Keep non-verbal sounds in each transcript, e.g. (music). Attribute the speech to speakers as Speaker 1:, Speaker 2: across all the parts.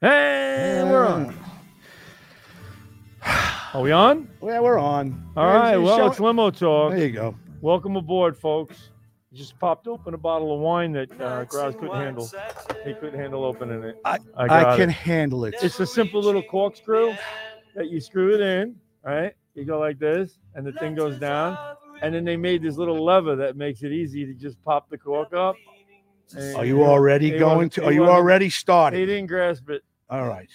Speaker 1: Hey, we're
Speaker 2: Mm.
Speaker 1: on. Are we on?
Speaker 2: Yeah, we're on.
Speaker 1: All
Speaker 2: Yeah,
Speaker 1: right.
Speaker 2: it's- it's
Speaker 1: Well,
Speaker 2: showing-
Speaker 1: it's limo talk.
Speaker 2: There you go.
Speaker 1: Welcome aboard, folks. Just popped open a bottle of wine that uh, Grouse couldn't handle. He couldn't handle opening it.
Speaker 2: I-
Speaker 1: I,
Speaker 2: I,
Speaker 1: got
Speaker 2: can
Speaker 1: It.
Speaker 2: handle it.
Speaker 1: It's a simple little corkscrew that you screw it in, right? You go like this, and the thing goes down. And then they made this little lever that makes it easy to just pop the cork up. And
Speaker 2: Are you already
Speaker 1: he
Speaker 2: going
Speaker 1: wasn't-
Speaker 2: to?
Speaker 1: he
Speaker 2: Are you
Speaker 1: wasn't-
Speaker 2: already
Speaker 1: He
Speaker 2: starting?
Speaker 1: didn't grasp it,
Speaker 2: All right.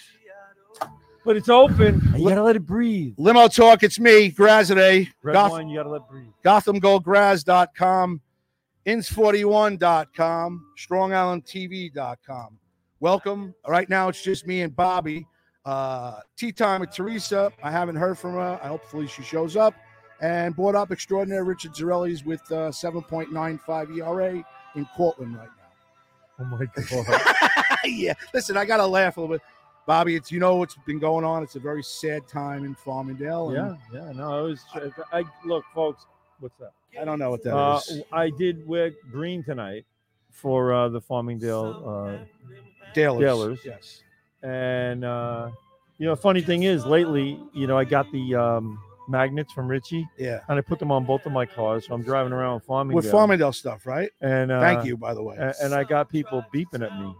Speaker 1: but it's open.
Speaker 2: You gotta
Speaker 1: let it breathe.
Speaker 2: Limo Talk. It's me, Grazade.
Speaker 1: Red
Speaker 2: Goth-
Speaker 1: wine, you gotta let it breathe.
Speaker 2: GothamGoldGraz.com, Ins41.com, StrongIslandTV.com. Welcome. Right now, it's just me and Bobby. Uh, tea time with Teresa. I haven't heard from her. I hopefully she shows up. And brought up extraordinary Richard Zarelli's with uh, 7.95 ERA E in Cortland right now.
Speaker 1: Oh my god.
Speaker 2: yeah. Listen, I gotta laugh a little bit. Bobby, it's you know what's been going on. It's a very sad time in Farmingdale.
Speaker 1: yeah,
Speaker 2: and
Speaker 1: yeah. No, I was. I look, folks. What's up?
Speaker 2: I don't know what that is.
Speaker 1: Uh, I did wear green tonight for uh, the Farmingdale, uh,
Speaker 2: Dalers.
Speaker 1: Dalers.
Speaker 2: Yes.
Speaker 1: and uh, you know, funny thing is, lately, you know, I got the um, magnets from Richie,
Speaker 2: Yeah.
Speaker 1: and I put them on both of my cars, so I'm driving around with Farmingdale.
Speaker 2: With Farmingdale stuff, right?
Speaker 1: and uh,
Speaker 2: Thank you, by the way.
Speaker 1: a- And I got people beeping at me.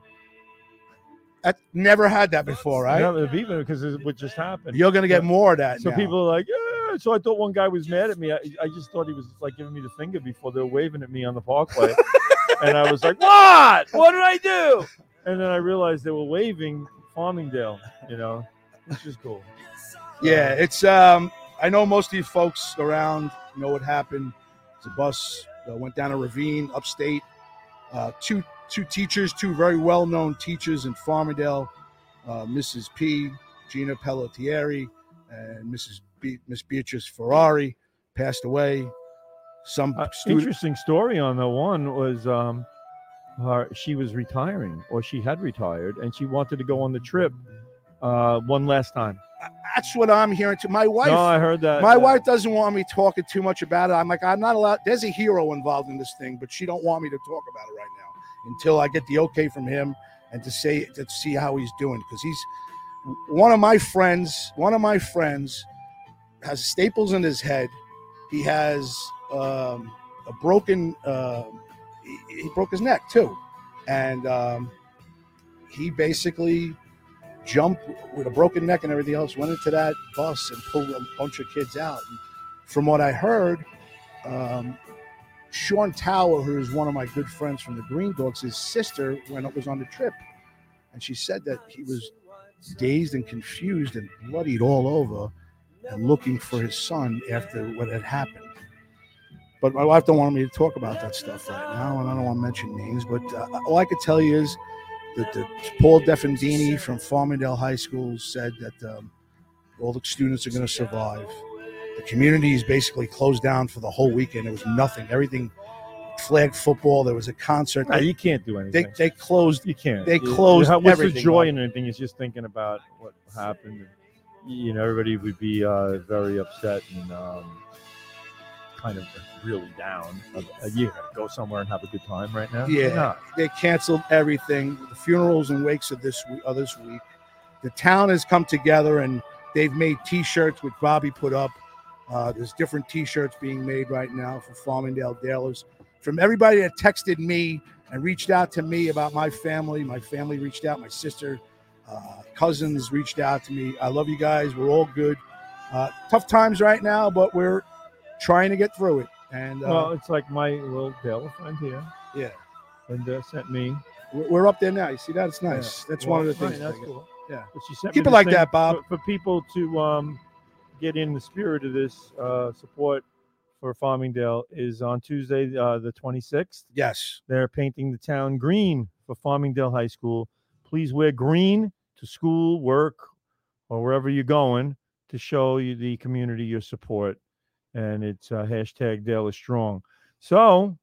Speaker 2: That never had that before, right?
Speaker 1: You know, they're beeping because it's what just happened.
Speaker 2: You're gonna get more of that.
Speaker 1: So
Speaker 2: now.
Speaker 1: people are like, yeah. So I thought one guy was mad at me. I, I just thought he was like giving me the finger before they were waving at me on the parkway. and I was like, what? What did I do? And then I realized they were waving Farmingdale, you know, which is cool.
Speaker 2: Yeah, it's um I know most of you folks around know what happened. It's a bus that went down a ravine upstate. Uh, two two teachers, two very well known teachers in Farmingdale, uh, Mrs. P, Gina Pelletieri, and Mrs. B, Miss Beatrice Ferrari passed away. Some
Speaker 1: Uh,
Speaker 2: students.
Speaker 1: interesting story on the one was um, her, she was retiring or she had retired and she wanted to go on the trip uh, one last time.
Speaker 2: That's what I'm hearing. To my wife,
Speaker 1: No, I heard that.
Speaker 2: my
Speaker 1: that-
Speaker 2: wife doesn't want me talking too much about it. I'm like, I'm not allowed. There's a hero involved in this thing, but she don't want me to talk about it right now until I get the okay from him and to say to see how he's doing because he's one of my friends. One of my friends has staples in his head. He has um, a broken. Uh, he, he broke his neck too, and um, he basically jumped with a broken neck and everything else, went into that bus and pulled a bunch of kids out. And from what I heard, um, Sean Tower, who is one of my good friends from the Green Dogs, his sister when it was on the trip, and she said that he was dazed and confused and bloodied all over and looking for his son after what had happened. But my wife don't want me to talk about that stuff right now, and I don't want to mention names. But uh, all I could tell you is that the, Paul Defendini from Farmingdale High School said that um, all the students are going to survive. The community is basically closed down for the whole weekend. There was nothing. Everything flag football. There was a concert.
Speaker 1: No, you can't do anything.
Speaker 2: They, they closed
Speaker 1: you can't.
Speaker 2: They
Speaker 1: You- you-
Speaker 2: closed
Speaker 1: how- What's the
Speaker 2: everything
Speaker 1: joy
Speaker 2: up.
Speaker 1: in anything? It's just thinking about what happened. You know, everybody would be uh, very upset and um, kind of really down. Uh, you gotta go somewhere and have a good time right now.
Speaker 2: Yeah.
Speaker 1: No.
Speaker 2: they canceled everything. The funerals and wakes of this week, of this week. The town has come together and they've made T-shirts, which Bobby put up. Uh, there's different T-shirts being made right now for Farmingdale Dalers. From everybody that texted me and reached out to me about my family. My family reached out. My sister, uh, cousins reached out to me. I love you guys. We're all good. Uh, tough times right now, but we're trying to get through it. And uh,
Speaker 1: well, it's like my little Dell friend here.
Speaker 2: Yeah.
Speaker 1: Linda sent me.
Speaker 2: we're, we're up there now. You see that? It's nice.
Speaker 1: Yeah.
Speaker 2: That's
Speaker 1: Well,
Speaker 2: one of the
Speaker 1: fine,
Speaker 2: things.
Speaker 1: That's
Speaker 2: that I get.
Speaker 1: cool.
Speaker 2: Yeah.
Speaker 1: But she sent
Speaker 2: Keep it
Speaker 1: me this
Speaker 2: like
Speaker 1: thing
Speaker 2: that, Bob.
Speaker 1: For, for people to um, get in the spirit of this uh, support for Farmingdale is on Tuesday, uh, the 26th.
Speaker 2: Yes.
Speaker 1: They're painting the town green for Farmingdale High School. Please wear green to school, work, or wherever you're going to show you the community your support. And it's uh, hashtag Dale is strong. So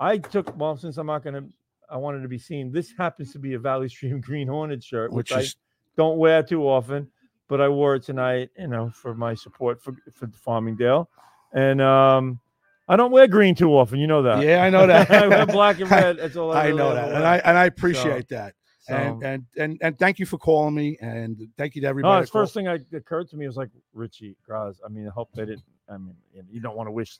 Speaker 1: I took well since I'm not gonna I wanted to be seen. This happens to be a Valley Stream (laughs) Green Hornet shirt, which,
Speaker 2: Which
Speaker 1: I (laughs)
Speaker 2: is
Speaker 1: don't wear too often, but I wore it tonight, you know, for my support for for Farmingdale. And um I don't wear green too often, you know that.
Speaker 2: yeah, I know that.
Speaker 1: (laughs) I wear black and red. That's all
Speaker 2: (laughs)
Speaker 1: I,
Speaker 2: I
Speaker 1: really
Speaker 2: know
Speaker 1: ever
Speaker 2: that,
Speaker 1: wear.
Speaker 2: and I and I appreciate that.
Speaker 1: So,
Speaker 2: and, and and and thank you for calling me, and thank you to everybody.
Speaker 1: no, it's
Speaker 2: that called.
Speaker 1: first thing I that occurred to me was like Richie Graz. I mean, I hope they didn't. I mean, you know, you don't want to wish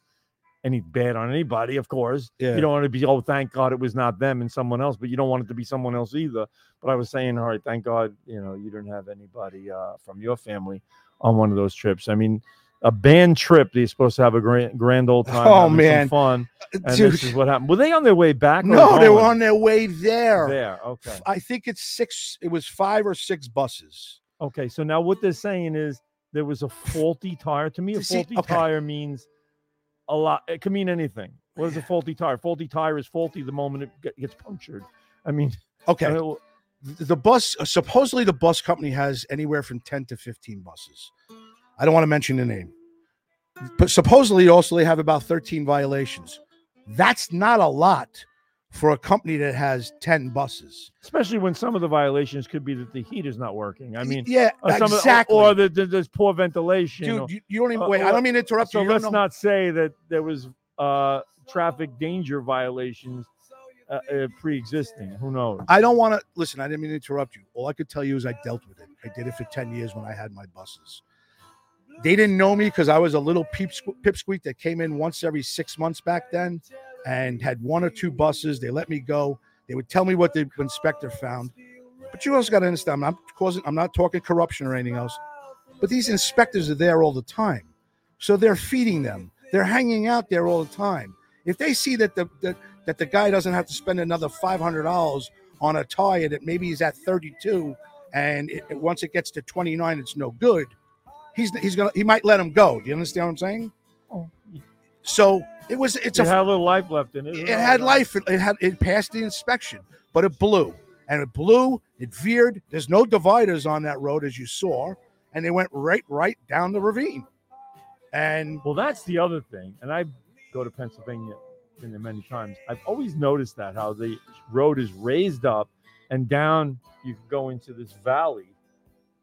Speaker 1: any bad on anybody, of course.
Speaker 2: Yeah.
Speaker 1: You don't want to be, oh, thank God it was not them and someone else, but you don't want it to be someone else either. But I was saying, all right, thank God, you know, you didn't have anybody uh, from your family on one of those trips. I mean, a band trip, they're supposed to have a grand, grand old time.
Speaker 2: Oh,
Speaker 1: having some
Speaker 2: man.
Speaker 1: fun. And
Speaker 2: Dude,
Speaker 1: this
Speaker 2: (laughs)
Speaker 1: is what happened. Were they on their way back? or
Speaker 2: no, they were
Speaker 1: going?
Speaker 2: on their way there.
Speaker 1: there. Okay.
Speaker 2: I think it's six. It was five or six buses.
Speaker 1: Okay, so now what they're saying is there was a faulty tire. To me, a
Speaker 2: You see-
Speaker 1: faulty
Speaker 2: okay.
Speaker 1: tire means a lot. It can mean anything. What
Speaker 2: (laughs)
Speaker 1: is a faulty tire? Faulty tire is faulty the moment it ge- gets punctured. I mean, (laughs)
Speaker 2: Okay,
Speaker 1: I don't-
Speaker 2: th- the bus supposedly the bus company has anywhere from 10 to 15 buses i don't want to mention the name but supposedly also they have about 13 violations that's not a lot for a company that has 10 buses
Speaker 1: especially when some of the violations could be that the heat is not working. I mean,
Speaker 2: yeah
Speaker 1: or some of the-
Speaker 2: exactly
Speaker 1: or the, the, there's poor ventilation. or-
Speaker 2: dude you, you don't even
Speaker 1: uh,
Speaker 2: wait i
Speaker 1: or-
Speaker 2: don't mean to interrupt
Speaker 1: so
Speaker 2: you, you don't
Speaker 1: let's
Speaker 2: know-
Speaker 1: not say that there was uh, traffic danger violations uh, uh, pre-existing. Who knows?
Speaker 2: I don't want to listen. I didn't mean to interrupt you. All I could tell you is I dealt with it. I did it for 10 years when I had my buses. They didn't know me because I was a little peep sque- pipsqueak that came in once every six months back then and had one or two buses. They let me go. They would tell me what the inspector found. But you also got to understand, I'm not causing, I'm not talking corruption or anything else. But these inspectors are there all the time. So they're feeding them. They're hanging out there all the time. If they see that the that, that the guy doesn't have to spend another five hundred dollars on a tire that maybe he's at thirty two, and it, it- once it gets to twenty nine, it's no good. He's he's gonna he might let him go. Do you understand what I'm saying?
Speaker 1: Oh.
Speaker 2: So it was it's
Speaker 1: it
Speaker 2: a
Speaker 1: had a little life left in it.
Speaker 2: it had life. It, it had it passed the inspection, but it blew and it blew. It veered. There's no dividers on that road as you saw, and they went right right down the ravine. And
Speaker 1: Well, that's the other thing, and I go to Pennsylvania been there many times. I've always noticed that how the road is raised up and down. You can go into this valley,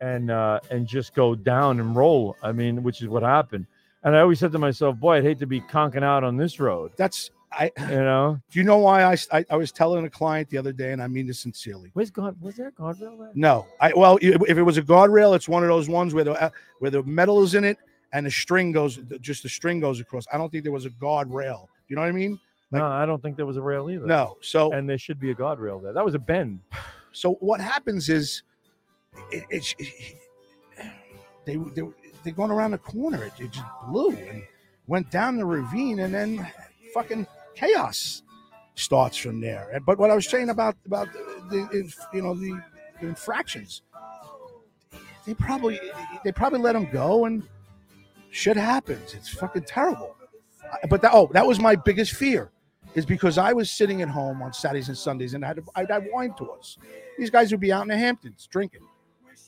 Speaker 1: and uh, and just go down and roll. I mean, which is what happened. And I always said to myself, "Boy, I'd hate to be conking out on this road."
Speaker 2: that's I.
Speaker 1: You know,
Speaker 2: Do you know why I, I I was telling a client the other day, and I mean this sincerely.
Speaker 1: where's God? Was there a guardrail there?
Speaker 2: No, I well, i- if it was a guardrail, it's one of those ones where the uh, where the metal is in it and the string goes, just the string goes across. I don't think there was a guardrail. You know what I mean?
Speaker 1: no, I don't think there was a rail either.
Speaker 2: No. So
Speaker 1: and there should be a guardrail there. That was a bend.
Speaker 2: So what happens is, it, it, it- they they they're going around the corner. It, it just blew and went down the ravine, and then fucking chaos starts from there. And- But what I was saying about about the, the you know the, the infractions, they probably they probably let them go, and shit happens. It's fucking terrible. I- But that, oh, that was my biggest fear, is because I was sitting at home on Saturdays and Sundays, and I had I'd have wine tours. These guys would be out in the Hamptons drinking.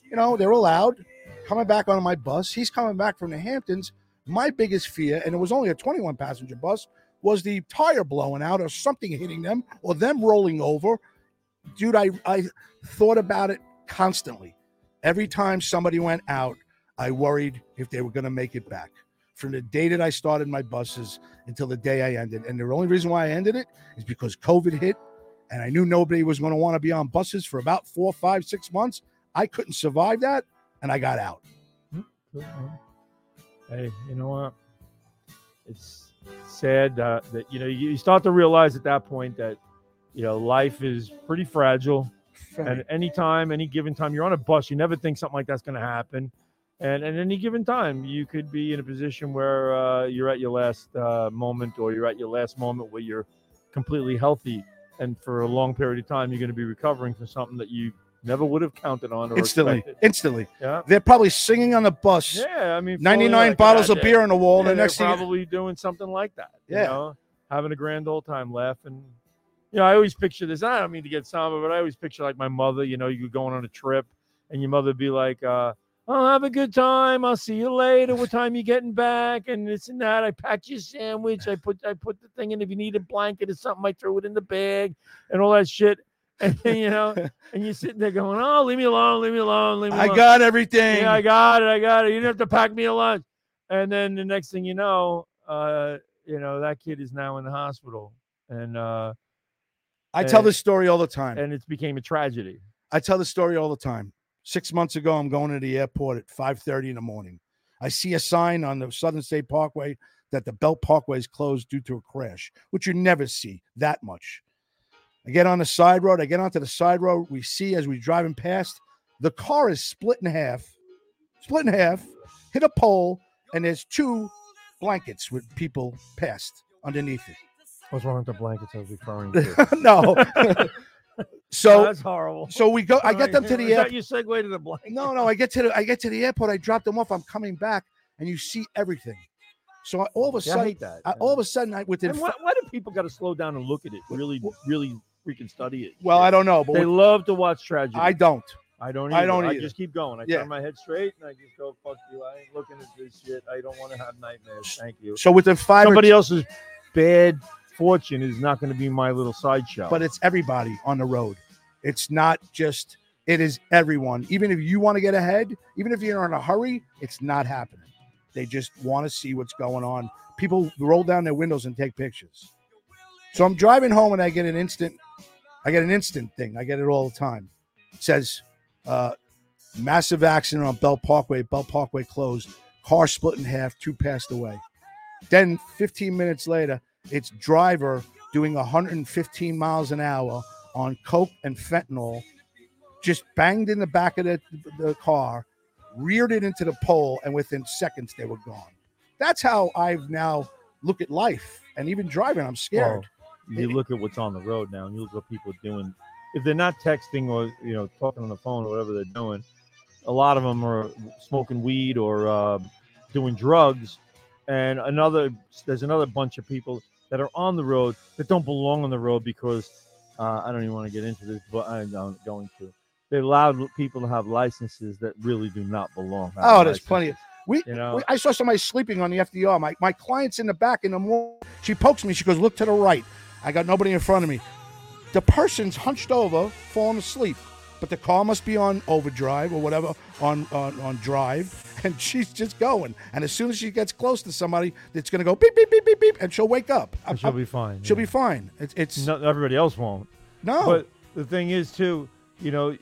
Speaker 2: You know, they're allowed. Coming back on my bus, he's coming back from the Hamptons. My biggest fear, and it was only a 21 passenger bus, was the tire blowing out or something hitting them or them rolling over. Dude, I, I thought about it constantly. Every time somebody went out, I worried if they were going to make it back. From the day that I started my buses until the day I ended. And the only reason why I ended it is because COVID hit and I knew nobody was going to want to be on buses for about four, five, six months. I couldn't survive that, and I got out.
Speaker 1: Uh-huh. Hey, you know what? It's sad uh, that you know you start to realize at that point that you know, life is pretty fragile. And at any time, any given time, you're on a bus. You never think something like that's going to happen. And at any given time, you could be in a position where uh, you're at your last uh, moment, or you're at your last moment where you're completely healthy, and for a long period of time, you're going to be recovering from something that you never would have counted on or
Speaker 2: instantly,
Speaker 1: expected.
Speaker 2: instantly.
Speaker 1: Yeah,
Speaker 2: They're probably singing on the bus.
Speaker 1: yeah. I mean, falling
Speaker 2: 99
Speaker 1: like
Speaker 2: bottles
Speaker 1: that,
Speaker 2: of
Speaker 1: yeah.
Speaker 2: beer on the wall.
Speaker 1: Yeah,
Speaker 2: the
Speaker 1: they're
Speaker 2: next thing, you-
Speaker 1: probably doing something like that.
Speaker 2: Yeah.
Speaker 1: You know, having a grand old time laughing. You know, I always picture this. I don't mean to get somber, but I always picture like my mother, you know, you're going on a trip and your mother would be like, uh, I'll have a good time. I'll see you later. What time you getting back? And this and that. I packed your sandwich. I put I put the thing in. If you need a blanket or something, I threw it in the bag and all that shit. And
Speaker 2: (laughs)
Speaker 1: you know, and you're sitting there going, Oh, leave me alone, leave me alone, leave me
Speaker 2: I
Speaker 1: alone.
Speaker 2: got everything.
Speaker 1: Yeah, I got it. I got it. You didn't have to pack me a lunch. And then the next thing you know, uh, you know that kid is now in the hospital, and uh,
Speaker 2: I tell
Speaker 1: Uh,
Speaker 2: this story all the time.
Speaker 1: and it's became a tragedy.
Speaker 2: I tell the story all the time. Six months ago, I'm going to the airport at 5:30 in the morning. I see a sign on the Southern State Parkway that the Belt Parkway is closed due to a crash, which you never see that much. I get on the side road. I get onto the side road. We see as we're driving past, the car is split in half, split in half, hit a pole, and there's two blankets with people passed underneath it. (laughs)
Speaker 1: What's wrong with the blankets I was referring to?
Speaker 2: no. so
Speaker 1: (laughs) that's horrible.
Speaker 2: so we go. I get them to
Speaker 1: Is
Speaker 2: the airport.
Speaker 1: that your segue to the blanket.
Speaker 2: No, no. I get to the I get to the airport. I drop them off. I'm coming back, and you see everything. So I, all of a
Speaker 1: Yeah, I
Speaker 2: sudden,
Speaker 1: hate that.
Speaker 2: I, all of a sudden, I within.
Speaker 1: and why, why do people got to slow down and look at it? Really, really freaking study it.
Speaker 2: well, I don't know, but
Speaker 1: They
Speaker 2: with-
Speaker 1: love to watch tragedy.
Speaker 2: I don't.
Speaker 1: I don't. Either.
Speaker 2: I don't
Speaker 1: I
Speaker 2: either.
Speaker 1: just keep going. I
Speaker 2: Yeah.
Speaker 1: turn my head straight and I just go, "Fuck you! I ain't looking at this shit. I don't want to have nightmares. Thank you."
Speaker 2: So within five.
Speaker 1: somebody
Speaker 2: or,
Speaker 1: else's bad fortune is not going to be my little sideshow.
Speaker 2: But it's everybody on the road. It's not just. It is everyone. Even if you want to get ahead, even if you're in a hurry, it's not happening. They just want to see what's going on. People roll down their windows and take pictures. So I'm driving home and I get an instant, I get an instant thing. I get it all the time. It says, uh, massive accident on Bell Parkway. Bell Parkway closed. Car split in half. Two passed away. Then 15 minutes later, it's driver doing 115 miles an hour on coke and fentanyl, just banged in the back of the, the car, reared it into the pole, and within seconds they were gone. That's how I've now look at life and even driving. I'm scared.
Speaker 1: Oh, you look at what's on the road now, and you look at what people are doing. If they're not texting or you know talking on the phone or whatever they're doing, a lot of them are smoking weed or uh, doing drugs. And another, there's another bunch of people that are on the road that don't belong on the road because uh, I don't even want to get into this, but I'm not going to. They allowed people to have licenses that really do not belong. to have
Speaker 2: Oh, there's plenty of-
Speaker 1: licenses.
Speaker 2: We,
Speaker 1: You know?
Speaker 2: we- I saw somebody sleeping on the FDR. My my client's in the back in the morning. She pokes me. She goes, "Look to the right." I got nobody in front of me. The person's hunched over, falling asleep, but the car must be on overdrive or whatever on on, on drive, (laughs) and she's just going. And as soon as she gets close to somebody, it's going to go beep beep beep beep beep, and she'll wake up.
Speaker 1: And she'll be fine.
Speaker 2: she'll
Speaker 1: yeah.
Speaker 2: be Oh. fine. It's it's no.
Speaker 1: No, everybody else won't. But the thing is, too, you know,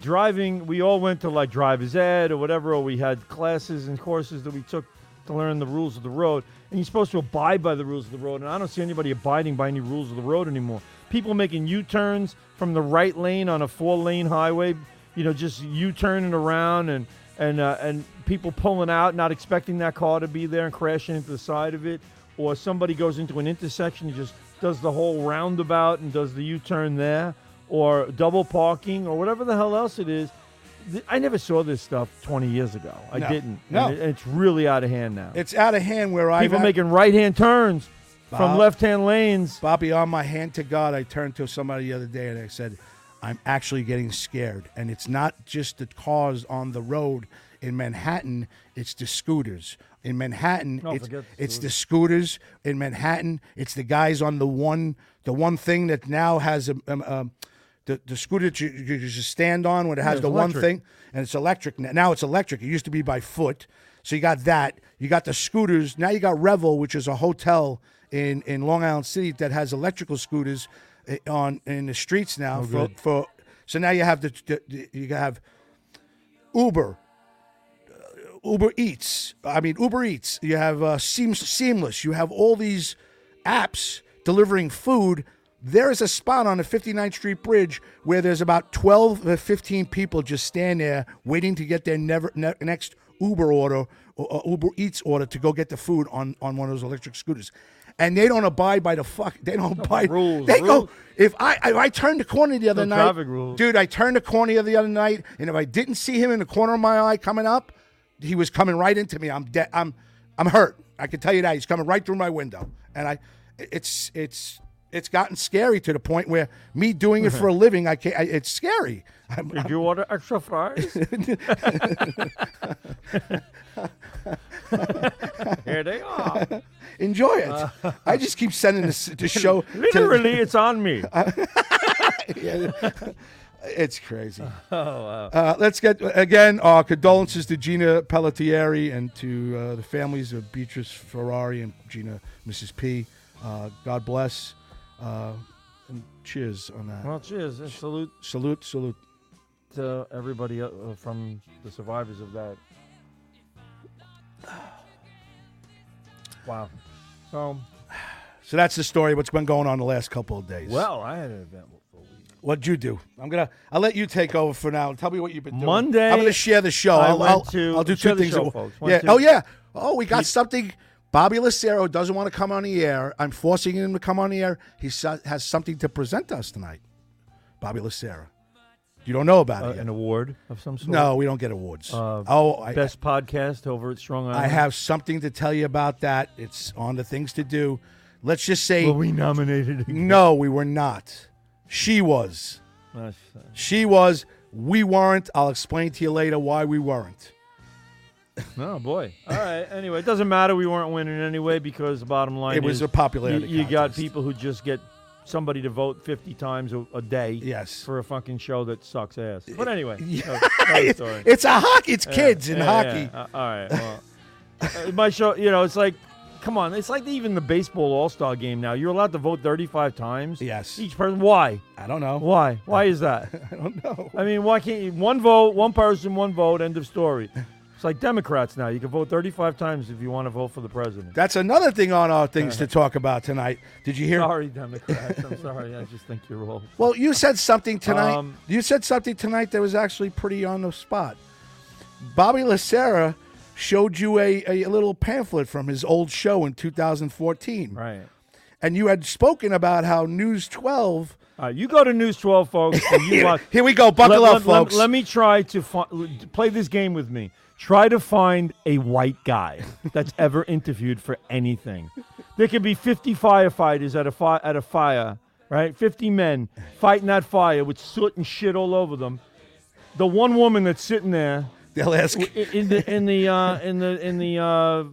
Speaker 1: driving, we all went to like driver's ed or whatever, or we had classes and courses that we took to learn the rules of the road. And you're supposed to abide by the rules of the road. And I don't see anybody abiding by any rules of the road anymore. People making U turns from the right lane on a four lane highway, you know, just U turning around and, and, uh, and people pulling out, not expecting that car to be there and crashing into the side of it. Or somebody goes into an intersection and just does the whole roundabout and does the U turn there or double parking or whatever the hell else it is. Th- I never saw this stuff 20 years ago. I
Speaker 2: No,
Speaker 1: didn't.
Speaker 2: no.
Speaker 1: And it- and it's really out of hand now.
Speaker 2: it's out of hand where I
Speaker 1: People making right hand turns from
Speaker 2: Bob.
Speaker 1: left hand lanes.
Speaker 2: Bobby, on my hand to God, I turned to somebody the other day and I said, I'm actually getting scared. And it's not just the cars on the road in Manhattan, it's the scooters. In Manhattan,
Speaker 1: No,
Speaker 2: it's,
Speaker 1: forget the
Speaker 2: it's the scooters. In Manhattan, it's the guys on the one the one thing that now has a, um, um, the, the scooter that you, you you just stand on when it has
Speaker 1: it's
Speaker 2: the one
Speaker 1: electric.
Speaker 2: thing and it's electric now. Now it's electric. It used to be by foot. So you got that. You got the scooters. Now you got Revel, which is a hotel in in Long Island City that has electrical scooters eh, on in the streets now
Speaker 1: Oh,
Speaker 2: for, for so now you have the, the, the you have Uber Uber Eats. I mean, Uber Eats. You have uh, Seam- Seamless. You have all these apps delivering food There is a spot on the 59th Street Bridge where there's about 12 or 15 people just stand there waiting to get their never, ne- next Uber order or, or Uber Eats order to go get the food on, on one of those electric scooters. And they don't abide by the fuck. They don't abide.
Speaker 1: rules,
Speaker 2: they
Speaker 1: rules.
Speaker 2: go. If I if I turned the corner the other
Speaker 1: No
Speaker 2: night,
Speaker 1: traffic rules.
Speaker 2: dude, I turned the corner the other night, and if I didn't see him in the corner of my eye coming up, he was coming right into me. I'm dead. I'm I'm hurt. I can tell you that he's coming right through my window, and I, it's it's it's gotten scary to the point where me doing it
Speaker 1: (laughs)
Speaker 2: for a living, I can't. I, it's scary. I'm,
Speaker 1: Did you order extra fries? Here they are.
Speaker 2: enjoy it.
Speaker 1: Uh,
Speaker 2: I just keep sending
Speaker 1: (laughs)
Speaker 2: this to show. to-
Speaker 1: Literally, it's on me.
Speaker 2: Yeah. (laughs) It's
Speaker 1: (laughs)
Speaker 2: crazy.
Speaker 1: Oh,
Speaker 2: Uh, let's get again our condolences to Gina Pelletieri and to uh, the families of Beatrice Ferrari and Gina, Mrs. P. Uh, God bless. Uh, and cheers on that.
Speaker 1: Well, cheers and salute
Speaker 2: salute, salute.
Speaker 1: to everybody uh, uh, from the survivors of that. (sighs) Wow. So,
Speaker 2: So that's the story. What's been going on the last couple of days?
Speaker 1: well, I had an event. for a week.
Speaker 2: what'd you do? I'm gonna. I'll let you take over for now. Tell me what you've been doing.
Speaker 1: Monday,
Speaker 2: I'm gonna share the show.
Speaker 1: I
Speaker 2: I'll,
Speaker 1: went
Speaker 2: I'll,
Speaker 1: to-
Speaker 2: I'll do
Speaker 1: share
Speaker 2: two
Speaker 1: the
Speaker 2: things.
Speaker 1: show,
Speaker 2: at-
Speaker 1: folks. Went
Speaker 2: Yeah.
Speaker 1: to-
Speaker 2: Oh yeah. Oh, we got something. Bobby Lucero doesn't want to come on the air. I'm forcing him to come on the air. He so- has something to present us tonight. Bobby Lucero. You don't know about
Speaker 1: Uh,
Speaker 2: it yet.
Speaker 1: an award of some sort.
Speaker 2: No, we don't get awards.
Speaker 1: Uh,
Speaker 2: oh, I,
Speaker 1: Best podcast over at Strong Island.
Speaker 2: I have something to tell you about that. It's on the things to do. Let's just say
Speaker 1: Were we nominated? again?
Speaker 2: no, we were not. She was.
Speaker 1: That's, uh,
Speaker 2: She was. We weren't. I'll explain to you later why we weren't.
Speaker 1: No, boy. All right. Anyway, it doesn't matter. We weren't winning anyway because the bottom line
Speaker 2: It was
Speaker 1: is
Speaker 2: a popularity
Speaker 1: You, you got
Speaker 2: contest.
Speaker 1: people who just get somebody to vote 50 times a, a day
Speaker 2: Yes.
Speaker 1: for a fucking show that sucks ass.
Speaker 2: (laughs)
Speaker 1: But anyway, yeah.
Speaker 2: It's, it's a hockey. It's kids in hockey.
Speaker 1: all right. Well, uh, my show, you know, it's like, come on. It's like even the baseball All Star game now. You're allowed to vote 35 times.
Speaker 2: Yes.
Speaker 1: Each person. Why?
Speaker 2: I don't know.
Speaker 1: Why? Why is that?
Speaker 2: I don't know.
Speaker 1: I mean, why can't you one vote, one person, one vote, end of story. It's like Democrats now. You can vote 35 times if you want to vote for the president.
Speaker 2: That's another thing on our things
Speaker 1: (laughs)
Speaker 2: to talk about tonight. Did you hear?
Speaker 1: Sorry, Democrats. I'm sorry. I just think you're old.
Speaker 2: Well, you said something tonight.
Speaker 1: Um,
Speaker 2: you said something tonight that was actually pretty on the spot. Bobby Lacera showed you a, a little pamphlet from his old show in 2014.
Speaker 1: Right.
Speaker 2: And you had spoken about how News 12.
Speaker 1: All right. You go to News 12, folks. And you
Speaker 2: (laughs) Here,
Speaker 1: watch.
Speaker 2: here we go. Buckle
Speaker 1: let,
Speaker 2: up,
Speaker 1: let-
Speaker 2: folks.
Speaker 1: Let, let me try to fi- play this game with me. Try to find a white guy that's ever interviewed for anything. There could be 50 firefighters at a fi- at a fire, right? 50 men fighting that fire with soot and shit all over them. The one woman that's sitting there
Speaker 2: They'll ask.
Speaker 1: i- in the in the uh, in the in the uh,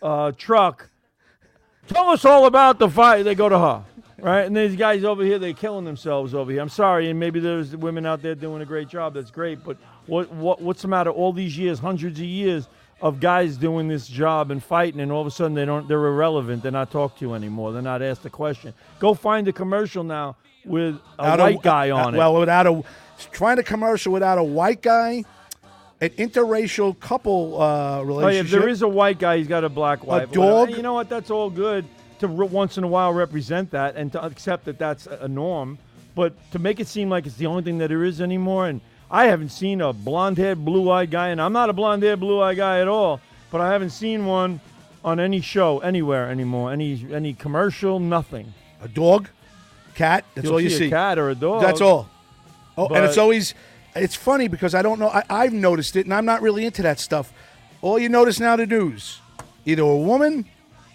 Speaker 1: uh, truck. Tell us all about the fire. They go to her, right? And these guys over here, they're killing themselves over here. I'm sorry, and maybe there's women out there doing a great job. That's great, but what what what's the matter? All these years, hundreds of years of guys doing this job and fighting, and all of a sudden they don't they're irrelevant. They're not talked to anymore. They're not asked a question. Go find a commercial now with a
Speaker 2: without
Speaker 1: white guy on
Speaker 2: uh,
Speaker 1: it.
Speaker 2: Well, without a trying to commercial without a white guy, an interracial couple uh,
Speaker 1: Oh, yeah, if
Speaker 2: relationship.
Speaker 1: there is a white guy, he's got a black wife. or whatever.
Speaker 2: dog?
Speaker 1: Hey, You know what? That's all good to re- once in a while represent that and to accept that that's a a norm. But to make it seem like it's the only thing that there is anymore, and I haven't seen a blonde-haired, blue-eyed guy, and I'm not a blonde-haired, blue-eyed guy at all. But I haven't seen one on any show anywhere anymore. Any any commercial, nothing.
Speaker 2: a dog, cat. That's
Speaker 1: You'll
Speaker 2: all you
Speaker 1: see,
Speaker 2: see.
Speaker 1: a cat or a dog.
Speaker 2: That's all. Oh, and it's
Speaker 1: But-
Speaker 2: always it's funny because I don't know. I, I've noticed it, and I'm not really into that stuff. All you notice now the news, either a woman,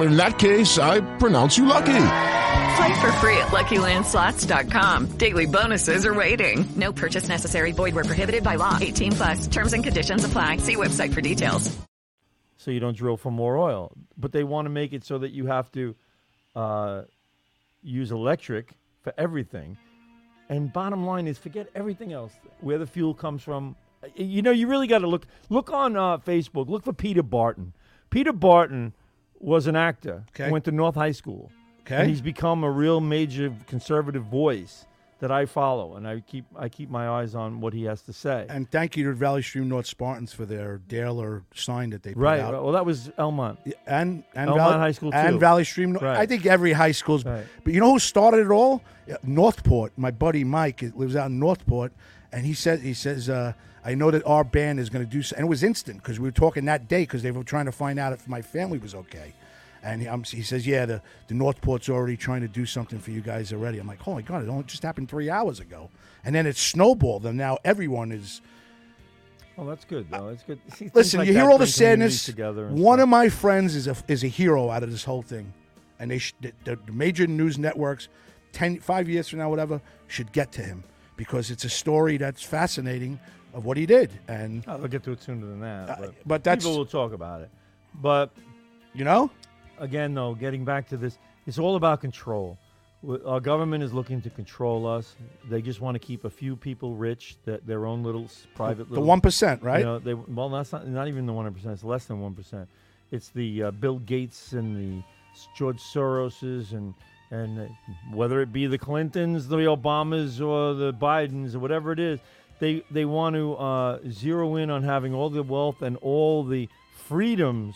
Speaker 3: In that case, I pronounce you lucky.
Speaker 4: Play for free at LuckyLandSlots.com. Daily bonuses are waiting. No purchase necessary. Void where prohibited by law. 18 plus. Terms and conditions apply. See website for details.
Speaker 1: so you don't drill for more oil. But they want to make it so that you have to uh, use electric for everything. And bottom line is, forget everything else. Where the fuel comes from, Uh, you know, you really got to look. Look on uh, Facebook. Look for Peter Barton. Peter Barton was an actor.
Speaker 2: Okay.
Speaker 1: Went to North High School.
Speaker 2: Okay.
Speaker 1: And he's become a real major conservative voice that I follow, and I keep I keep my eyes on what he has to say.
Speaker 2: And thank you to Valley Stream North Spartans for their Daler sign that they put
Speaker 1: right,
Speaker 2: out.
Speaker 1: right. Well, that was Elmont.
Speaker 2: and and
Speaker 1: Elmont
Speaker 2: Valley
Speaker 1: High School, too.
Speaker 2: and Valley Stream.
Speaker 1: Right.
Speaker 2: I think every high school's.
Speaker 1: Right.
Speaker 2: But you know who started it all? Yeah, Northport. My buddy Mike it lives out in Northport, and he says he says uh, I know that our band is going to do. s-" And it was instant because we were talking that day because they were trying to find out if my family was okay. And he, um, he says, "Yeah, the, the Northport's already trying to do something for you guys already." I'm like, "Oh my god, it only just happened three hours ago," and then it snowballed, and now everyone is
Speaker 1: Oh, that's good though. That's good. See, things
Speaker 2: Listen,
Speaker 1: like
Speaker 2: you hear
Speaker 1: that
Speaker 2: all the
Speaker 1: bring communities
Speaker 2: sadness.
Speaker 1: Together and
Speaker 2: One
Speaker 1: stuff.
Speaker 2: of my friends is a is a hero out of this whole thing, and they sh- the, the the major news networks, 10, five years from now, whatever, should get to him because it's a story that's fascinating of what he did, and
Speaker 1: Oh, they'll get to it sooner than that.
Speaker 2: Uh,
Speaker 1: but,
Speaker 2: but that's-
Speaker 1: people will talk about it. But
Speaker 2: you know,
Speaker 1: again, though, getting back to this, it's all about control. W- Our government is looking to control us. They just want to keep a few people rich, that their own little s- private.
Speaker 2: the
Speaker 1: little,
Speaker 2: one percent, right?
Speaker 1: You know, they well, that's not not even the one percent. It's less than one percent. It's the uh, Bill Gates and the S- George Soroses and and uh, whether it be the Clintons, the Obamas, or the Bidens, or whatever it is, they they want to uh, zero in on having all the wealth and all the freedoms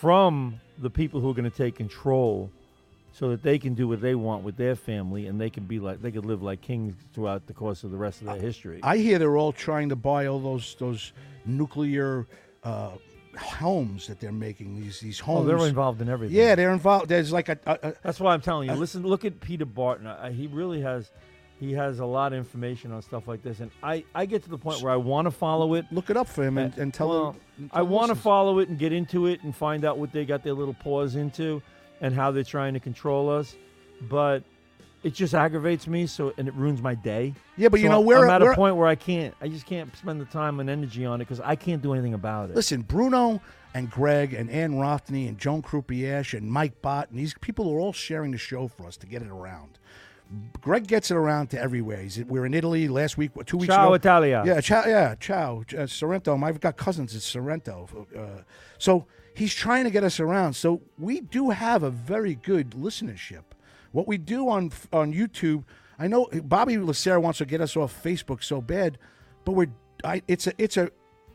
Speaker 1: from the people who are going to take control. So that they can do what they want with their family, and they can be like they could live like kings throughout the course of the rest of their history.
Speaker 2: I hear they're all trying to buy all those those nuclear uh, homes that they're making these these
Speaker 1: oh,
Speaker 2: homes.
Speaker 1: they're involved in everything.
Speaker 2: yeah, they're involved. There's like a, a, a
Speaker 1: That's why I'm telling you. Listen, look at Peter Barton. I, he really has, he has a lot of information on stuff like this, and I, I get to the point where I want to follow it.
Speaker 2: look it up for him and, and tell
Speaker 1: Uh, Well,
Speaker 2: him. and
Speaker 1: I
Speaker 2: tell him
Speaker 1: want to
Speaker 2: listen.
Speaker 1: follow it and get into it and find out what they got their little paws into, and how they're trying to control us, but it just aggravates me. So and it ruins my day.
Speaker 2: Yeah, but you
Speaker 1: So
Speaker 2: know,
Speaker 1: I'm-
Speaker 2: we're-
Speaker 1: I'm at
Speaker 2: we're-
Speaker 1: a point where I can't. I just can't spend the time and energy on it because I can't do anything about it.
Speaker 2: Listen, Bruno and Greg and Ann Rothney and Joan Croupiash and Mike Bott and these people are all sharing the show for us to get it around. Greg gets it around to everywhere. He's, we're in Italy last week, two weeks
Speaker 1: Ciao,
Speaker 2: ago.
Speaker 1: Italia.
Speaker 2: Yeah, ciao, yeah, ciao, uh, Sorrento. I've got cousins in Sorrento. Uh, so he's trying to get us around. So we do have a very good listenership. What we do on on YouTube, I know Bobby Lacerda wants to get us off Facebook so bad, but we're I, it's a it's a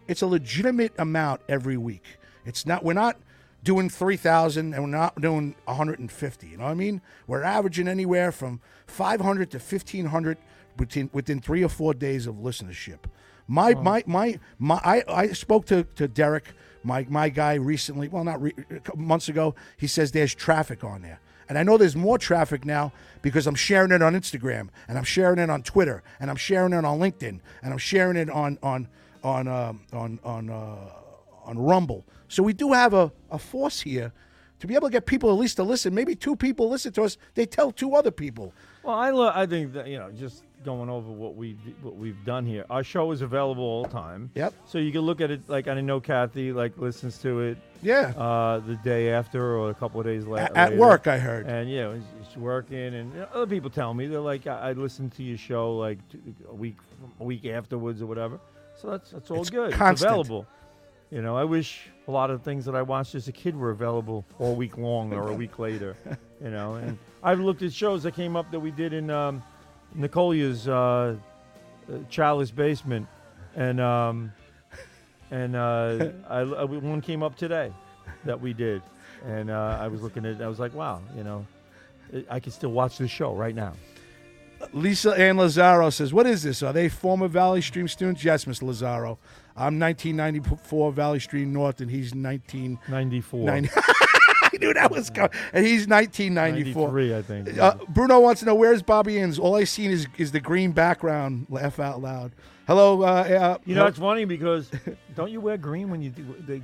Speaker 2: it's a legitimate amount every week. It's not we're not doing 3,000 and we're not doing 150. You know what I mean? We're averaging anywhere from 500 to 1,500 within, within three or four days of listenership. My, my, my, my, I, I spoke to, to Derek, my, my guy recently, well, not re, a couple months ago. He says there's traffic on there. And I know there's more traffic now because I'm sharing it on Instagram and I'm sharing it on Twitter and I'm sharing it on LinkedIn and I'm sharing it on, on, on, um, on, on, uh, on Rumble. So we do have a, a force here to be able to get people at least to listen. Maybe two people listen to us. They tell two other people.
Speaker 1: Well, I lo- I think that you know, just going over what we what we've done here. Our show is available all the time.
Speaker 2: Yep.
Speaker 1: So you can look at it like I know Kathy like listens to it
Speaker 2: Yeah.
Speaker 1: uh, the day after or a couple of days la-
Speaker 2: A-
Speaker 1: later.
Speaker 2: at work, I heard.
Speaker 1: And yeah, it's, it's working. And you know, other people tell me they're like, I, I listened to your show like t- a week a week afterwards or whatever. So that's that's all
Speaker 2: It's
Speaker 1: good.
Speaker 2: constant.
Speaker 1: It's available. You know, I wish a lot of things that I watched as a kid were available
Speaker 2: (laughs)
Speaker 1: all week long or a week later. You know, and I've looked at shows that came up that we did in um, Nicolia's uh, uh, childless basement, and um, and uh, I, I- one came up today that we did, and uh, I was looking at, it, I was like, wow, you know, I- I can still watch this show right now.
Speaker 2: Lisa Ann Lazaro says, What is this? Are they former Valley Stream students? Yes, Miss Lazaro. I'm 1994 Valley Stream North, and he's 1994. (laughs) I knew that was coming. And he's 1994.
Speaker 1: 93, I think.
Speaker 2: Uh, Bruno wants to know where's Bobby Inns? All I seen is, is the green background. Laugh out loud. Hello. Uh, uh,
Speaker 1: You know, it's funny because don't you wear green when you do they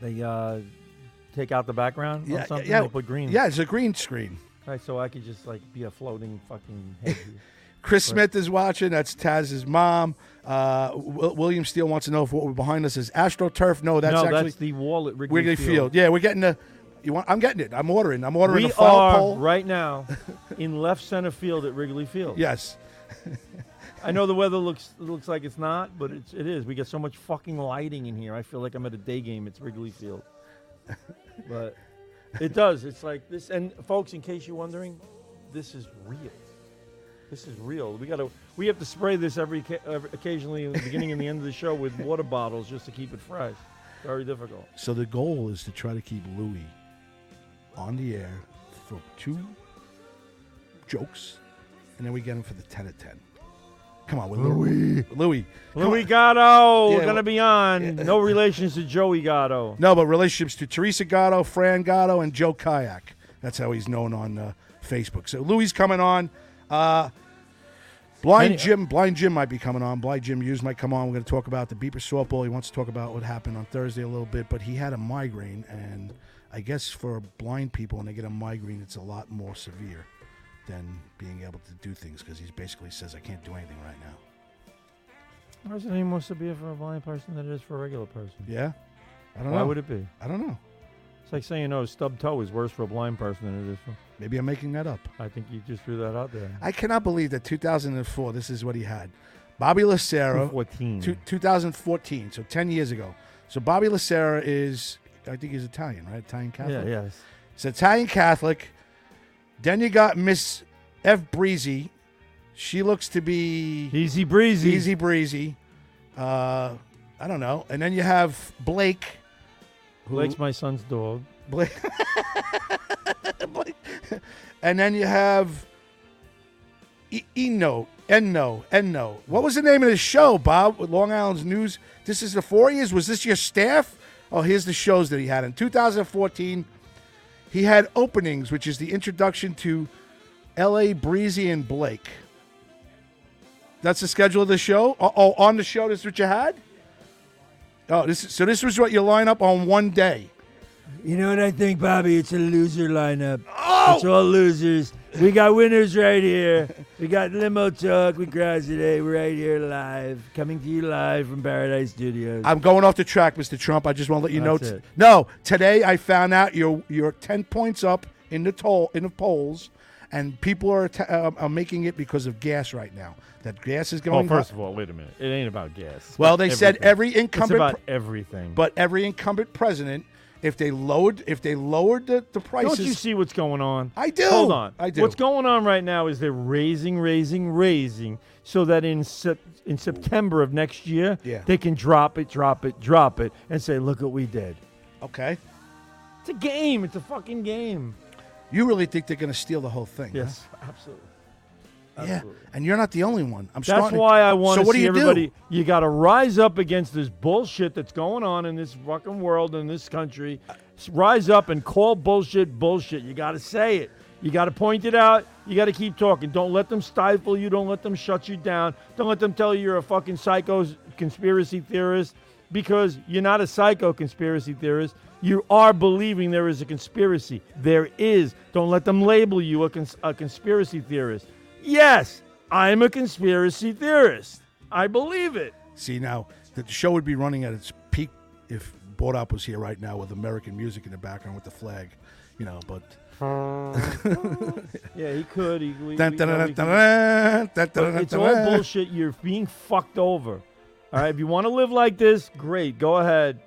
Speaker 1: they uh, take out the background
Speaker 2: Yeah,
Speaker 1: or something?
Speaker 2: yeah.
Speaker 1: they put green.
Speaker 2: Yeah, it's a green screen.
Speaker 1: Right, so I could just like be a floating fucking. Head.
Speaker 2: Chris Smith is watching. That's Taz's mom. Uh, Wil- William Steele wants to know if what we're behind us is AstroTurf. No, (laughs) that's
Speaker 1: no,
Speaker 2: actually
Speaker 1: that's the wall at Wrigley,
Speaker 2: Wiggly Field. Yeah, we're getting the. You want? I'm getting it. I'm ordering. I'm ordering
Speaker 1: we
Speaker 2: a foul
Speaker 1: are
Speaker 2: pole. (laughs)
Speaker 1: right now in left center field at Wrigley Field.
Speaker 2: Yes.
Speaker 1: I know the weather looks looks like it's not, but it's it is. We get so much fucking lighting in here. I feel like I'm at a day game. It's
Speaker 2: (laughs)
Speaker 1: Wrigley Field, but it does. It's like this. And folks, in case you're wondering, this is real. This is real. We gotta we have to spray this every, ca- every occasionally in the beginning and the end of the show with water bottles just to keep it fresh. Very difficult.
Speaker 2: So the goal is to try to keep Louis on the air for two jokes, and then we get him for the ten of ten. Come on, with Louis. Louis. come
Speaker 1: Louis
Speaker 2: on.
Speaker 1: Gatto,
Speaker 2: Yeah,
Speaker 1: we're gonna be on. No relations to Joey Gatto.
Speaker 2: No, but relationships to Teresa Gatto, Fran Gatto, and Joe Kayak. That's how he's known on uh, Facebook. So Louis coming on. Uh, Blind
Speaker 1: Any-
Speaker 2: Jim, Blind Jim might be coming on. Blind Jim Hughes might come on. We're going to talk about the Beeper softball. He wants to talk about what happened on Thursday a little bit, but he had a migraine, and I guess for blind people, when they get a migraine, it's a lot more severe than being able to do things because he basically says, "I can't do anything right now."
Speaker 1: Why is it any more severe for a blind person than it is for a regular person?
Speaker 2: Yeah, I don't
Speaker 1: Why
Speaker 2: know.
Speaker 1: would it be?
Speaker 2: I don't know.
Speaker 1: It's like saying, "Oh, stub toe is worse for a blind person than it is for."
Speaker 2: Maybe I'm making that up.
Speaker 1: I think you just threw that out there.
Speaker 2: I cannot believe that 2004. This is what he had. Bobby Lucero,
Speaker 1: 14.
Speaker 2: two- 2014, so 10 years ago. So Bobby Lucero is, I think he's Italian, right? Italian Catholic.
Speaker 1: Yeah, yes.
Speaker 2: He's Italian Catholic. Then you got Miss F Breezy. She looks to be
Speaker 1: easy breezy.
Speaker 2: Easy breezy. Uh, I don't know. And then you have Blake. who-
Speaker 1: Blake's my son's dog.
Speaker 2: Blake. (laughs) Blake. And then you have E- Eno, Enno, Enno. What was the name of the show, Bob? With Long Island's News. This is the four years. Was this your staff? Oh, here's the shows that he had in 2014. He had openings, which is the introduction to L.A. Breezy and Blake. That's the schedule of the show. Oh, oh, on the show, this is what you had. Oh, this is, so this was what you line up on one day.
Speaker 5: You know what I think, Bobby? It's a loser lineup. Oh! It's all losers. We got winners right
Speaker 1: (laughs)
Speaker 5: here. We got Limo Talk with Crowds today. We're right here live, coming to you live from Paradise Studios.
Speaker 2: I'm going off the track, Mr. Trump. I just want to let you know.
Speaker 5: That's it.
Speaker 2: No, today I found out you're you're ten points up in the toll in the polls, and people are atta- uh, are making it because of gas right now. That gas is
Speaker 1: Well,
Speaker 2: going.
Speaker 1: Oh, first
Speaker 2: up.
Speaker 1: of all, wait a minute. It ain't about gas.
Speaker 2: Well, they said every
Speaker 1: income. It's
Speaker 2: incumbent
Speaker 1: about
Speaker 2: pre-
Speaker 1: everything.
Speaker 2: but every incumbent president, if they lowered if they lowered the, the prices,
Speaker 1: Don't you see what's going on?
Speaker 2: I do.
Speaker 1: Hold on.
Speaker 2: I do.
Speaker 1: What's going on right now is they're raising, raising, raising, so that in sep- in September of next year,
Speaker 2: Yeah.
Speaker 1: they can drop it, drop it, drop it, and say, "Look what we did."
Speaker 2: okay?
Speaker 1: It's a game. It's a fucking game.
Speaker 2: You really think they're going to steal the whole thing? huh?
Speaker 1: Yes, absolutely.
Speaker 2: Yeah, and you're not the only one. I'm
Speaker 1: That's
Speaker 2: starting.
Speaker 1: why I want
Speaker 2: so
Speaker 1: to
Speaker 2: what
Speaker 1: see
Speaker 2: do you
Speaker 1: everybody.
Speaker 2: Do?
Speaker 1: You got to rise up against this bullshit that's going on in this fucking world in this country. S- Rise up and call bullshit bullshit. You got to say it. You got to point it out. You got to keep talking. Don't let them stifle you. Don't let them shut you down. Don't let them tell you you're a fucking psycho s- conspiracy theorist because you're not a psycho conspiracy theorist. You are believing there is a conspiracy. There is. Don't let them label you a, cons- a conspiracy theorist. Yes, I'm a conspiracy theorist. I believe it.
Speaker 2: See now, the show would be running at its peak if Bordop was here right now with American music in the background with the flag, you know. But
Speaker 1: Yeah, he could. He, we,
Speaker 2: Dun,
Speaker 1: we-
Speaker 2: dun,
Speaker 1: no,
Speaker 2: dun,
Speaker 1: we
Speaker 2: dun,
Speaker 1: can-
Speaker 2: dun, dun,
Speaker 1: But
Speaker 2: dun,
Speaker 1: it's
Speaker 2: dun,
Speaker 1: all
Speaker 2: dun.
Speaker 1: bullshit. You're being fucked over. All right, if you want to live like this, great. Go ahead.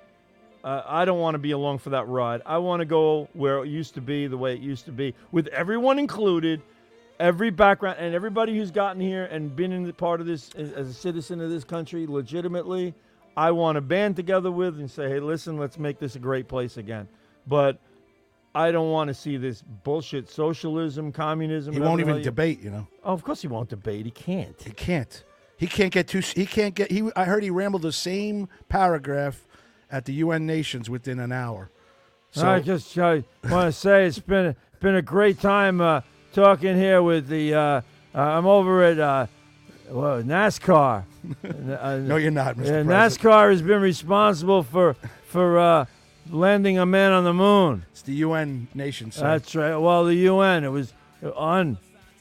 Speaker 1: Uh, I don't want to be along for that ride. I want to go where it used to be, the way it used to be, with everyone included, Every background and everybody who's gotten here and been in the part of this as as a citizen of this country legitimately, I want to band together with and say, hey, listen, let's make this a great place again. But I don't want to see this bullshit socialism, communism.
Speaker 2: He won't
Speaker 1: whatever the
Speaker 2: even
Speaker 1: hell you-
Speaker 2: debate, you know.
Speaker 1: Oh, of course he won't debate. He can't.
Speaker 2: He can't. He can't get too. He can't get. He. I heard he rambled the same paragraph at the UN Nations within an hour. So
Speaker 5: I just uh, want to say it's been been a great time uh, talking here with the. Uh, uh, I'm over at uh, well, NASCAR. no,
Speaker 2: you're not, Mr. President.
Speaker 5: NASCAR has been responsible for for uh, landing a man on the moon.
Speaker 2: it's the UN Nations. sir.
Speaker 5: That's right. Well, the UN. It was on,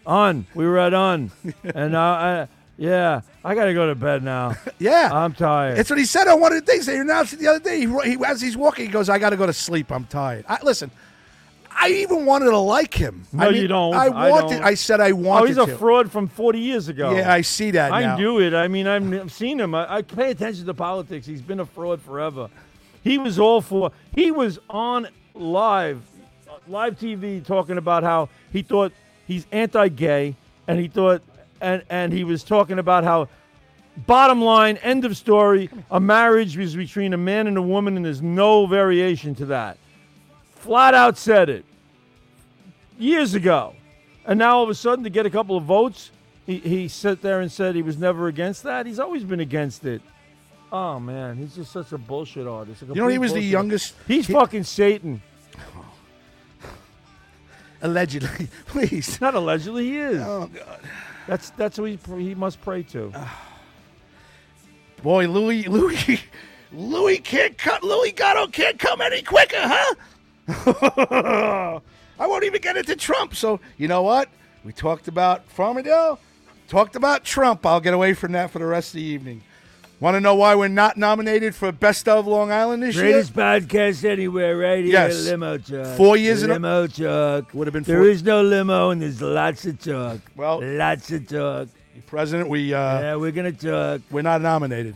Speaker 5: on. We were at
Speaker 2: (laughs)
Speaker 5: on, and uh, I, I yeah, I gotta go to bed now.
Speaker 2: (laughs) yeah,
Speaker 5: I'm tired.
Speaker 2: It's what he said on one of the things. They announced it the other day. He, wrote- he, as he's walking, he goes, "I got to go to sleep. I'm tired." I, listen, I even wanted to like him.
Speaker 1: No,
Speaker 2: I mean,
Speaker 1: you don't.
Speaker 2: I
Speaker 1: I
Speaker 2: wanted.
Speaker 1: don't.
Speaker 2: I, said I wanted.
Speaker 1: Oh, he's a
Speaker 2: to.
Speaker 1: fraud from 40 years ago.
Speaker 2: Yeah, I see that
Speaker 1: I
Speaker 2: now.
Speaker 1: knew it. I mean, I'm- I've seen him. I, I pay attention to politics. He's been a fraud forever. He was all for. He was on live, uh, live TV talking about how he thought he's anti-gay, and he thought, and and he was talking about how. Bottom line, end of story. A marriage is between a man and a woman, and there's no variation to that. Flat out said it years ago. And now all of a sudden, to get a couple of votes, he, he sat there and said he was never against that. He's always been against it. Oh, man. He's just such a bullshit artist. A
Speaker 2: You know, he
Speaker 1: complete
Speaker 2: was the
Speaker 1: bullshit-
Speaker 2: youngest.
Speaker 1: He's
Speaker 2: he-
Speaker 1: fucking Satan.
Speaker 2: Allegedly, (laughs) please.
Speaker 1: Not allegedly, he is.
Speaker 2: Oh God. Uh,
Speaker 1: That's that's who he, pr- he must pray to.
Speaker 2: Boy, Louis, Louis, Louis can't cut. Louis Gatto can't come any quicker, huh? (laughs) I won't even get into Trump. So you know what? We talked about Farmingdale, talked about Trump. I'll get away from that for the rest of the evening. Want to know why we're not nominated for Best of Long Island this year?
Speaker 5: Greatest podcast anywhere, right here.
Speaker 2: Yes.
Speaker 5: Limo Chuck.
Speaker 2: Four years in a-
Speaker 5: Limo Chuck.
Speaker 2: Would have been
Speaker 5: There
Speaker 2: four-
Speaker 5: is no limo, and there's lots of talk.
Speaker 2: Well-
Speaker 5: lots of talk.
Speaker 2: President, we uh,
Speaker 5: yeah, we're gonna talk.
Speaker 2: we're not nominated.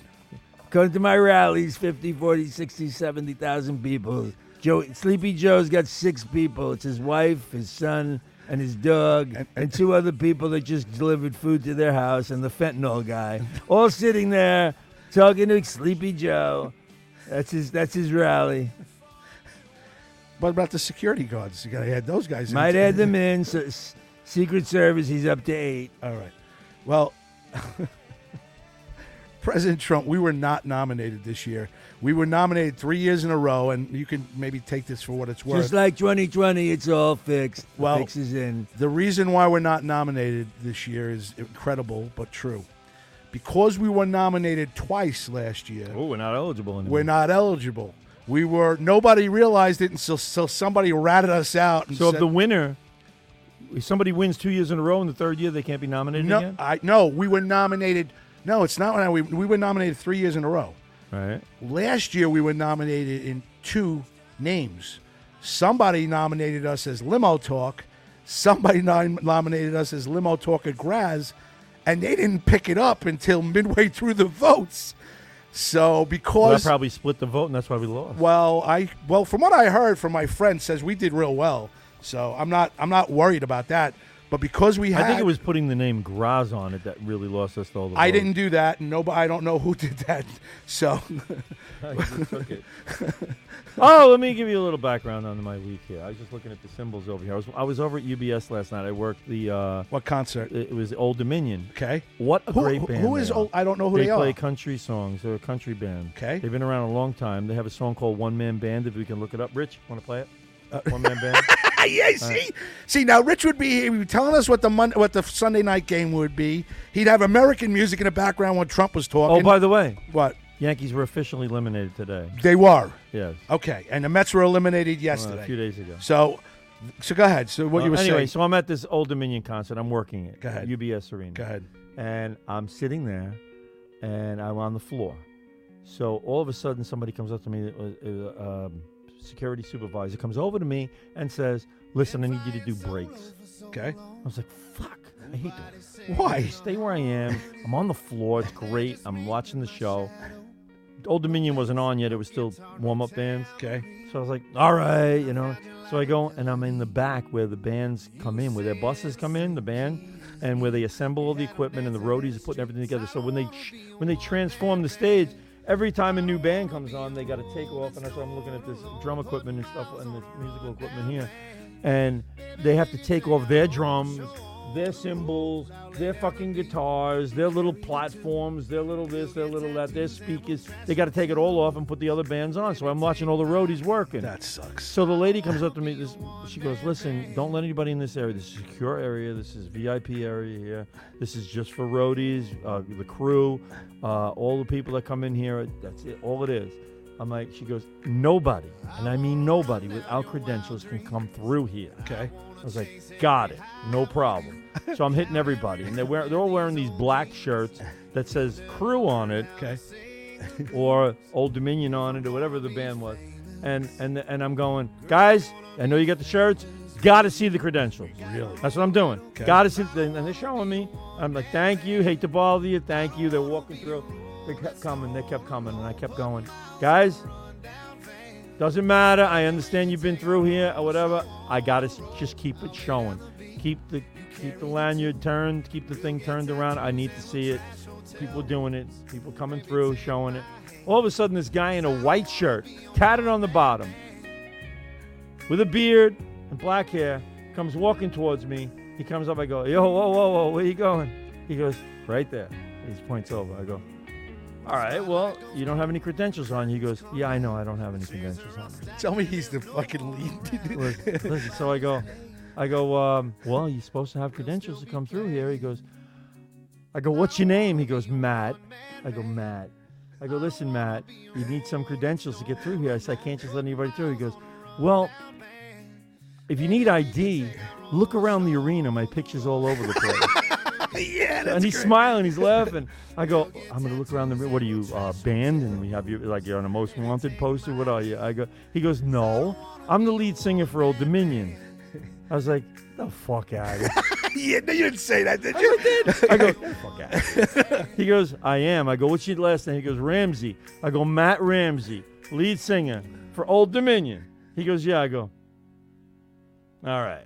Speaker 5: Come to my rallies, 50, 40, 60, 70,000 people. Joe, Sleepy Joe's got six people. It's his wife, his son, and his dog, and, two other people that just delivered food to their house, and the fentanyl guy. All sitting there talking to Sleepy Joe. That's his. That's his rally.
Speaker 2: What about the security guards? You got to add those guys. in,
Speaker 5: Might
Speaker 2: too.
Speaker 5: add them in. So S- Secret Service, he's up to eight.
Speaker 2: All right. Well, (laughs) President Trump, we were not nominated this year. We were nominated three years in a row, and you can maybe take this for what it's worth.
Speaker 5: Just like 2020, it's all fixed.
Speaker 2: Well-
Speaker 5: Well, Fix is in.
Speaker 2: the reason why we're not nominated this year is incredible but true. Because we were nominated twice last year,
Speaker 1: Oh, we're not eligible anymore.
Speaker 2: we're not eligible. We were nobody realized it until, until somebody ratted us out. And
Speaker 1: So if
Speaker 2: said,
Speaker 1: the winner, if somebody wins two years in a row, in the third year they can't be nominated
Speaker 2: no,
Speaker 1: again.
Speaker 2: I no, we were nominated. No, it's not when I, we we were nominated three years in a row.
Speaker 1: Right.
Speaker 2: Last year, we were nominated in two names. Somebody nominated us as Limo Talk. Somebody nom- nominated us as Limo Talk at Graz, and they didn't pick it up until midway through the votes. So
Speaker 1: Well, I
Speaker 2: because
Speaker 1: probably split the vote, and that's why we lost.
Speaker 2: well, I well from what I heard from my friend says we did real well. So I'm not I'm not worried about that. But because we had,
Speaker 1: I think it was putting the name Graz on it that really lost us to all the.
Speaker 2: I
Speaker 1: votes.
Speaker 2: didn't do that. and Nobody I don't know who (laughs) did that. So
Speaker 1: Oh, let me give you a little background on my week here. I was just looking at the symbols over here. I was, I was over at UBS last night. I worked the. Uh,
Speaker 2: what concert?
Speaker 1: it was Old Dominion.
Speaker 2: Okay.
Speaker 1: What a
Speaker 2: Who-
Speaker 1: great
Speaker 2: who-
Speaker 1: band!
Speaker 2: who is
Speaker 1: they are.
Speaker 2: Old- I don't know who they are.
Speaker 1: play country songs. They're a country band.
Speaker 2: Okay.
Speaker 1: They've been around a long time. They have a song called One Man Band. If we can look it up, Rich, want to play it?
Speaker 2: Uh,
Speaker 1: One Man
Speaker 2: (laughs)
Speaker 1: Band.
Speaker 2: yeah, see, see now Rich would be, he'd be telling us what the Mon- what the Sunday night game would be. He'd have American music in the background when Trump was talking.
Speaker 1: Oh, by the way,
Speaker 2: what
Speaker 1: Yankees were officially eliminated today.
Speaker 2: they were
Speaker 1: Yes.
Speaker 2: okay, and the Mets were eliminated
Speaker 1: Uh,
Speaker 2: Oh, yesterday.
Speaker 1: a few days ago.
Speaker 2: So, so go ahead. So what
Speaker 1: Uh,
Speaker 2: you were
Speaker 1: anyway,
Speaker 2: saying?
Speaker 1: so I'm at this Old Dominion concert. I'm working it.
Speaker 2: Go ahead.
Speaker 1: UBS Arena.
Speaker 2: go ahead.
Speaker 1: and I'm sitting there, and I'm on the floor. So all of a sudden, somebody comes up to me, uh, uh, um, security supervisor comes over to me and says, "Listen, I need you to do breaks."
Speaker 2: Okay.
Speaker 1: I was like, "Fuck, I hate that."
Speaker 2: Why?
Speaker 1: Stay where I am. I'm on the floor. It's great. I'm watching the show. Old Dominion wasn't on yet. It was still warm up bands.
Speaker 6: Okay.
Speaker 1: So I was like, all right, you know. So I go and I'm in the back where the bands come in, where their buses come in, the band, and where they assemble all the equipment and the roadies are putting everything together. So when they when they transform the stage, every time a new band comes on, they got to take off. And so I'm looking at this drum equipment and stuff and the musical equipment here, and they have to take off their drums their cymbals, their fucking guitars, their little platforms, their little this, their little that, their speakers. They got to take it all off and put the other bands on. So I'm watching all the roadies working.
Speaker 6: That sucks.
Speaker 1: So the lady comes up to me. This, she goes, "Listen, don't let anybody in this area. This is a secure area. This is VIP area here. This is just for roadies, uh, the crew, uh, all the people that come in here. That's it. All it is." I'm like, she goes, nobody, and I mean nobody without credentials can come through here.
Speaker 6: Okay.
Speaker 1: I was like, got it, no problem. so I'm hitting everybody, and they're wearing, they're all wearing these black shirts that says crew on it,
Speaker 6: okay,
Speaker 1: (laughs) or Old Dominion on it, or whatever the band was. And and and I'm going, guys, I know you got the shirts. Got to see the credentials.
Speaker 6: Really?
Speaker 1: That's what I'm doing.
Speaker 6: Okay.
Speaker 1: Got to see, the, and they're showing me. I'm like, thank you. Hate to bother you. Thank you. They're walking through. They kept coming. They kept coming, and I kept going. Guys, doesn't matter. I understand you've been through here or whatever. I gotta s- just keep it showing. Keep the keep the lanyard turned. Keep the thing turned around. I need to see it. People doing it. People coming through, showing it. All of a sudden, this guy in a white shirt, tatted on the bottom, with a beard and black hair, comes walking towards me. He comes up. I go, Yo, whoa, whoa, whoa, where you going? He goes, Right there. He points over. I go, all right, well, you don't have any credentials on you. He goes, Yeah, I know, I don't have any credentials on me.
Speaker 6: Tell me he's the fucking lead.
Speaker 2: (laughs)
Speaker 1: (laughs) Look, listen, so I go, I go, um, Well, you're supposed to have credentials to come through here. He goes, I go, What's your name? He goes, Matt. I go, Matt. I go, Listen, Matt, you need some credentials to get through here. I said, I can't just let anybody through. He goes, Well, if you need ID, look around the arena. My picture's all over the place.
Speaker 6: yeah, that's
Speaker 1: and he's
Speaker 6: great.
Speaker 1: smiling,
Speaker 6: (laughs)
Speaker 1: he's laughing. I go, I'm gonna look around the room. What are you uh, banned? And we have you like you're on a most wanted poster. What are you? I go. He goes, no, I'm the lead singer for Old Dominion. I was like, the fuck out of here.
Speaker 6: yeah, no, you didn't say that, did you? (laughs)
Speaker 1: I go, "Get the fuck out. of here." He goes, I am. I go, what's your last name? He goes, Ramsey. I go, Matt Ramsey, lead singer for Old Dominion. He goes, yeah. I go, all right.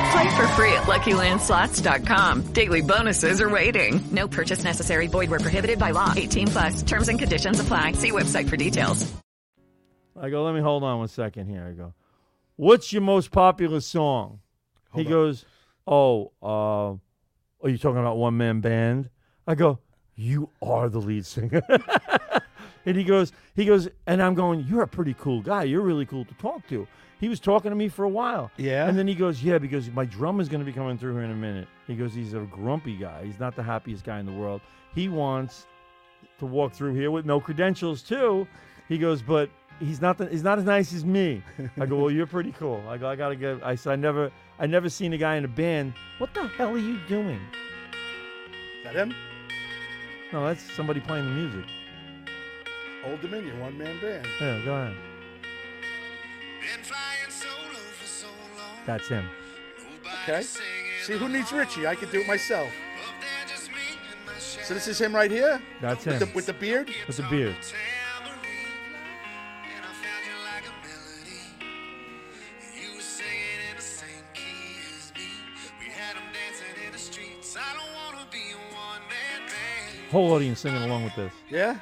Speaker 4: Play for free at LuckyLandSlots.com. Daily bonuses are waiting. No purchase necessary. Void were prohibited by law. 18 plus. Terms and conditions apply. See website for details.
Speaker 1: I go, let me hold on one second here. I go, what's your most popular song? he goes, oh, uh, are you talking about one man band? I go, you are the lead singer. (laughs) and he goes, he goes, and I'm going, you're a pretty cool guy. You're really cool to talk to. He was talking to me for a while.
Speaker 6: Yeah.
Speaker 1: And then he goes, yeah, because my drummer's going to be coming through here in a minute. He goes, he's a grumpy guy. He's not the happiest guy in the world. He wants to walk through here with no credentials too. He goes, but he's not the, he's not as nice as me. I go, well, you're pretty cool. I go, I gotta get. I said, I never I never seen a guy in a band. What the hell are you doing?
Speaker 6: Is that him?
Speaker 1: No, that's somebody playing the music.
Speaker 6: Old Dominion, one man band.
Speaker 1: Yeah, go ahead. That's him.
Speaker 6: Okay. See who needs Richie? I could do it myself. So this is him right here.
Speaker 1: That's
Speaker 6: with
Speaker 1: him.
Speaker 6: The, with the beard.
Speaker 1: With the beard. Whole audience singing along with this.
Speaker 6: Yeah.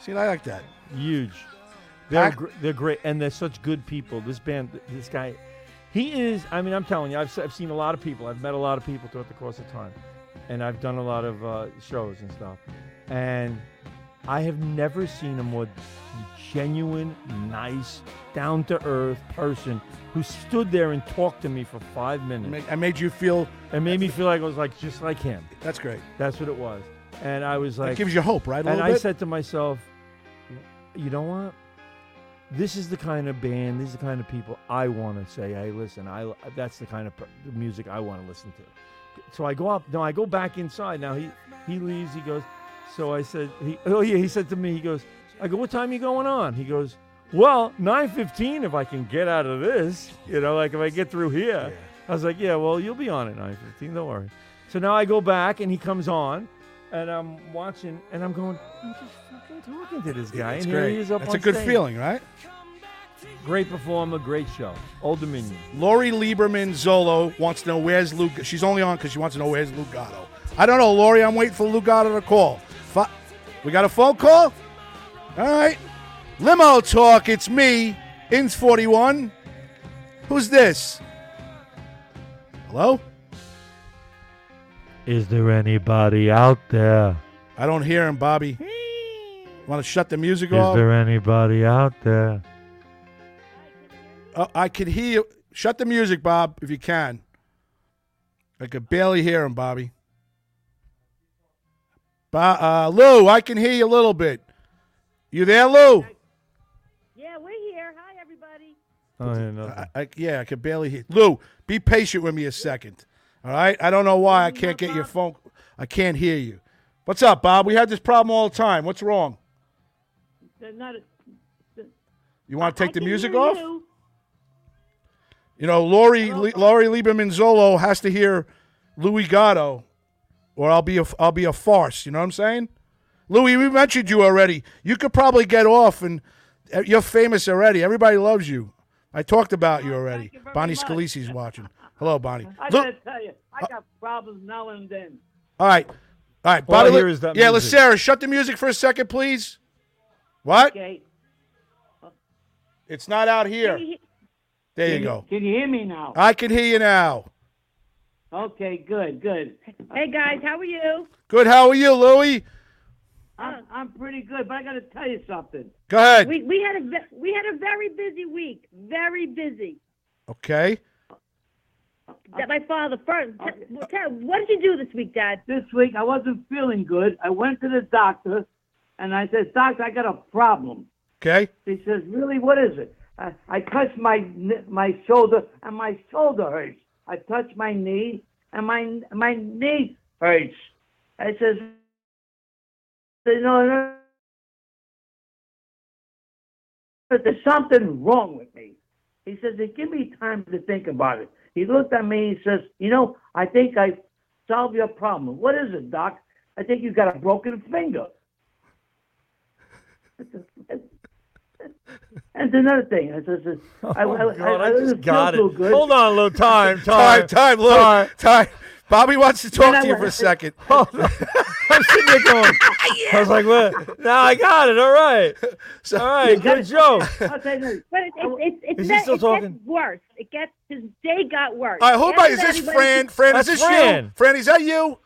Speaker 6: See, I like that.
Speaker 1: Huge. They're
Speaker 6: Pac-
Speaker 1: gr- they're great, and they're such good people. This band, this guy, He is. I mean, I'm telling you, I've, se- I've seen a lot of people. I've met a lot of people throughout the course of time, and I've done a lot of uh, shows and stuff. And I have never seen a more genuine, nice, down to earth person who stood there and talked to me for five minutes.
Speaker 2: I made you feel.
Speaker 1: It made me feel like I was like just like him.
Speaker 2: That's great.
Speaker 1: That's what it was. And I was
Speaker 2: That
Speaker 1: like,
Speaker 2: gives you hope, right, a
Speaker 1: and
Speaker 2: little
Speaker 1: I
Speaker 2: bit?
Speaker 1: said to myself, you know what? This is the kind of band. These are the kind of people I want to say, hey, listen, I that's the kind of per- the music I want to listen to. So I go up. No, I go back inside. Now he he leaves. He goes. So I said, he, (laughs) oh yeah, he said to me, he goes, I go, what time you going on? He goes, well, nine fifteen if I can get out of this. You know, like if I get through here. I was like, yeah, well, you'll be on at nine fifteen. Don't worry. So now I go back and he comes on, and I'm watching and I'm going, I'm just fucking talking to this guy.
Speaker 2: That's
Speaker 1: and here
Speaker 2: great.
Speaker 1: he is up
Speaker 2: That's a
Speaker 1: on
Speaker 2: good
Speaker 1: stage.
Speaker 2: feeling, right?
Speaker 1: Great performer, great show. Old Dominion.
Speaker 2: Lori Lieberman Zolo wants to know where's Luke. She's only on because she wants to know where's Lugato. I don't know, Lori. I'm waiting for Lugato to call. Fu- we got a phone call. All right, limo talk. It's me, Ins Forty One. Who's this? Hello.
Speaker 1: Is there anybody out there?
Speaker 2: I don't hear him, Bobby. Want to shut the music off?
Speaker 1: anybody out there?
Speaker 2: Uh, I can hear you. Shut the music, Bob, if you can. I could barely hear him, Bobby. Bo- uh, Lou, I can hear you a little bit. You there, Lou?
Speaker 7: Yeah, we're here. Hi, everybody.
Speaker 1: Oh, yeah, (laughs)
Speaker 2: I, I, yeah, I could barely hear. Lou, be patient with me a second. All right? I don't know why I can't get your phone. I can't hear you. What's up, Bob? We have this problem all the time. What's wrong?
Speaker 7: They're not a-
Speaker 2: You want to take the
Speaker 7: can
Speaker 2: music
Speaker 7: hear
Speaker 2: off?
Speaker 7: you.
Speaker 2: You know, Lori
Speaker 7: Oh.
Speaker 2: Le- Lori Lieberman Zolo has to hear Louis Gatto, or I'll be a I'll be a farce. You know what I'm saying? Louis, we mentioned you already. You could probably get off, and uh, you're famous already. Everybody loves you. I talked about
Speaker 7: Oh,
Speaker 2: you already.
Speaker 7: (laughs)
Speaker 2: Bonnie Scalisi's watching. Hello, Bonnie.
Speaker 7: I
Speaker 2: Lou-
Speaker 7: gotta tell you,
Speaker 1: Uh,
Speaker 7: I got problems now and then.
Speaker 2: all right, all right.
Speaker 7: All I
Speaker 2: Bobby,
Speaker 7: hear
Speaker 2: Le-
Speaker 7: is that
Speaker 2: yeah,
Speaker 7: music.
Speaker 2: Sarah, shut the music for a second, please. What?
Speaker 7: Okay.
Speaker 2: It's not out here.
Speaker 7: Can you,
Speaker 2: There you
Speaker 7: Can
Speaker 2: go.
Speaker 7: can you hear me now?
Speaker 1: Uh,
Speaker 2: I can hear you now.
Speaker 7: Okay, good, good. Hey guys, how are you?
Speaker 2: Good. How are you, Louis?
Speaker 7: I'm, I'm pretty good, but I gotta tell you something.
Speaker 2: Go ahead.
Speaker 7: We we had a ve- we had a very busy week, very busy.
Speaker 2: Okay.
Speaker 7: That my father first. Tell, tell, what did you do this week, Dad? This week I wasn't feeling good. I went to the doctor, and I said, "Doctor, I got a problem."
Speaker 2: Okay.
Speaker 7: He says, "Really? What is it?" I, I touched my kn- my shoulder, and my shoulder hurts. I touched my knee, and my my knee hurts. I says, "No, no, but there's something wrong with me." He says, "They give me time to think about it." He looked at me. He says, "You know, I think I solved your problem. What is it, Doc? I think you got a broken finger." And another thing, I
Speaker 1: (laughs)
Speaker 7: says, I, I,
Speaker 1: Oh, God, I
Speaker 7: I
Speaker 1: just
Speaker 7: didn't
Speaker 1: got
Speaker 7: feel
Speaker 1: it.
Speaker 7: too good.
Speaker 1: Hold on,
Speaker 2: (laughs)
Speaker 1: Lou. Time,
Speaker 2: time,
Speaker 1: time, (laughs)
Speaker 2: time, Lou.
Speaker 1: time.
Speaker 2: Time. Bobby wants to
Speaker 1: Then
Speaker 2: talk
Speaker 1: I
Speaker 2: to you
Speaker 1: went-
Speaker 2: for a second.
Speaker 1: (laughs) I'm sitting there going, I was like, what? Now I got it. All right. all right. Good joke.
Speaker 7: (laughs) I'll tell you.
Speaker 8: But it's it's it's, it's
Speaker 1: Is he
Speaker 8: not,
Speaker 1: still
Speaker 8: it
Speaker 1: talking?
Speaker 8: gets worse. It gets his day got worse.
Speaker 2: All right, hold on. Is
Speaker 8: Everybody-
Speaker 2: this Fran? Fran, is this
Speaker 1: That's
Speaker 2: you?
Speaker 1: Fran.
Speaker 2: Fran, is that you?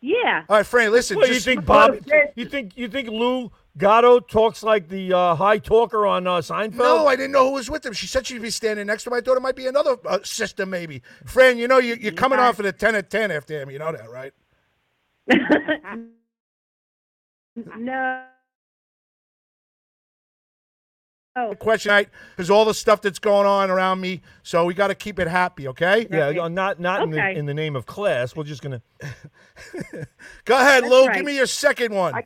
Speaker 8: Yeah.
Speaker 2: All right, Fran, listen.
Speaker 1: What, you
Speaker 2: just, (laughs)
Speaker 1: think Bob? You think you think Lou Gatto talks like the uh, high talker on uh, Seinfeld?
Speaker 2: No, I didn't know who was with him. She said she'd be standing next to him. I thought it might be another uh, sister, maybe. Fran, you know, you, you're coming off at a 10 at 10 after him. You know that, right?
Speaker 8: No. Oh.
Speaker 2: Question night is all the stuff that's going on around me, so we got to keep it happy, okay?
Speaker 1: Yeah, uh, not not in, the,
Speaker 2: Okay.
Speaker 1: in the name of class. We're just gonna.
Speaker 2: (laughs) Go ahead,
Speaker 8: That's
Speaker 2: Lou.
Speaker 8: right.
Speaker 2: Give me your second one.
Speaker 8: I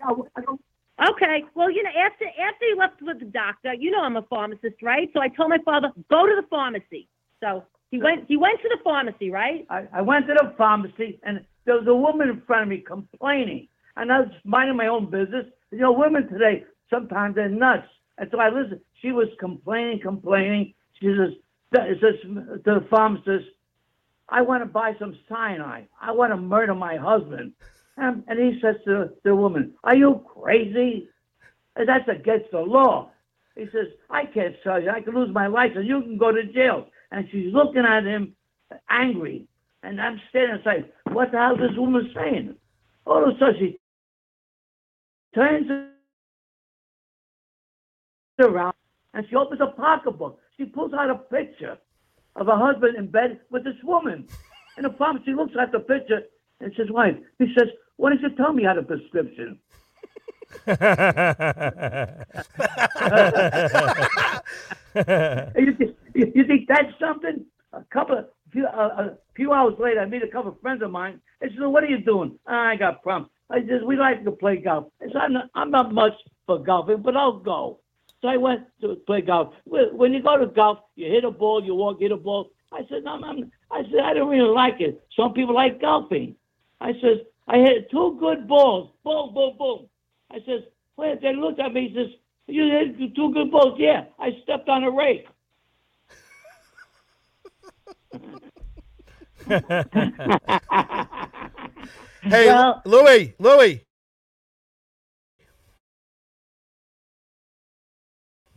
Speaker 8: Okay. Well, you know, after after you left with the doctor, you know I'm a pharmacist, right? So I told my father, go to the pharmacy. So he went he went to the pharmacy, right?
Speaker 7: I, I went to the pharmacy, and there was a woman in front of me complaining. And I was minding my own business. You know, women today, sometimes they're nuts. And so I listened. She was complaining, complaining. She says, th- says to the pharmacist, I want to buy some cyanide. I want to murder my husband. And, and he says to the woman, Are you crazy? That's against the law. He says, I can't sell you. I could lose my license. You can go to jail. and she's looking at him angry. And I'm standing there saying, What the hell is this woman saying? All of a sudden she turns around and she opens a pocketbook. She pulls out a picture of her husband in bed with this woman. In the apartment, she looks at the picture and says, Wife, he says, Why didn't you tell me you had a prescription? you, think- you- you think that's something? A couple, of, few, uh, a few hours later, I meet a couple of friends of mine. They said, "What are you doing?" I got problems. I said, "We like to play golf." I said, I'm not, I'm not much for golfing, but I'll go. So I went to play golf. When when you go to golf, you hit a ball, you walk, hit a ball. I said, no, I'm, I said, I don't really like it. Some people like golfing. I says, I hit two good balls. Boom, boom, boom. I says, wait, they looked at me. He says, you hit two good balls. Yeah, I stepped on a rake.
Speaker 2: Hey, Louis, Louis.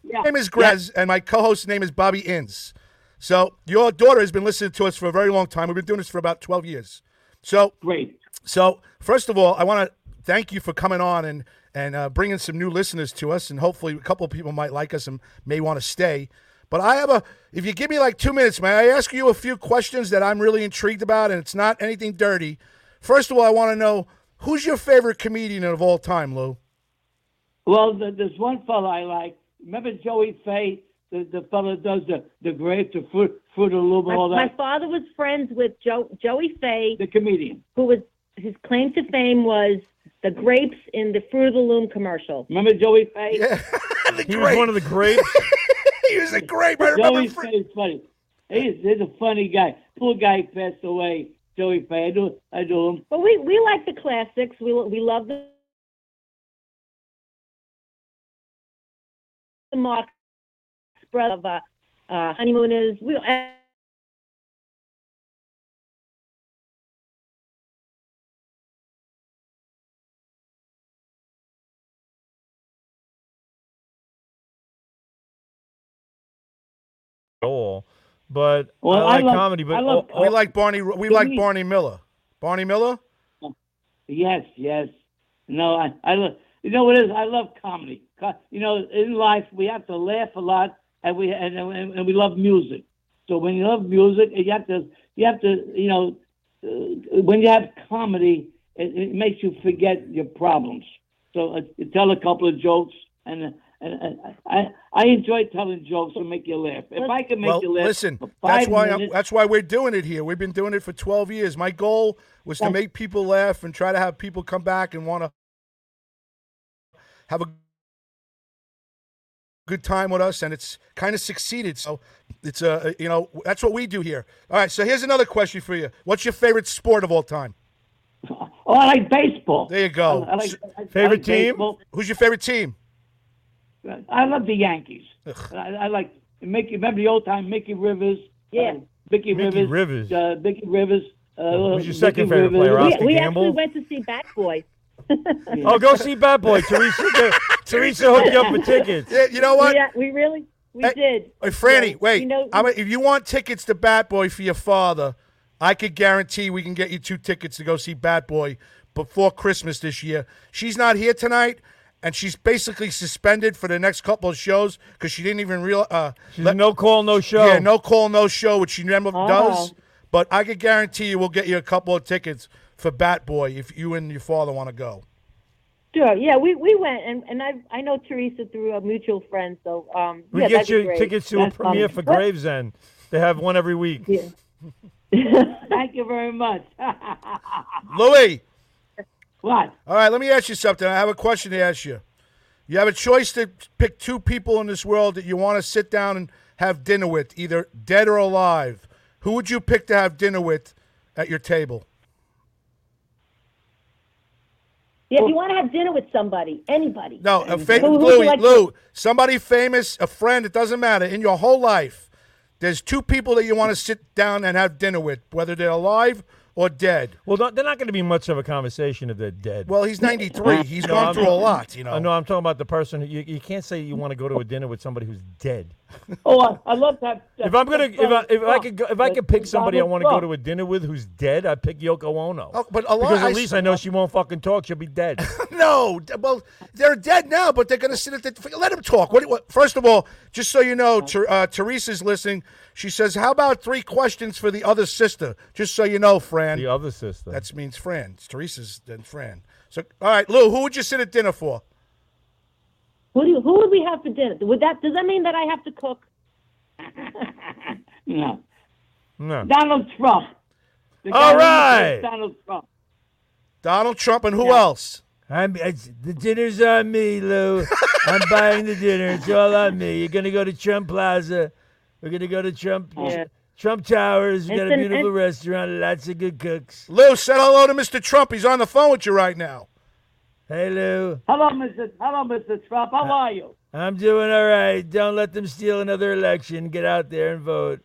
Speaker 2: My name is Grez, and my co-host's name is Bobby Inns. So your daughter has been listening to us for a very long time. We've been doing this for about twelve years. So
Speaker 7: great.
Speaker 2: So first of all, I want to thank you for coming on and and uh, bringing some new listeners to us, and hopefully a couple of people might like us and may want to stay. But I have a. If you give me like two minutes, may I ask you a few questions that I'm really intrigued about, and it's not anything dirty. First of all, I want to know who's your favorite comedian of all time, (laughs) Lou.
Speaker 7: Well, th- there's one fella I like. Remember Joey Fay, the, the fella that does the, the grape, the fruit, fruit of loom,
Speaker 8: My,
Speaker 7: and all
Speaker 8: my
Speaker 7: that?
Speaker 8: father was friends with jo- Joey Fay,
Speaker 7: the comedian,
Speaker 8: who was his claim to fame was the grapes in the Fruit of the Loom commercial.
Speaker 7: Remember Joey Fay?
Speaker 1: he was one of
Speaker 2: (laughs)
Speaker 1: the greats.
Speaker 2: he was a grape. I
Speaker 7: Joey Fay is funny. He's, he's a funny guy. Poor guy passed away. Joey Fay. I do, I do him.
Speaker 8: But we we like the classics. We lo- we love the the Marx Brothers of uh, uh, honeymooners. We and,
Speaker 1: all. But
Speaker 2: Well, I
Speaker 1: I like
Speaker 2: love-
Speaker 1: comedy. But
Speaker 2: I love-
Speaker 1: all-
Speaker 2: We like Barney. We
Speaker 1: Can
Speaker 2: like
Speaker 1: we-
Speaker 2: Barney Miller. Barney Miller.
Speaker 7: Yes, yes. No, I, I love. You know what it is? I love comedy. Co- You know, in life we have to laugh a lot, and we and and, and we love music. So when you love music, you have to you have to you know uh, when you have comedy, it, it makes you forget your problems. So uh, you tell a couple of jokes, and, uh, and, and I I enjoy telling jokes and make you laugh. If I can make
Speaker 2: well,
Speaker 7: you laugh,
Speaker 2: listen.
Speaker 7: for five
Speaker 2: That's why. I'm,
Speaker 7: minutes-
Speaker 2: that's why we're doing it here. We've been doing it for 12 years. My goal was to
Speaker 7: Yes.
Speaker 2: make people laugh and try to have people come back and want to have a good time with us, and it's kind of succeeded. So it's a uh, you know that's what we do here. All right. So here's another question for you. What's your favorite sport of all time?
Speaker 7: Oh, I like baseball.
Speaker 2: There you go.
Speaker 7: Oh, I like- I- I
Speaker 2: favorite
Speaker 7: like
Speaker 2: team?
Speaker 7: baseball.
Speaker 2: Who's your favorite team?
Speaker 7: I love the Yankees. I, I like Mickey. Remember the old time Mickey Rivers? Yeah. Mickey,
Speaker 1: Mickey
Speaker 7: Rivers. Uh, Mickey Rivers. Uh,
Speaker 1: Who's your second favorite player,
Speaker 8: we,
Speaker 1: Oscar
Speaker 8: we
Speaker 1: Gamble?
Speaker 8: actually went to see Bat
Speaker 1: (laughs)
Speaker 8: Boy.
Speaker 1: Oh, go see Bad Boy.
Speaker 8: (laughs)
Speaker 1: Teresa, Teresa hooked you up with tickets.
Speaker 2: Yeah, you know what?
Speaker 8: We, uh, we really we did.
Speaker 2: Hey, Franny,
Speaker 8: So,
Speaker 2: wait.
Speaker 8: You know,
Speaker 2: I'm a, if you want tickets to Bat Boy for your father, I could guarantee we can get you two tickets to go see Bat Boy before Christmas this year. She's not here tonight, and she's basically suspended for the next couple of shows because she didn't even realize. Uh,
Speaker 1: no call, no show.
Speaker 2: Yeah, no call, no show, which she never
Speaker 1: Oh.
Speaker 2: does. But I could guarantee you we'll get you a couple of tickets for Bat Boy if you and your father want to go.
Speaker 8: sure. Yeah, we, we went, and, and I I know Teresa through a mutual friend, so um,
Speaker 1: We
Speaker 8: yeah,
Speaker 1: get
Speaker 8: that'd be
Speaker 1: you
Speaker 8: great.
Speaker 1: tickets to
Speaker 8: That's
Speaker 1: a premiere
Speaker 8: fun.
Speaker 1: for Gravesend. They have one every week.
Speaker 7: Thank you very much. (laughs)
Speaker 2: Louis.
Speaker 7: What?
Speaker 2: All right, let me ask you something. I have a question to ask you. You have a choice to pick two people in this world that you want to sit down and have dinner with, either dead or alive. Who would you pick to have dinner with at your table?
Speaker 8: Yeah, if you want to have dinner with somebody, anybody.
Speaker 2: No, a fa-
Speaker 8: Who- who would you
Speaker 2: Louis,
Speaker 8: like to-
Speaker 2: Lou, somebody famous, a friend, it doesn't matter. In your whole life, there's two people that you want to sit down and have dinner with, whether they're alive or dead.
Speaker 1: Well, th- they're not going to be much of a conversation if they're dead.
Speaker 2: Well, he's 93. He's gone through a lot, you know.
Speaker 1: No, I'm talking about the person. You, you can't say you want to go to a dinner with somebody who's dead.
Speaker 9: Oh, I, I love to have.
Speaker 1: If I'm gonna, if I, if I could, go, if I could pick somebody I want to go
Speaker 9: Donald
Speaker 1: to a dinner with who's dead, I pick Yoko Ono.
Speaker 2: Oh, but a lot-
Speaker 1: because
Speaker 2: I
Speaker 1: at
Speaker 2: s-
Speaker 1: least I know she won't fucking talk. She'll be
Speaker 2: (laughs)
Speaker 1: dead.
Speaker 2: No, d- well, they're dead now, but they're going to sit at the. Let them talk. What, what? First of all, just so you know, Ter, uh, Teresa's listening. She says, "How about three questions for the other sister?" Just so you know, Fran.
Speaker 1: The other sister.
Speaker 2: That means Fran. It's Teresa's then Fran. So, all right, Lou, who would you sit at dinner for?
Speaker 8: Who do you, who would we have for dinner? Would that does that mean that I have to
Speaker 7: (laughs)
Speaker 8: cook?
Speaker 9: No.
Speaker 1: No.
Speaker 9: Trump. The
Speaker 2: All
Speaker 9: guy who
Speaker 2: right.
Speaker 9: was Donald Trump.
Speaker 2: Donald Trump and who
Speaker 5: Yeah.
Speaker 2: else?
Speaker 5: I'm, it's, the dinner's on me, Lou. I'm buying the dinner. It's all on me. You're going to go to Trump Plaza. We're going to go to Trump
Speaker 2: Yeah.
Speaker 5: Trump Towers. we got
Speaker 2: It's
Speaker 5: a
Speaker 2: an-
Speaker 5: beautiful restaurant, lots of good cooks.
Speaker 2: Lou, said hello to Mr. Trump. He's on the phone with you right now.
Speaker 5: Hey, Lou.
Speaker 9: Hello, Mr. Hello, Mr. Trump. How are you?
Speaker 5: I'm doing all right. Don't let them steal another election. Get out there and vote.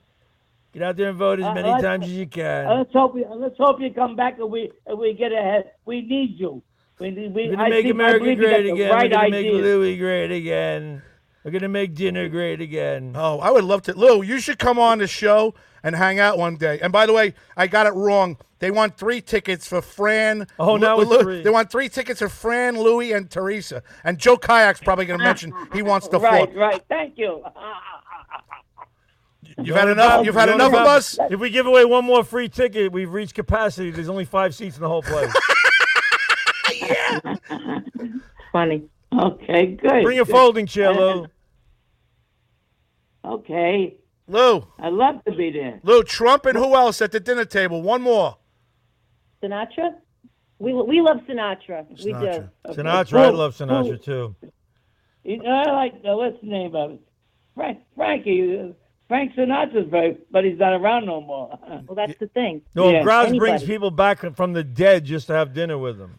Speaker 5: Get out there and vote as
Speaker 9: Uh,
Speaker 5: many
Speaker 9: let's-
Speaker 5: times as you
Speaker 9: Uh,
Speaker 5: can.
Speaker 9: Let's hope you. Let's hope you come back and we and we get ahead. We need you. We need. We
Speaker 5: We're going
Speaker 9: I
Speaker 5: to make
Speaker 9: think- I
Speaker 5: America
Speaker 9: believe you got
Speaker 5: great
Speaker 9: the
Speaker 5: again.
Speaker 9: Right
Speaker 5: We're going to make
Speaker 9: ideas.
Speaker 5: Louis great again. We're going to make dinner great again.
Speaker 2: Oh, I would love to. Lou, you should come on the show and hang out one day. And by the way, I got it wrong. They want three tickets for Fran.
Speaker 1: Oh,
Speaker 2: Lu-
Speaker 1: now it's
Speaker 2: Lu-
Speaker 1: three.
Speaker 2: They want three tickets for Fran, Louie, and Teresa. And Joe Kayak's probably going to mention he wants the
Speaker 9: Right,
Speaker 2: fourth.
Speaker 9: right. Thank you. (laughs)
Speaker 2: You've had enough. You've had enough of us.
Speaker 1: If we give away one more free ticket, we've reached capacity. There's only five seats in the
Speaker 9: (laughs)
Speaker 1: whole place.
Speaker 9: Funny. Okay, good.
Speaker 1: Bring a folding chair, Lou.
Speaker 9: Okay.
Speaker 2: Lou.
Speaker 9: I'd love to be there.
Speaker 2: Lou, Trump and who else at the dinner table? One more.
Speaker 8: Sinatra. We we love Sinatra. We do. Okay.
Speaker 1: Sinatra, I
Speaker 9: Who-
Speaker 1: love Sinatra
Speaker 9: who-
Speaker 1: too.
Speaker 9: You know, I like uh, what's the name of it? Frank Frankie. uh, Frank Sinatra's very, but he's not around no more. (laughs) Well,
Speaker 8: that's the thing.
Speaker 1: No, Grouse brings people back from the dead just to have dinner with them.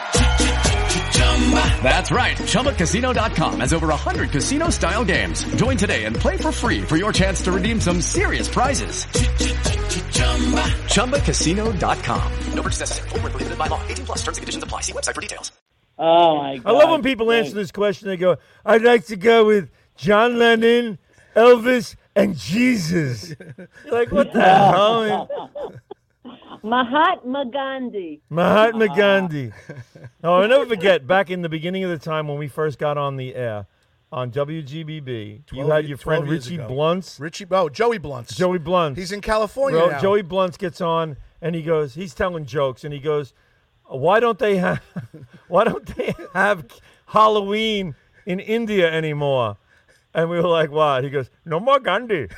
Speaker 10: That's right. ChumbaCasino.com has over 100 casino style games. Join today and play for free for your chance to redeem some serious prizes. ChumbaCasino.com.
Speaker 11: No purchase necessary. Void were prohibited by law. 18 plus. Terms and conditions apply. See website for details.
Speaker 9: Oh my
Speaker 5: I love when people answer this question. They go, "I'd like to go with John Lennon, Elvis, and Jesus." You're like, what the hell?
Speaker 2: (laughs)
Speaker 5: man?
Speaker 8: Mahatma Gandhi.
Speaker 1: Mahatma Gandhi. No, I'll never forget back in the beginning of the time when we first got on the air on WGBB, you
Speaker 2: 12
Speaker 1: had
Speaker 2: ye-
Speaker 1: your friend
Speaker 2: 12 years
Speaker 1: Richie
Speaker 2: ago.
Speaker 1: Blunts.
Speaker 2: Richie, oh, Joey Blunts.
Speaker 1: Joey Blunt.
Speaker 2: He's in California
Speaker 1: Ro-
Speaker 2: now.
Speaker 1: Joey Blunt gets on and he goes, he's telling jokes and he goes, why don't they have, (laughs) why don't they have Halloween in India anymore? And we were like, why? He goes, no more Gandhi. (laughs)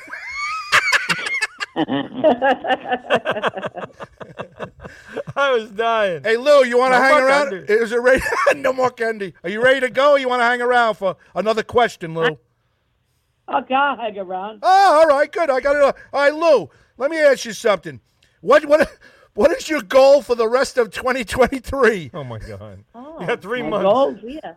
Speaker 1: I was dying.
Speaker 2: Hey, Lou, you want to
Speaker 1: No
Speaker 2: hang
Speaker 1: more
Speaker 2: around?
Speaker 1: candy.
Speaker 2: Is it ready? (laughs) no more candy. Are you ready to go? Or you want to hang around for another question, Lou?
Speaker 9: Okay, I'll hang around.
Speaker 2: Oh, all right, good. I got it. All right, Lou, let me ask you something. What what what is your goal for the rest of 2023?
Speaker 1: Oh my God!
Speaker 8: Oh,
Speaker 1: you got three
Speaker 9: my
Speaker 1: months.
Speaker 9: God.
Speaker 8: Yeah.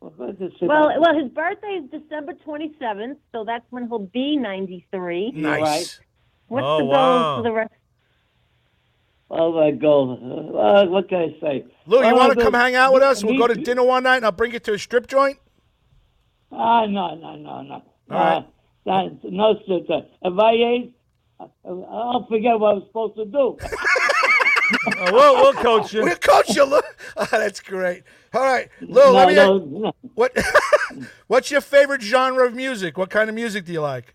Speaker 9: Well,
Speaker 8: Well, well, his birthday is December 27th, so that's when he'll be 93.
Speaker 9: Nice.
Speaker 8: What's
Speaker 9: Oh,
Speaker 8: the goal
Speaker 9: wow.
Speaker 8: for the rest?
Speaker 9: oh my God. Uh, what can I say?
Speaker 2: Lou, you
Speaker 9: Well,
Speaker 2: want to
Speaker 9: the-
Speaker 2: come hang out with us? We'll go to
Speaker 9: he-
Speaker 2: dinner one night, and I'll bring you to a strip joint.
Speaker 9: Ah, no, no, no, no.
Speaker 2: right.
Speaker 9: Uh, no, no, sister. If I age, I- I'll forget what I was supposed to do.
Speaker 1: Uh, we'll, we'll coach you.
Speaker 2: We'll coach you, Lou. (laughs) Oh, that's great. All right, Lou. let me
Speaker 9: No,
Speaker 2: what (laughs) what's your favorite genre of music? What kind of music do you like?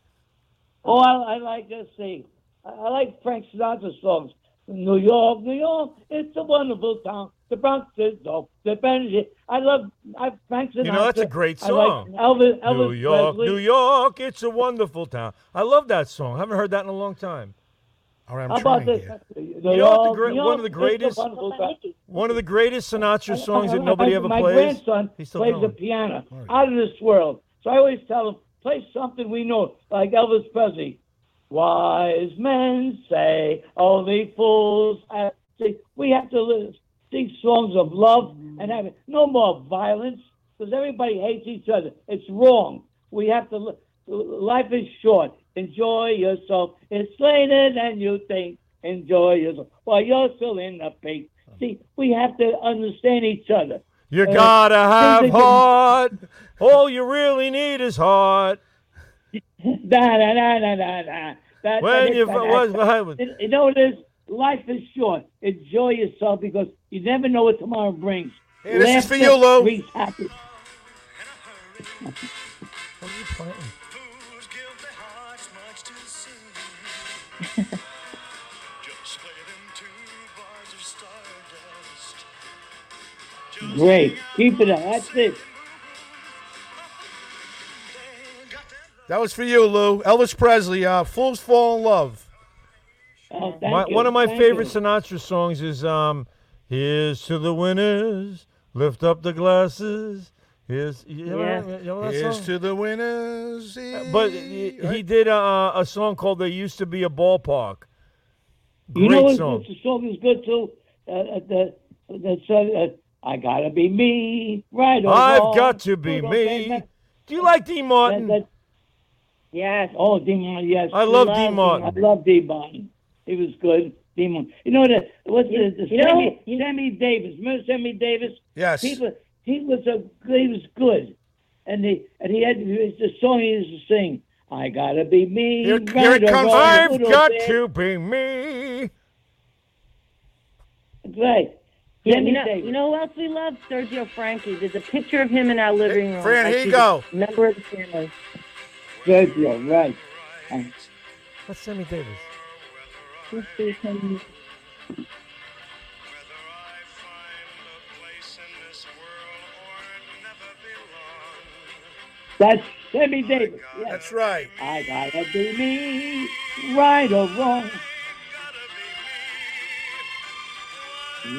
Speaker 9: Oh, I, I like this thing. I, I like Frank Sinatra songs.
Speaker 7: New York, New York, it's a wonderful town. The Bronx is dope. The Bend is- I love I Frank Sinatra.
Speaker 1: You know, that's a great song.
Speaker 7: I like Elvis, Elvis
Speaker 1: New York,
Speaker 7: Presley.
Speaker 1: New York, it's a wonderful town. I love that song. haven't heard that in a long time.
Speaker 2: All right,
Speaker 7: How about this?
Speaker 1: You know what the great, one of the greatest, one of the greatest Sinatra songs that nobody ever
Speaker 7: my
Speaker 1: plays.
Speaker 7: grandson
Speaker 1: He's still
Speaker 7: plays the
Speaker 1: going.
Speaker 7: piano out of this world. So I always tell him, play something we know, like Elvis Presley. Wise men say only fools. act." See, we have to live, sing songs of love and have no more violence because everybody hates each other. It's wrong. We have to. li- Life is short. Enjoy yourself. It's later than you think. Enjoy yourself while you're still in the pink. See, we have to understand each other.
Speaker 1: You
Speaker 7: Uh,
Speaker 1: gotta have
Speaker 7: something-
Speaker 1: heart. All you really need is heart.
Speaker 7: Da, da, da, da, da, da. That-
Speaker 1: When
Speaker 7: that-
Speaker 1: you-
Speaker 7: that-
Speaker 1: was-
Speaker 7: that-
Speaker 1: was-
Speaker 7: You know what it is? Life is short. Enjoy yourself because you never know what tomorrow brings.
Speaker 2: Hey, this is for
Speaker 7: Laughter
Speaker 2: you, Lou.
Speaker 7: brings happiness. Great. Keep it up. That's it.
Speaker 2: That was for you, Lou. Elvis Presley, uh, Fools Fall in Love.
Speaker 7: Oh,
Speaker 1: My, one of my favorite Sinatra songs is um, "Here's to the winners, lift up the glasses." Here's you know,
Speaker 2: Yeah.
Speaker 1: that- you know that
Speaker 2: Here's
Speaker 1: song? Uh,
Speaker 2: to the winners.
Speaker 1: But he, he did a, a song called "There Used to Be a Ballpark." Great
Speaker 7: You know what
Speaker 1: song.
Speaker 7: the song is good too? Uh, uh, the, the song, uh, I gotta be me, right? or
Speaker 1: I've
Speaker 7: wrong.
Speaker 1: got to be
Speaker 7: Good or
Speaker 1: me.
Speaker 7: bad.
Speaker 1: Do you like Dean Martin?
Speaker 7: That- that- yes. Oh, Dean Martin. Yes.
Speaker 1: I love Dean
Speaker 7: him.
Speaker 1: Martin.
Speaker 7: I love Dean Martin. He was good. Dean Martin. You know that? What's
Speaker 9: You-
Speaker 7: the, the
Speaker 9: you know-
Speaker 7: Sammy, Sammy Davis? Remember Sammy Davis?
Speaker 2: Yes.
Speaker 7: He was. He was a. He was good. And he and he had it's the song he used to sing. I gotta be me.
Speaker 1: Here,
Speaker 7: right
Speaker 1: here it
Speaker 7: or
Speaker 1: comes.
Speaker 7: wrong,
Speaker 1: I've
Speaker 7: good or
Speaker 1: got
Speaker 7: bad."
Speaker 1: to be me.
Speaker 7: Right.
Speaker 8: Yeah,
Speaker 7: Sammy
Speaker 8: you know,
Speaker 7: Davis.
Speaker 8: you know who else we love? Sergio Frankie. There's a picture of him in our living room.
Speaker 2: Fran,
Speaker 8: Like
Speaker 2: here you
Speaker 8: he's a
Speaker 2: go.
Speaker 8: Member of the family.
Speaker 7: Sergio, right.
Speaker 1: That's Sammy Davis.
Speaker 7: That's
Speaker 2: Oh
Speaker 7: Sammy Davis. Yes.
Speaker 2: That's right.
Speaker 7: I gotta be me, right or wrong.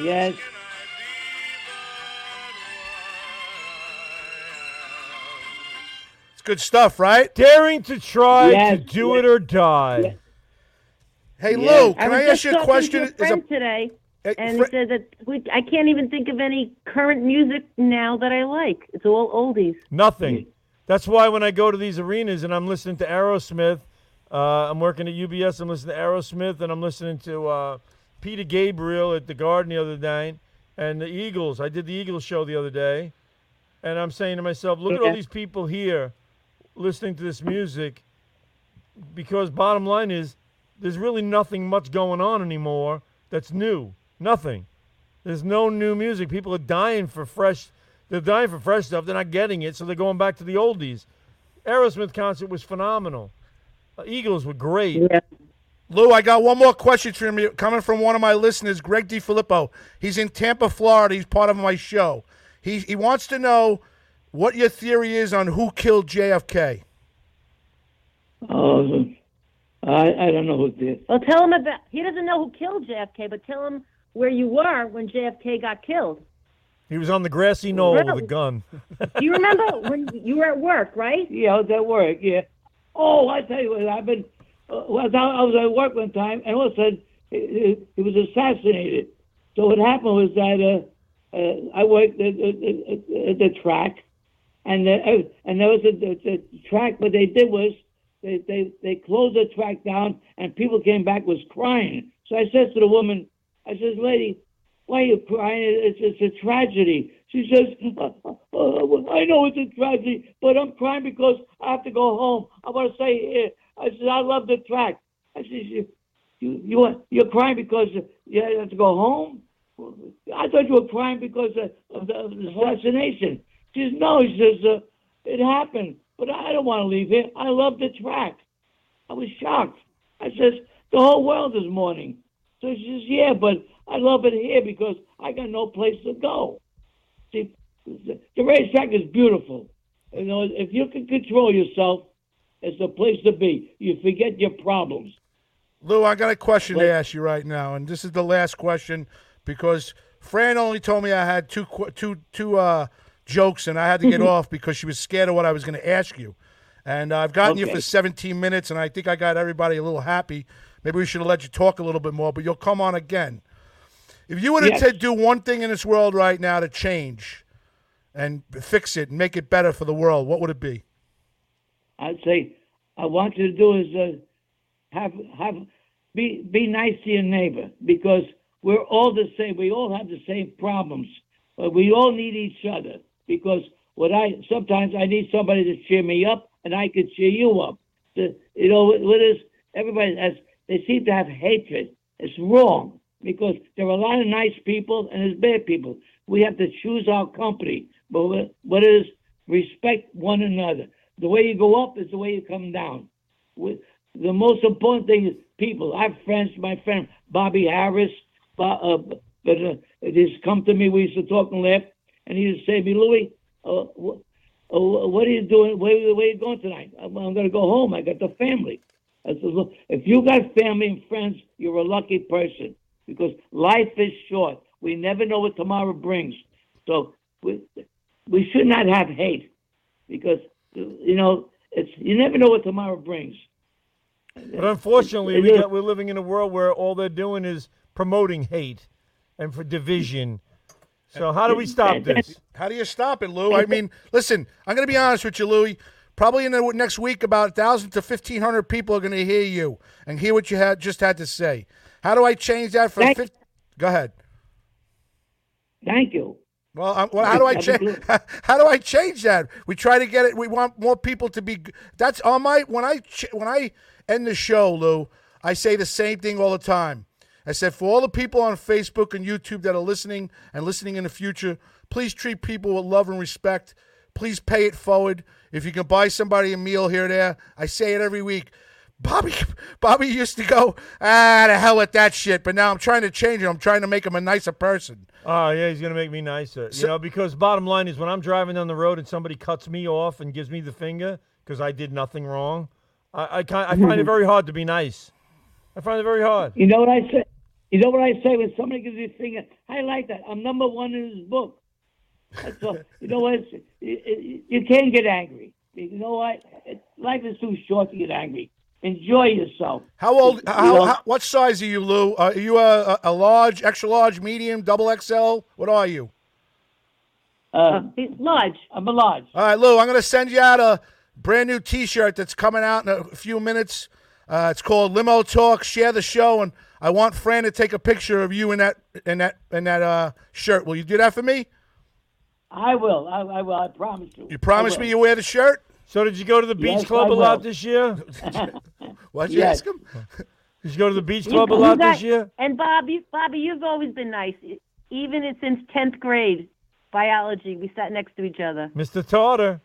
Speaker 7: Yes.
Speaker 2: It's good stuff, right?
Speaker 1: Daring to try
Speaker 7: Yes,
Speaker 1: to do it or die.
Speaker 2: Hey,
Speaker 8: Yeah.
Speaker 2: Lou, Oh, can
Speaker 8: was
Speaker 2: I, ask
Speaker 8: just
Speaker 2: you a
Speaker 8: talking To a
Speaker 2: question? Is a-
Speaker 8: friend today,
Speaker 2: Hey,
Speaker 8: and
Speaker 2: Fra-
Speaker 8: he said that we, I can't even think of any current music now that I like. It's all oldies.
Speaker 1: Nothing. That's why when I go to these arenas and I'm listening to Aerosmith, uh, I'm working at UBS. I'm listening to Aerosmith and I'm listening to uh, Peter Gabriel at the Garden the other night and the Eagles. I did the Eagles show the other day, and I'm saying to myself, look at all
Speaker 7: Yeah.
Speaker 1: these people here listening to this music. Because bottom line is, there's really nothing much going on anymore that's new. Nothing. There's no new music. People are dying for fresh. They're dying for fresh stuff. They're not getting it, so they're going back to the oldies. Aerosmith concert was phenomenal. Uh, Eagles were great.
Speaker 2: Lou, I got one more question from you coming from one of my listeners, Greg DiFilippo. He's in Tampa, Florida. He's part of my show. He he wants to know what your theory is on who killed JFK.
Speaker 7: Oh, I, I don't know who did.
Speaker 8: Well, tell him about. He doesn't know who killed JFK, but tell him where you were when JFK got killed.
Speaker 1: He was on the grassy knoll with
Speaker 8: Really?
Speaker 1: a gun.
Speaker 8: Do you remember when you were at work, right?
Speaker 7: Yeah, I was at work. Yeah. Oh, I tell you what, I've been. Uh, well, I was at work one time, and all of a sudden, he, he was assassinated. So what happened was that uh, uh, I worked at, at, at, at the track, and uh, and there was a the, the track. What they did was they, they they closed the track down, and people came back was crying. So I said to the woman, I says, lady, why are you crying? It's, it's a tragedy. She says, "Uh, uh, I know it's a tragedy, but I'm crying because I have to go home. I want to stay here. I said, I love the track. I said, you, you, you, want- you're crying because uh, you have to go home? I thought you were crying because of, of the, of the assassination. She says, no, she says, uh, it happened, but I don't want to leave here. I love the track. I was shocked. I says, the whole world is mourning. So she says, yeah, but I love it here because I got no place to go. See, the the racetrack is beautiful. You know, if you can control yourself, it's the place to be. You forget your problems.
Speaker 2: Lou, I got a question to ask you right now, and this is the last question because Fran only told me I had two qu- two two uh, jokes, and I had to
Speaker 3: Mm-hmm.
Speaker 2: get off because she was scared of what I was going to ask you. And uh, I've gotten you
Speaker 3: Okay.
Speaker 2: for 17 minutes, and I think I got everybody a little happy. Maybe we should have let you talk a little bit more, but you'll come on again. If you were to
Speaker 3: Yes.
Speaker 2: t- do one thing in this world right now to change and fix it and make it better for the world, what would it be?
Speaker 7: I'd say I want you to do is uh, have have be be nice to your neighbor because we're all the same. We all have the same problems, but we all need each other because what I sometimes I need somebody to cheer me up and I can cheer you up. The, you know what, what is everybody has they seem to have hatred. It's wrong because there are a lot of nice people and there's bad people. We have to choose our company, but what- what is respect one another. The way you go up is the way you come down. We- The most important thing is people. I have friends, my friend Bobby Harris, Bo- uh, but uh, it has come to me. We used to talk and laugh, and he used to say to me, Louis, uh, wh- uh, wh- what are you doing? Where, where are you going tonight? I'm, I'm going to go home. I got the family. I said, look, if you got family and friends, you're a lucky person because life is short. We never know what tomorrow brings. So we, we should not have hate because you know it's you never know what tomorrow brings.
Speaker 1: But unfortunately, we
Speaker 7: It is.
Speaker 1: got, we're living in a world where all they're doing is promoting hate and for division. So how do we stop this?
Speaker 2: How do you stop it, Lou? I mean, (laughs) listen, I'm going to be honest with you, Louie. Probably in the next week, about 1,000 to 1,500 people are going to hear you and hear what you had just had to say. How do I change that from
Speaker 7: Thank-
Speaker 2: 50? Go ahead.
Speaker 7: Thank you.
Speaker 2: Well, I, well how do I
Speaker 7: That'd be
Speaker 2: change? (laughs) How do I change that? We try to get it. We want more people to be. g- That's on my when I ch- when I end the show, Lou. I say the same thing all the time. I said for all the people on Facebook and YouTube that are listening and listening in the future, please treat people with love and respect. Please pay it forward. If you can buy somebody a meal here or there, I say it every week. Bobby (laughs) Bobby used to go, ah, the hell with that shit. But now I'm trying to change it. I'm trying to make him a nicer person.
Speaker 1: Oh yeah, he's gonna make me nicer.
Speaker 2: So-
Speaker 1: you know, because bottom line is when I'm driving down the road and somebody cuts me off and gives me the finger because I did nothing wrong, I I, can I find it very hard to be nice. I find it very hard.
Speaker 7: You know what I say? You know what I say when somebody gives you a finger? I like that. I'm number one in his book. That's
Speaker 1: (laughs)
Speaker 7: all. you know what? It's- You, you- you can't get angry. You know what? It, life is too short to get angry. Enjoy yourself.
Speaker 2: How old?
Speaker 7: You
Speaker 2: How,
Speaker 7: know?
Speaker 2: how, what size are you, Lou? Uh, are you a, a, a large, extra large, medium, double XL? What are you?
Speaker 7: Uh,
Speaker 8: large.
Speaker 7: I'm a large.
Speaker 2: All right, Lou. I'm going to send you out a brand new T-shirt that's coming out in a few minutes. Uh, it's called Limo Talk. Share the show, and I want Fran to take a picture of you in that in that in that uh, shirt. Will you do that for me?
Speaker 7: I will. I, I will. I promise you.
Speaker 2: You promise
Speaker 7: I
Speaker 2: me
Speaker 7: will.
Speaker 2: you wear the shirt?
Speaker 1: So did you go to the beach club a lot this year?
Speaker 2: Why'd
Speaker 1: you Yes. ask
Speaker 2: him?
Speaker 1: Did you go to the beach
Speaker 8: You-
Speaker 1: club a
Speaker 8: you
Speaker 1: lot
Speaker 8: got-
Speaker 1: this year?
Speaker 8: And Bobby, Bobby, you've always been nice, e- even since tenth grade biology. We sat next to each other.
Speaker 1: Mr. Tartar.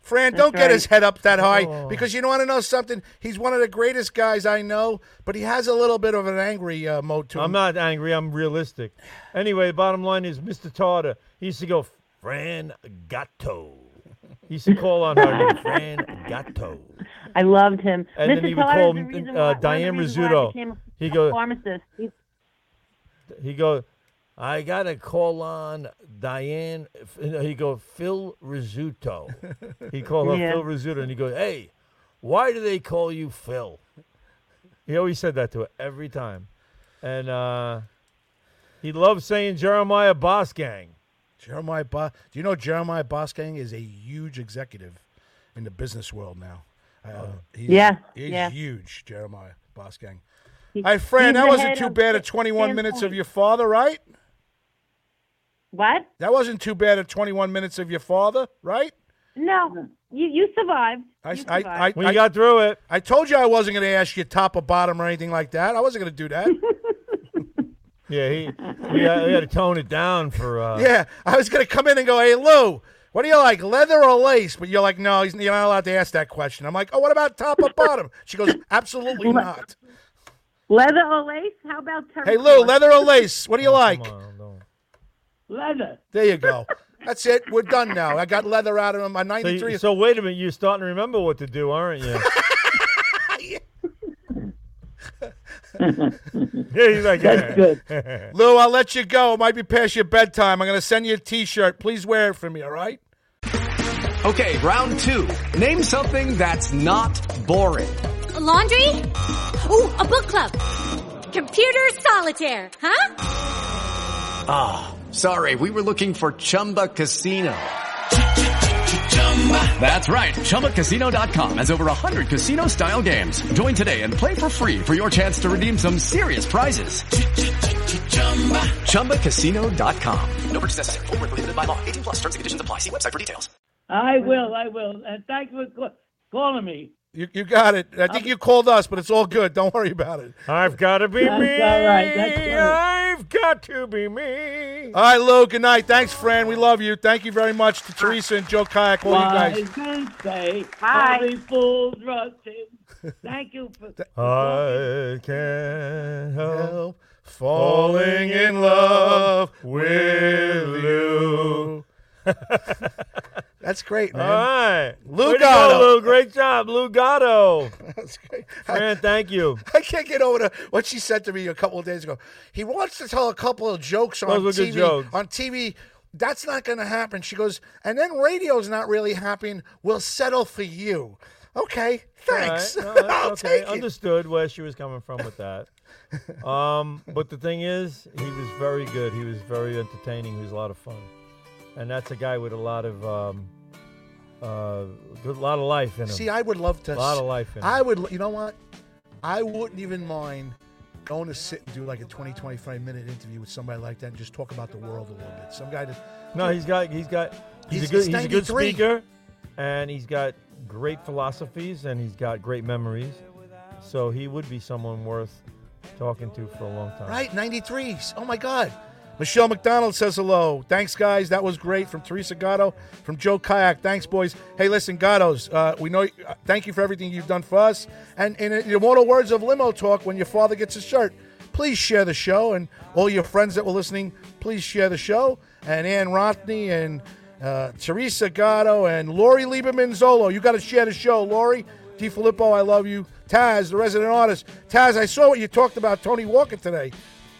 Speaker 2: Fran,
Speaker 8: That's
Speaker 2: don't get
Speaker 8: right.
Speaker 2: his head up that high
Speaker 8: Oh.
Speaker 2: because you want to know something. He's one of the greatest guys I know, but he has a little bit of an angry uh, mode to him.
Speaker 1: I'm not angry. I'm realistic. Anyway, the bottom line is Mr. Tartar. He used to go Fran Gatto. He used to call on her Fran Gatto.
Speaker 8: I loved him.
Speaker 1: And
Speaker 8: Mr.
Speaker 1: then he would
Speaker 8: Todd is
Speaker 1: call
Speaker 8: the
Speaker 1: m-
Speaker 8: reason
Speaker 1: uh,
Speaker 8: why- one of the
Speaker 1: Diane
Speaker 8: reasons why I
Speaker 1: Rizzuto.
Speaker 8: became
Speaker 1: He
Speaker 8: a
Speaker 1: go-
Speaker 8: pharmacist. He's
Speaker 1: He go, I gotta call on Diane. F- no, He go Phil Rizzuto. He called her
Speaker 3: Yeah.
Speaker 1: Phil Rizzuto, and he goes, Hey, why do they call you Phil? He always said that to her every time, and uh, he loved saying Jeremiah Bosgang.
Speaker 2: Jeremiah Bo- Do you know Jeremiah Boskang is a huge executive in the business world now? Uh, he's,
Speaker 3: Yeah,
Speaker 2: He's
Speaker 3: yeah.
Speaker 2: huge, Jeremiah Boskang.
Speaker 3: He-
Speaker 2: Hey,
Speaker 3: he's
Speaker 2: Fran, that
Speaker 3: the
Speaker 2: wasn't
Speaker 3: head
Speaker 2: too
Speaker 3: of
Speaker 2: bad at
Speaker 3: Sa-
Speaker 2: 21
Speaker 3: Sam's
Speaker 2: minutes of
Speaker 3: Point.
Speaker 2: your father, right?
Speaker 8: What?
Speaker 2: That wasn't too bad at 21 minutes of your father, right?
Speaker 8: no, you you survived.
Speaker 2: I,
Speaker 8: You
Speaker 2: I,
Speaker 8: survived.
Speaker 2: I,
Speaker 1: We got through it.
Speaker 2: I told you I wasn't going to ask you top or bottom or anything like that. I wasn't going to do that.
Speaker 1: Yeah, he we had, we had to tone it down for. Uh,
Speaker 2: yeah, I was going to come in and go, hey, Lou, what do you like, leather or lace? But you're like, no, he's,
Speaker 3: (laughs)
Speaker 2: you're not allowed to ask that question. I'm like, oh, what about top or bottom? She goes, absolutely not.
Speaker 8: Leather or lace? How about turquoise?
Speaker 2: Hey, Lou, leather or lace? Oh, What do you like?
Speaker 8: Leather.
Speaker 2: There you go. That's it. We're done now. I got leather out of him. My
Speaker 1: So, you-
Speaker 2: 93.
Speaker 1: so wait a minute, you're starting to remember what to do, aren't
Speaker 2: (laughs)
Speaker 1: you?
Speaker 2: yeah,
Speaker 1: he's like, That's good.
Speaker 2: Lou, I'll let you go. It might be past your bedtime. I'm going to send you a t shirt. Please wear it for me, all right?
Speaker 10: Okay, round two. Name something that's not boring.
Speaker 12: A laundry? Ooh, a book club. Computer solitaire, huh?
Speaker 10: Ah, sorry, we were looking for Chumba Casino. That's right, ChumbaCasino.com has over 100 casino style games. Join today and play for free for your chance to redeem some serious prizes. ChumbaCasino.com.
Speaker 11: No purchase necessary. Void where prohibited by law. 18 plus terms and conditions apply. See website for details.
Speaker 7: I will, I will. And thank you for ca- calling me.
Speaker 2: You, you got it. I think you called us, but it's all good. Don't worry about it.
Speaker 1: I've got to be
Speaker 2: That's
Speaker 1: me.
Speaker 2: all right, that's all right.
Speaker 1: I've got to be me.
Speaker 2: All right, Lou, good night. Thanks, Fran. We love you. Thank you very much to Teresa and Joe Kayak. All you
Speaker 7: Wise
Speaker 2: guys.
Speaker 7: men say,
Speaker 8: Bye.
Speaker 7: only fools rush
Speaker 2: (laughs)
Speaker 7: in. Thank you for.
Speaker 1: I can't help
Speaker 2: falling in love with
Speaker 1: you.
Speaker 2: That's great,
Speaker 1: All
Speaker 2: man.
Speaker 1: right.
Speaker 2: Lou
Speaker 1: Way to
Speaker 2: Gatto.
Speaker 1: go, Lou. Great job, Lou Gatto.
Speaker 2: That's great.
Speaker 1: Fran, thank you.
Speaker 2: (laughs) I can't get over the, what she said to me a couple of days ago. He wants to tell a couple of jokes on
Speaker 1: Those were
Speaker 2: TV.
Speaker 1: good jokes.
Speaker 2: On TV, that's not going to happen. She goes, and then radio's not really happening. We'll settle for you. Okay, thanks.
Speaker 1: All right.
Speaker 2: (laughs)
Speaker 1: No,
Speaker 2: I'll
Speaker 1: that's okay.
Speaker 2: take it.
Speaker 1: Understood where she was coming from
Speaker 2: (laughs)
Speaker 1: with that. Um, but the thing is, he was very good. He was very entertaining. He was a lot of fun, and that's a guy with a lot of um, uh, good, lot of life in him.
Speaker 2: See, I would love to.
Speaker 1: A lot
Speaker 2: s-
Speaker 1: of life in him.
Speaker 2: I would. You know what? I wouldn't even mind going to sit and do like a 20, 25 minute interview with somebody like that and just talk about the world a little bit. Some guy that.
Speaker 1: No, he's got he's got he's,
Speaker 2: He's-
Speaker 1: a good
Speaker 2: he's
Speaker 1: he's a good
Speaker 2: 93.
Speaker 1: speaker, and he's got great philosophies and he's got great memories. So he would be someone worth talking to for a long time.
Speaker 2: Right, 93s. Oh my God. Michelle McDonald says hello. Thanks, guys. That was great from Teresa Gatto, from Joe Kayak. Thanks, boys. Hey, listen, Gattos, uh, we know. Uh, thank you for everything you've done for us. And in the immortal words of Limo Talk, when your father gets a shirt, please share the show. And all your friends that were listening, please share the show. And Ann Rothney and uh, Teresa Gatto and Lori Lieberman Zolo. You got to share the show, Lori. DiFilippo, I love you. Taz, the resident artist. Taz, I saw what you talked about Tony Walker today.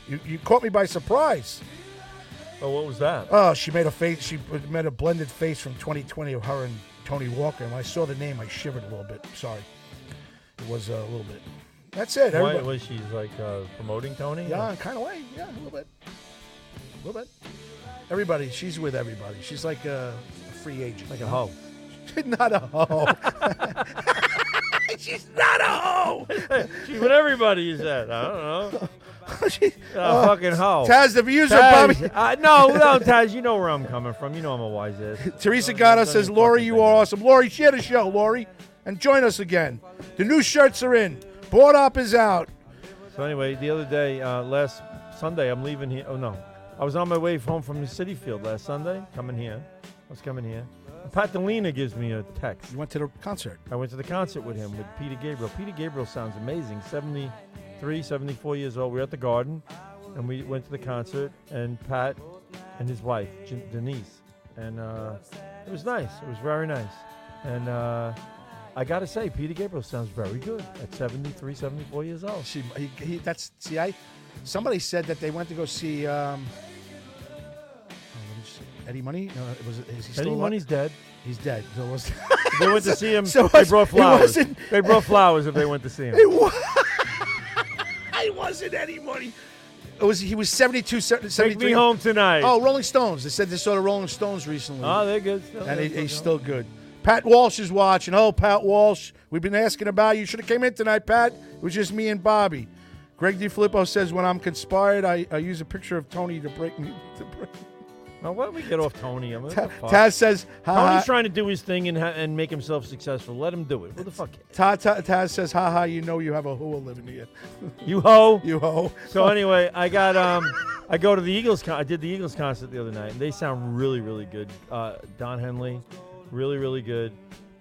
Speaker 2: You, you caught me by surprise.
Speaker 1: Oh, what was that?
Speaker 2: Oh, she made a face. She made a blended face from 2020 of her and Tony Walker. And when I saw the name, I shivered a little bit. Sorry, it was uh, a little bit. That's it.
Speaker 1: Why
Speaker 2: Everybody.
Speaker 1: was she like uh, promoting Tony?
Speaker 2: Yeah, kind of way. Yeah, a little bit. A little bit. Everybody. She's with everybody. She's like a, a free agent.
Speaker 1: Like a hoe.
Speaker 2: (laughs) not a hoe. (laughs) She's not a hoe.
Speaker 1: She's with everybody you said. I don't
Speaker 2: (laughs)
Speaker 1: know.
Speaker 2: she,
Speaker 1: a
Speaker 2: uh,
Speaker 1: fucking hoe.
Speaker 2: Taz, the views are
Speaker 1: Taz,
Speaker 2: Bobby-
Speaker 1: I- no, no, Taz, you know where I'm coming from. You know I'm a wise ass.
Speaker 2: (laughs) Teresa
Speaker 1: Don't-
Speaker 2: Gatto
Speaker 1: don't
Speaker 2: says,
Speaker 1: even
Speaker 2: Lori,
Speaker 1: Oh, fucking
Speaker 2: you
Speaker 1: think
Speaker 2: are awesome. Lori, share the show, Lori, and join us again. The new shirts are in. Board Up is out.
Speaker 1: So anyway, the other day, uh, last Sunday, I'm leaving here. Oh no, I was on my way home from the city field last Sunday, coming here. I was coming here. Pat Delina gives me a text. You
Speaker 2: went to the concert.
Speaker 1: I went to the concert with him with Peter Gabriel. Peter Gabriel sounds amazing. 73, 74 years old. We were at the Garden, and we went to the concert. And Pat and his wife Jen- Denise, and uh, it was nice. It was very nice. And uh, I gotta say, Peter Gabriel sounds very good at 73, 74 years old.
Speaker 2: She, he, he, that's see, I somebody said that they went to go see um, oh, let me see, Eddie Money. No, it was is he still
Speaker 1: Eddie
Speaker 2: alive?
Speaker 1: Money's dead.
Speaker 2: He's dead. So it was-
Speaker 1: (laughs) They
Speaker 2: (laughs)
Speaker 1: went to see him.
Speaker 2: So
Speaker 1: they
Speaker 2: it's-
Speaker 1: brought
Speaker 2: it
Speaker 1: flowers.
Speaker 2: wasn't-
Speaker 1: They brought flowers if they went to see him.
Speaker 2: (laughs) It was. I wasn't Eddie Money. It was he was 72, 73.
Speaker 1: me home tonight.
Speaker 2: Oh, Rolling Stones. They said they saw the Rolling Stones recently.
Speaker 1: Oh, they're good. Still.
Speaker 2: and he,
Speaker 1: They're still
Speaker 2: he's
Speaker 1: going.
Speaker 2: still good. Pat Walsh is watching. Oh, Pat Walsh, we've been asking about you. Should have came in tonight, Pat. It was just me and Bobby. Greg DiFilippo says, "When I'm conspired, I, I use a picture of Tony to break me." (laughs) To break.
Speaker 1: Now why don't we get off Tony? I mean, what the fuck?
Speaker 2: Taz says, "Ha, ha."
Speaker 1: Tony's trying to do his thing and ha- and make himself successful. Let him do it. What the fuck?
Speaker 2: Ta- ta- Taz says, "Ha ha, you know you have a whoa living here."
Speaker 1: You hoe.
Speaker 2: you hoe.
Speaker 1: So anyway, I got um, I go to the Eagles. Con- I did the Eagles concert the other night, and they sound really, really good. Uh, Don Henley, really, really good.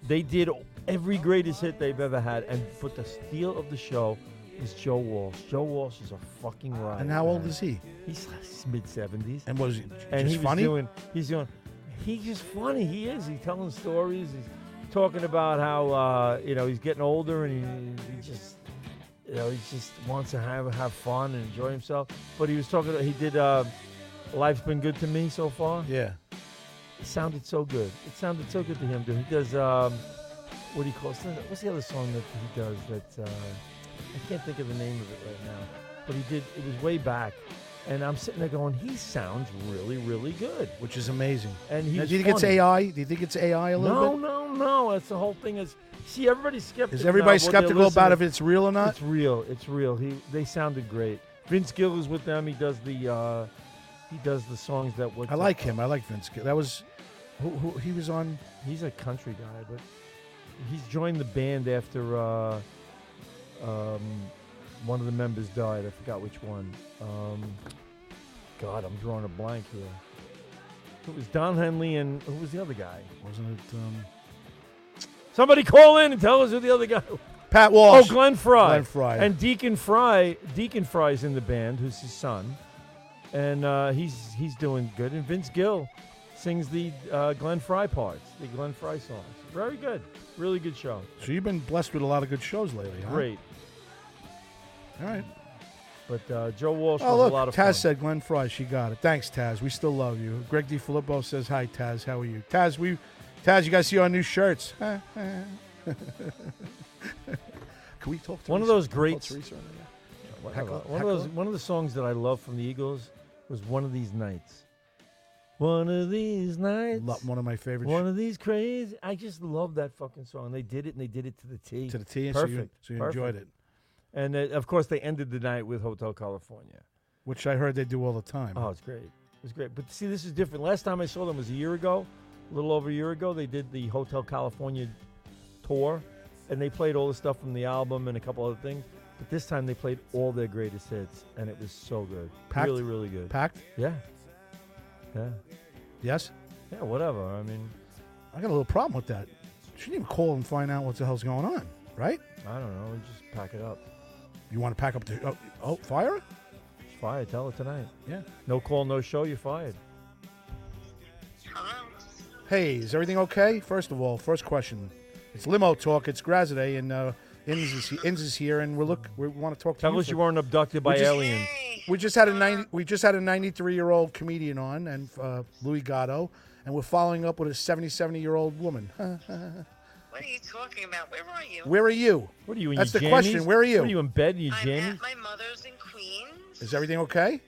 Speaker 1: They did every greatest hit they've ever had, and but the steal of the show is Joe Walsh. Joe Walsh is a fucking riot.
Speaker 2: And how old
Speaker 1: man.
Speaker 2: is he?
Speaker 1: He's mid seventies.
Speaker 2: And was he
Speaker 1: And
Speaker 2: just
Speaker 1: he was
Speaker 2: funny?
Speaker 1: doing. He's doing. He's just funny. He is. He's telling stories. He's talking about how uh, you know he's getting older and he, he just you know he just wants to have have fun and enjoy himself. But he was talking. He did. Uh, Life's been good to me so far.
Speaker 2: Yeah.
Speaker 1: It sounded so good. It sounded so good to him. Dude. He does. Um, what do you call it? What's the other song that he does that? Uh, I can't think of the name of it right now, but he did. It was way back, and I'm sitting there going, he sounds really, really good,
Speaker 2: which is amazing.
Speaker 1: And he
Speaker 2: Now,
Speaker 1: was
Speaker 2: do you think it's
Speaker 1: funny.
Speaker 2: AI? Do you think it's AI a little
Speaker 1: no,
Speaker 2: bit?
Speaker 1: no, no. That's the whole thing. Is see, everybody's skeptical.
Speaker 2: Is everybody
Speaker 1: now, what they're
Speaker 2: skeptical about if
Speaker 1: listening-
Speaker 2: it's real or not?
Speaker 1: It's real. It's real. He they sounded great. Vince Gill is with them. He does the uh, he does the songs that were.
Speaker 2: I like him. I like Vince. Gill. That was who, who he was on.
Speaker 1: He's a country guy, but he's joined the band after uh, um, one of the members died. I forgot which one. Um, God, I'm drawing a blank here. It was Don Henley and who was the other guy?
Speaker 2: Wasn't it? Um...
Speaker 1: Somebody call in and tell us who the other guy.
Speaker 2: Pat Walsh.
Speaker 1: Oh, Glenn Fry.
Speaker 2: Glenn Fry.
Speaker 1: And Deacon Fry. Deacon Fry's in the band, who's his son, and uh, he's he's doing good. And Vince Gill sings the uh, Glenn Fry parts, the Glenn Fry songs. Very good. Really good show.
Speaker 2: So you've been blessed with a lot of good shows lately, huh?
Speaker 1: Great.
Speaker 2: All right.
Speaker 1: But uh, Joe Walsh
Speaker 2: Oh,
Speaker 1: was
Speaker 2: look,
Speaker 1: a lot of
Speaker 2: Taz
Speaker 1: fun.
Speaker 2: said Glenn Fry. She got it. Thanks, Taz. We still love you. Greg D. Filippo says hi, Taz. How are you, Taz? We, Taz, you guys see our new shirts. (laughs) Huh? Can we talk?
Speaker 1: One of
Speaker 2: Teresa?
Speaker 1: those
Speaker 2: Can we
Speaker 1: greats-
Speaker 2: call Teresa on the air?
Speaker 1: Whatever.
Speaker 2: Heckle-
Speaker 1: one of those,
Speaker 2: heckle?
Speaker 1: one of the songs that I love from the Eagles was "One of These Nights." One of these nights.
Speaker 2: Lo- one of my favorite
Speaker 1: One of these crazy. I just love that fucking song. They did it, and they did it to the T.
Speaker 2: To the T, so you-
Speaker 1: Perfect.
Speaker 2: so you enjoyed
Speaker 1: perfect. And uh, of course, they ended the night with "Hotel California."
Speaker 2: which I heard they do all the time.
Speaker 1: Oh, it's great. It was great. But see, this is different. Last time I saw them was a year ago, a little over a year ago. They did the Hotel California tour, and they played all the stuff from the album and a couple other things. But this time they played all their greatest hits, and it was so good.
Speaker 2: Packed?
Speaker 1: Really, really good.
Speaker 2: Packed?
Speaker 1: Yeah. Yeah.
Speaker 2: Yes.
Speaker 1: Yeah, whatever. I mean,
Speaker 2: I got a little problem with that. Shouldn't even call and find out what the hell's going on, right?
Speaker 1: I don't know. Just pack it up.
Speaker 2: You want to pack up the oh, oh fire? it?
Speaker 1: Fire. Tell it tonight.
Speaker 2: Yeah.
Speaker 1: No call, no show. You're fired.
Speaker 2: Hey, is everything okay? First of all, first question. It's limo talk. It's Graziday, and uh, Inns is, Inns is here, and we're look. We want to talk to
Speaker 1: Tell
Speaker 2: you.
Speaker 1: us
Speaker 2: for-
Speaker 1: you weren't abducted by
Speaker 2: We just-
Speaker 1: aliens.
Speaker 2: We just had a ninety. We just had a ninety-three-year-old comedian on, and uh, Louis Gatto, and we're following up with a 77 year old woman. (laughs)
Speaker 13: What are you talking about? Where are you?
Speaker 2: Where are you?
Speaker 1: What are you in
Speaker 2: That's
Speaker 1: your
Speaker 2: the
Speaker 1: jammies?
Speaker 2: question. Where are you?
Speaker 1: What are you in bed in your jammies?
Speaker 13: My mother's in Queens.
Speaker 2: Is everything okay?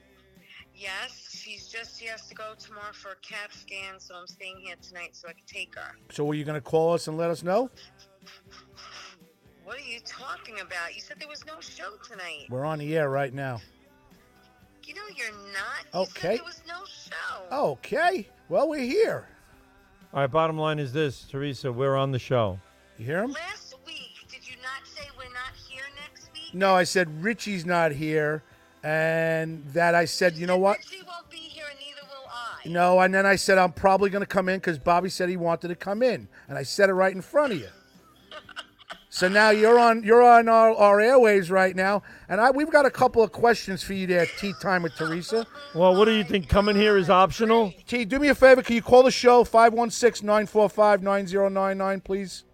Speaker 13: Yes, she's just she has to go tomorrow for a CAT scan, so I'm staying here tonight so I can take her.
Speaker 2: So, were you going to call us and let us know?
Speaker 13: What are you talking about? You said there was no show tonight.
Speaker 2: We're on the air right now.
Speaker 13: You know you're not.
Speaker 2: Okay. Oh.
Speaker 13: There was no show.
Speaker 2: Okay. Well, we're here.
Speaker 1: All right. Bottom line is this, Teresa. We're on the show.
Speaker 2: You hear him?
Speaker 13: Last week, did you not say we're not here next week?
Speaker 2: No, I said Richie's not here, and that I said, you know what?
Speaker 13: She won't be here, and neither will I.
Speaker 2: No, and then I said I'm probably going to come in because Bobby said he wanted to come in, and I said it right in front of you. so now you're on you're on our, our airwaves right now, and I we've got a couple of questions for you there, at Tea Time with Teresa.
Speaker 1: Well, what do you think? Coming here is optional.
Speaker 2: T, do me a favor. Can you call the show 516-945-9099, please?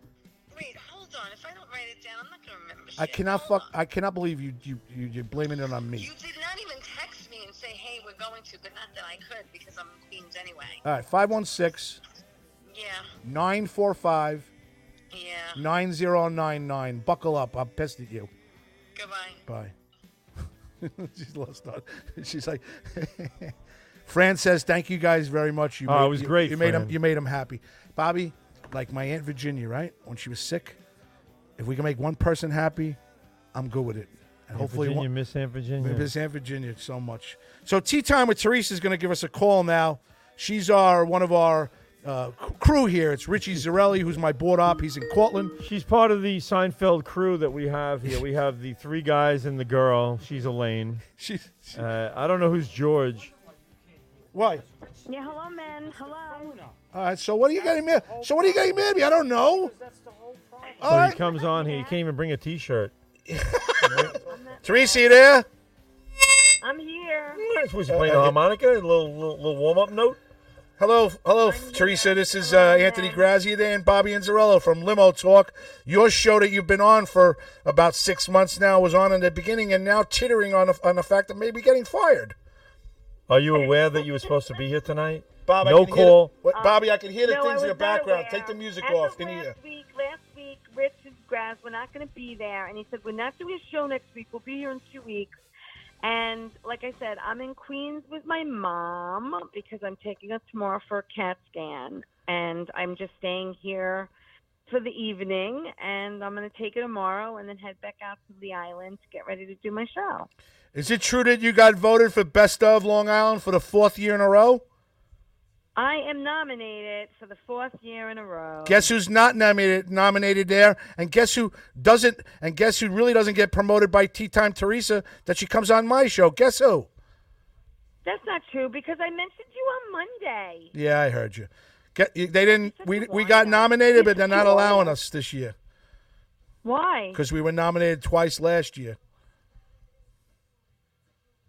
Speaker 2: Wait, hold on. If I don't write it down, I'm not going to remember. I cannot fuck. I cannot believe you you you you're blaming it on me.
Speaker 13: Did not even text me and say, hey, we're going to, but not that I could because I'm in Queens anyway.
Speaker 2: All right, 516 945 9099. Buckle up. I'm pissed at you. Goodbye. Bye. (laughs) She's lost on. She's like, (laughs) Fran says, "Thank you guys very much. You
Speaker 1: Oh, it was
Speaker 2: you-
Speaker 1: great,
Speaker 2: You made 'em-
Speaker 1: Fran.
Speaker 2: You made 'em happy, Bobby. Like my aunt Virginia, right? When she was sick, if we can make one person happy, I'm good with it. And hopefully,
Speaker 1: Virginia,
Speaker 2: one,
Speaker 1: Miss Aunt Virginia.
Speaker 2: we miss Aunt Virginia so much. So tea time with Teresa is going to give us a call now. She's our one of our uh, c- crew here. It's Richie Zarelli, who's my board op. He's in Cortland.
Speaker 1: She's part of the Seinfeld crew that we have here. We have the three guys and the girl. She's Elaine.
Speaker 2: She's.
Speaker 1: Uh, I don't know who's George.
Speaker 2: Why?
Speaker 14: Yeah, hello, men. Hello.
Speaker 2: All right. So what are you getting mad? So what are you getting mad at me? I don't know.
Speaker 1: So he comes on here. He can't even bring a T-shirt.
Speaker 2: Teresa, you there?
Speaker 14: I'm here.
Speaker 1: Was you
Speaker 2: Uh,
Speaker 1: playing a harmonica? A little, little, little warm up note?
Speaker 2: Hello, hello, Teresa. This is uh, Anthony Grazia there and Bobby Anzarello from Limo Talk. Your show that you've been on for about six months now was on in the beginning and now tittering on, the on the fact of maybe getting fired.
Speaker 1: Are you aware that you were supposed to be here tonight?
Speaker 2: Bob, I
Speaker 1: no
Speaker 2: can hear
Speaker 1: call.
Speaker 2: the- what-
Speaker 14: Um,
Speaker 2: Bobby, I can hear the
Speaker 14: no, I
Speaker 2: things in the
Speaker 14: was not
Speaker 2: background.
Speaker 14: aware.
Speaker 2: Take the music
Speaker 14: As
Speaker 2: off.
Speaker 14: of
Speaker 2: Can you hear?
Speaker 14: Last week, last week, Richard Grass, we're not going to be there, and he said we're not doing a show next week. We'll be here in two weeks. And like I said, I'm in Queens with my mom because I'm taking her tomorrow for a CAT scan, and I'm just staying here for the evening. And I'm going to take her tomorrow, and then head back out to the island to get ready to do my show.
Speaker 2: Is it true that you got voted for Best of Long Island for the fourth year in a row?
Speaker 14: I am nominated for the fourth year in a row.
Speaker 2: Guess who's not nominated nominated there? And guess who doesn't? And guess who really doesn't get promoted by Tea Time Teresa that she comes on my show? Guess who?
Speaker 14: That's not true because I mentioned you on Monday.
Speaker 2: Yeah, I heard you. Get, you- they didn't. We we got nominated, but they're not allowing us this year
Speaker 14: Why?
Speaker 2: because we were nominated twice last year.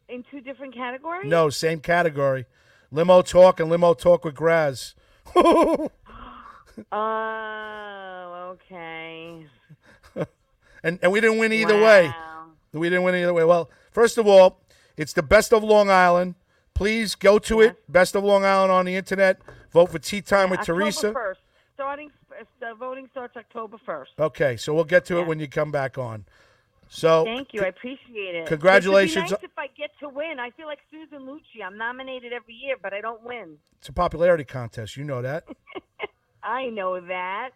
Speaker 14: In two different categories?
Speaker 2: No, same category. Limo talk and limo talk with Graz. (laughs)
Speaker 14: Oh, okay.
Speaker 2: and and we didn't win either way. We didn't win either way. Well, first of all, it's the best of Long Island. Please go to it, best of Long Island on the internet. Vote for Tea Time with
Speaker 14: October
Speaker 2: Teresa.
Speaker 14: 1st. Starting, the voting starts October 1st.
Speaker 2: Okay, so we'll get to it when you come back on. So
Speaker 14: Thank you. I appreciate it.
Speaker 2: congratulations.
Speaker 14: It would be nice if I get to win. I feel like Susan Lucci. I'm nominated every year, but I don't win.
Speaker 2: it's a popularity contest. You know that.
Speaker 14: I know that.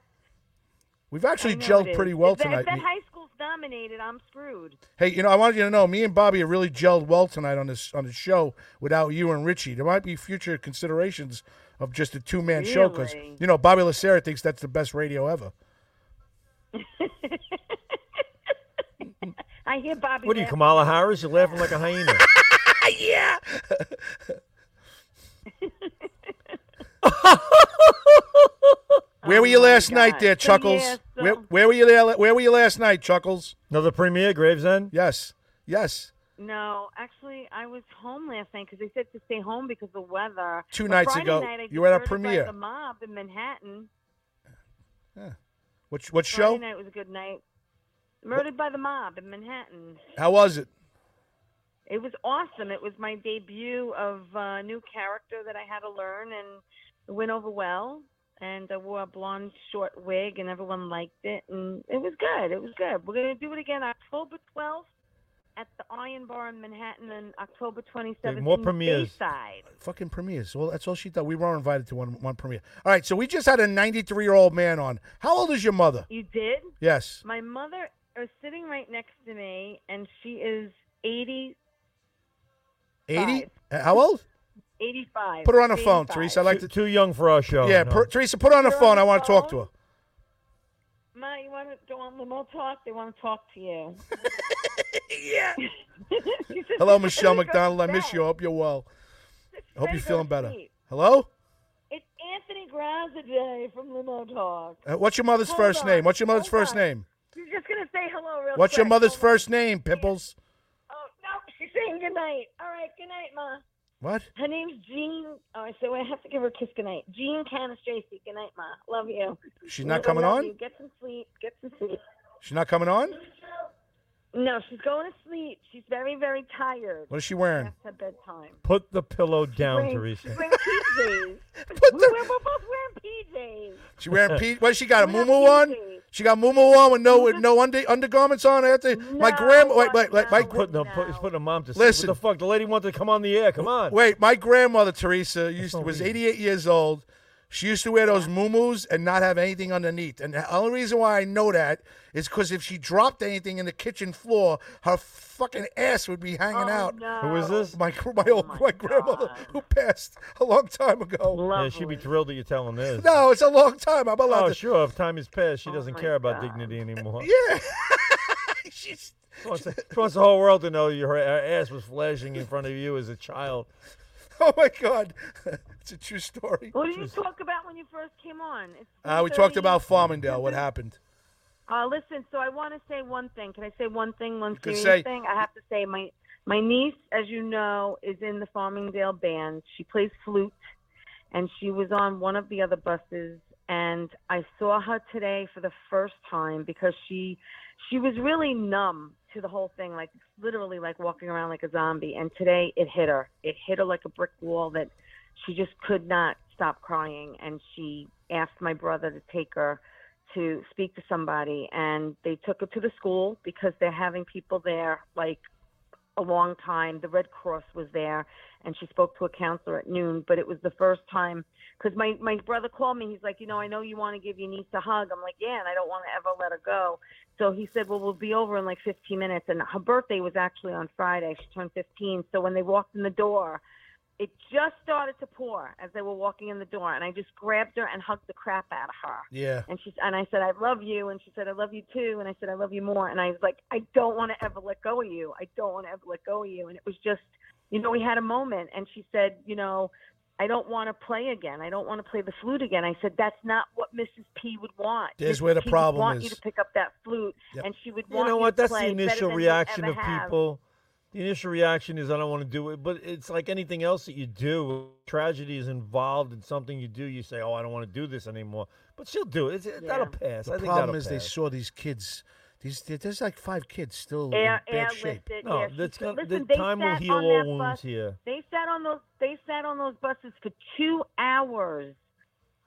Speaker 2: We've actually
Speaker 14: I know it
Speaker 2: gelled
Speaker 14: is.
Speaker 2: pretty well
Speaker 14: If that-
Speaker 2: tonight.
Speaker 14: If that
Speaker 2: Me-
Speaker 14: high school's nominated, I'm screwed. (laughs)
Speaker 2: Hey, you know, I wanted you to know, me and Bobby have really gelled well tonight on this on the show. Without you and Richie, there might be future considerations of just a two man show because
Speaker 14: Really?
Speaker 2: you know Bobby Lacerda thinks that's the best radio ever.
Speaker 14: I hear Bobby.
Speaker 1: What are you,
Speaker 14: laugh.
Speaker 1: Kamala Harris? You're laughing like a hyena.
Speaker 14: yeah.
Speaker 2: (laughs) Where
Speaker 14: Oh
Speaker 2: were you last night, there, Chuckles?
Speaker 1: Yes,
Speaker 2: where, where were you there? Where were you last night, Chuckles?
Speaker 1: Another premiere, Gravesend.
Speaker 2: Yes, yes.
Speaker 14: No, actually, I was home last night because they said to stay home because of the weather.
Speaker 2: Two
Speaker 14: But
Speaker 2: nights
Speaker 14: Friday
Speaker 2: ago,
Speaker 14: night, I
Speaker 2: you were at a
Speaker 14: deserted by
Speaker 2: premiere.
Speaker 14: The mob in Manhattan.
Speaker 2: What what
Speaker 14: Friday
Speaker 2: show?
Speaker 14: night was a good night. Murdered by the mob in Manhattan.
Speaker 2: How was it?
Speaker 14: It was awesome. It was my debut of uh, new character that I had to learn, and it went over well. And I wore a blonde short wig, and everyone liked it, and it was good. It was good. We're gonna do it again October twelfth at the Iron Bar in Manhattan, and October twenty
Speaker 2: There's
Speaker 14: seventh.
Speaker 2: more premieres.
Speaker 14: Bayside.
Speaker 2: Fucking premieres. Well, that's all she thought. We were invited to one one premiere. All right, so we just had a 93 year old man on. How old is your mother?
Speaker 14: You did?
Speaker 2: Yes.
Speaker 14: My mother is sitting right next to me, and she is 80,
Speaker 2: 80? Uh, How old?
Speaker 14: 85.
Speaker 2: Put her on the phone,
Speaker 14: 85.
Speaker 2: Teresa. I'd like to.
Speaker 1: Too young for our show.
Speaker 2: Yeah,
Speaker 1: Oh, no.
Speaker 2: put- Teresa, put her on the
Speaker 14: Put her
Speaker 2: phone.
Speaker 14: on
Speaker 2: I
Speaker 14: the
Speaker 2: want to talk to her.
Speaker 14: Ma, you want to go on limo talk? They want to talk to you.
Speaker 2: (laughs)
Speaker 14: (laughs)
Speaker 2: yeah.
Speaker 14: She said- (laughs)
Speaker 2: Hello, Michelle
Speaker 14: She goes,
Speaker 2: McDonald. I miss
Speaker 14: "Dad,
Speaker 2: you. I hope you're well. I hope
Speaker 14: better
Speaker 2: you're
Speaker 14: go
Speaker 2: feeling
Speaker 14: to
Speaker 2: better.
Speaker 14: sleep."
Speaker 2: Hello?
Speaker 14: It's Anthony Grazia Day from Limo Talk.
Speaker 2: Uh, what's your mother's
Speaker 14: Hold
Speaker 2: first
Speaker 14: on,
Speaker 2: name? What's your mother's
Speaker 14: hold
Speaker 2: first
Speaker 14: on.
Speaker 2: name?
Speaker 14: She's just going to say hello real
Speaker 2: What's your
Speaker 14: quick.
Speaker 2: mother's
Speaker 14: Hold on.
Speaker 2: first name, Pimples?
Speaker 14: Oh, no, she's saying goodnight. All right, goodnight, Ma.
Speaker 2: What?
Speaker 14: Her name's Jean. Oh, I said, well, I have to give her a kiss goodnight. Jean Canis Tracy. Goodnight, Ma. Love you.
Speaker 2: She's not
Speaker 14: I
Speaker 2: coming
Speaker 14: love
Speaker 2: on?
Speaker 14: you. Get some sleep. Get some sleep.
Speaker 2: She's not coming on?
Speaker 14: No, she's going to sleep. She's very, very tired.
Speaker 2: What is
Speaker 14: (laughs)
Speaker 2: she wearing?
Speaker 14: That's her bedtime.
Speaker 1: Put the pillow down,
Speaker 14: Wearing-
Speaker 1: Teresa.
Speaker 14: She's wearing
Speaker 2: (laughs)
Speaker 14: PJs. we were we're both wearing PJs.
Speaker 2: She wearing P what she got a
Speaker 14: We
Speaker 2: moo
Speaker 14: have
Speaker 2: moo on? She got moo moo on with no with no under, undergarments on after my grandma wait, wait, wait, my
Speaker 1: Putting the, put, putting the mom to sleep.
Speaker 2: Listen.
Speaker 1: What the fuck? The lady wanted to come on the air. Come on.
Speaker 2: Wait, my
Speaker 14: (laughs)
Speaker 2: grandmother Teresa used
Speaker 14: Oh,
Speaker 2: to, was 88 years old. She used to wear those muumuus and not have anything underneath. And the only reason why I know that is because if she dropped anything in the kitchen floor, her fucking ass would be
Speaker 14: Oh,
Speaker 2: hanging out.
Speaker 1: Who is this?
Speaker 2: My gr- my old my grandmother who passed a long time ago.
Speaker 1: Yeah, she'd be thrilled that you're telling this.
Speaker 2: No, it's a long time. I'm allowed
Speaker 1: Oh,
Speaker 2: to.
Speaker 1: sure. If time has passed,
Speaker 14: Oh
Speaker 1: she doesn't care about dignity anymore.
Speaker 2: Yeah. (laughs) She's.
Speaker 1: She wants, the- she wants the whole world to know you, her, her ass was flashing in front of you as a child.
Speaker 2: Oh my God, (laughs) it's a true story.
Speaker 14: What did you talk about when you first came on? It's
Speaker 2: Uh, we talked
Speaker 14: 3:30.
Speaker 2: about Farmingdale. What happened?
Speaker 14: Uh, listen, so I want to say one thing. Can I say one thing, one
Speaker 2: can
Speaker 14: serious
Speaker 2: say-
Speaker 14: thing? I have to say my my niece, as you know, is in the Farmingdale band. She plays flute, and she was on one of the other buses. And I saw her today for the first time because she she was really numb to the whole thing, like literally like walking around like a zombie. And today it hit her. It hit her like a brick wall that she just could not stop crying. And she asked my brother to take her to speak to somebody and they took her to the school because they're having people there like a long time the red cross was there and she spoke to a counselor at noon but it was the first time because my my brother called me he's like you know i know you want to give your niece a hug i'm like yeah and i don't want to ever let her go so he said well we'll be over in like 15 minutes and her birthday was actually on friday she turned 15 so when they walked in the door it just started to pour as they were walking in the door and i just grabbed her and hugged the crap out of her
Speaker 2: Yeah.
Speaker 14: and she and I said, I love you. And she said, I love you too. And I said, I love you more. And I was like, I don't want to ever let go of you. I don't want to ever let go of you. And it was just, you know, we had a moment. And she said, you know, I don't want to play again. I don't want to play the flute again. I said, that's not what Mrs. P would want.
Speaker 2: There's
Speaker 14: Mrs.
Speaker 2: where the
Speaker 14: P would
Speaker 2: problem
Speaker 14: want you
Speaker 2: is.
Speaker 14: to pick up that flute,
Speaker 2: Yep.
Speaker 14: and she would
Speaker 1: You
Speaker 14: want
Speaker 1: know what?
Speaker 14: to
Speaker 1: That's the
Speaker 14: play better
Speaker 1: initial
Speaker 14: than you
Speaker 1: reaction
Speaker 14: ever
Speaker 1: of
Speaker 14: have.
Speaker 1: people. The initial reaction is, I don't want to do it. But it's like anything else that you do. Tragedy is involved in something you do. You say, oh, I don't want to do this anymore. But she'll do it. It's, That'll pass.
Speaker 2: The
Speaker 1: I think
Speaker 2: problem
Speaker 1: that'll
Speaker 2: is they
Speaker 1: pass.
Speaker 2: saw these kids. These there's like five kids still
Speaker 14: Air-
Speaker 2: in bad
Speaker 14: airlifted,
Speaker 2: shape.
Speaker 14: yeah,
Speaker 1: No,
Speaker 14: she
Speaker 1: that's
Speaker 14: said-
Speaker 1: gonna-
Speaker 14: listen,
Speaker 1: the
Speaker 14: they
Speaker 1: time will
Speaker 14: sat
Speaker 1: heal
Speaker 14: on
Speaker 1: all
Speaker 14: that
Speaker 1: wounds
Speaker 14: bus-
Speaker 1: here.
Speaker 14: They sat on those. They sat on those buses for two hours.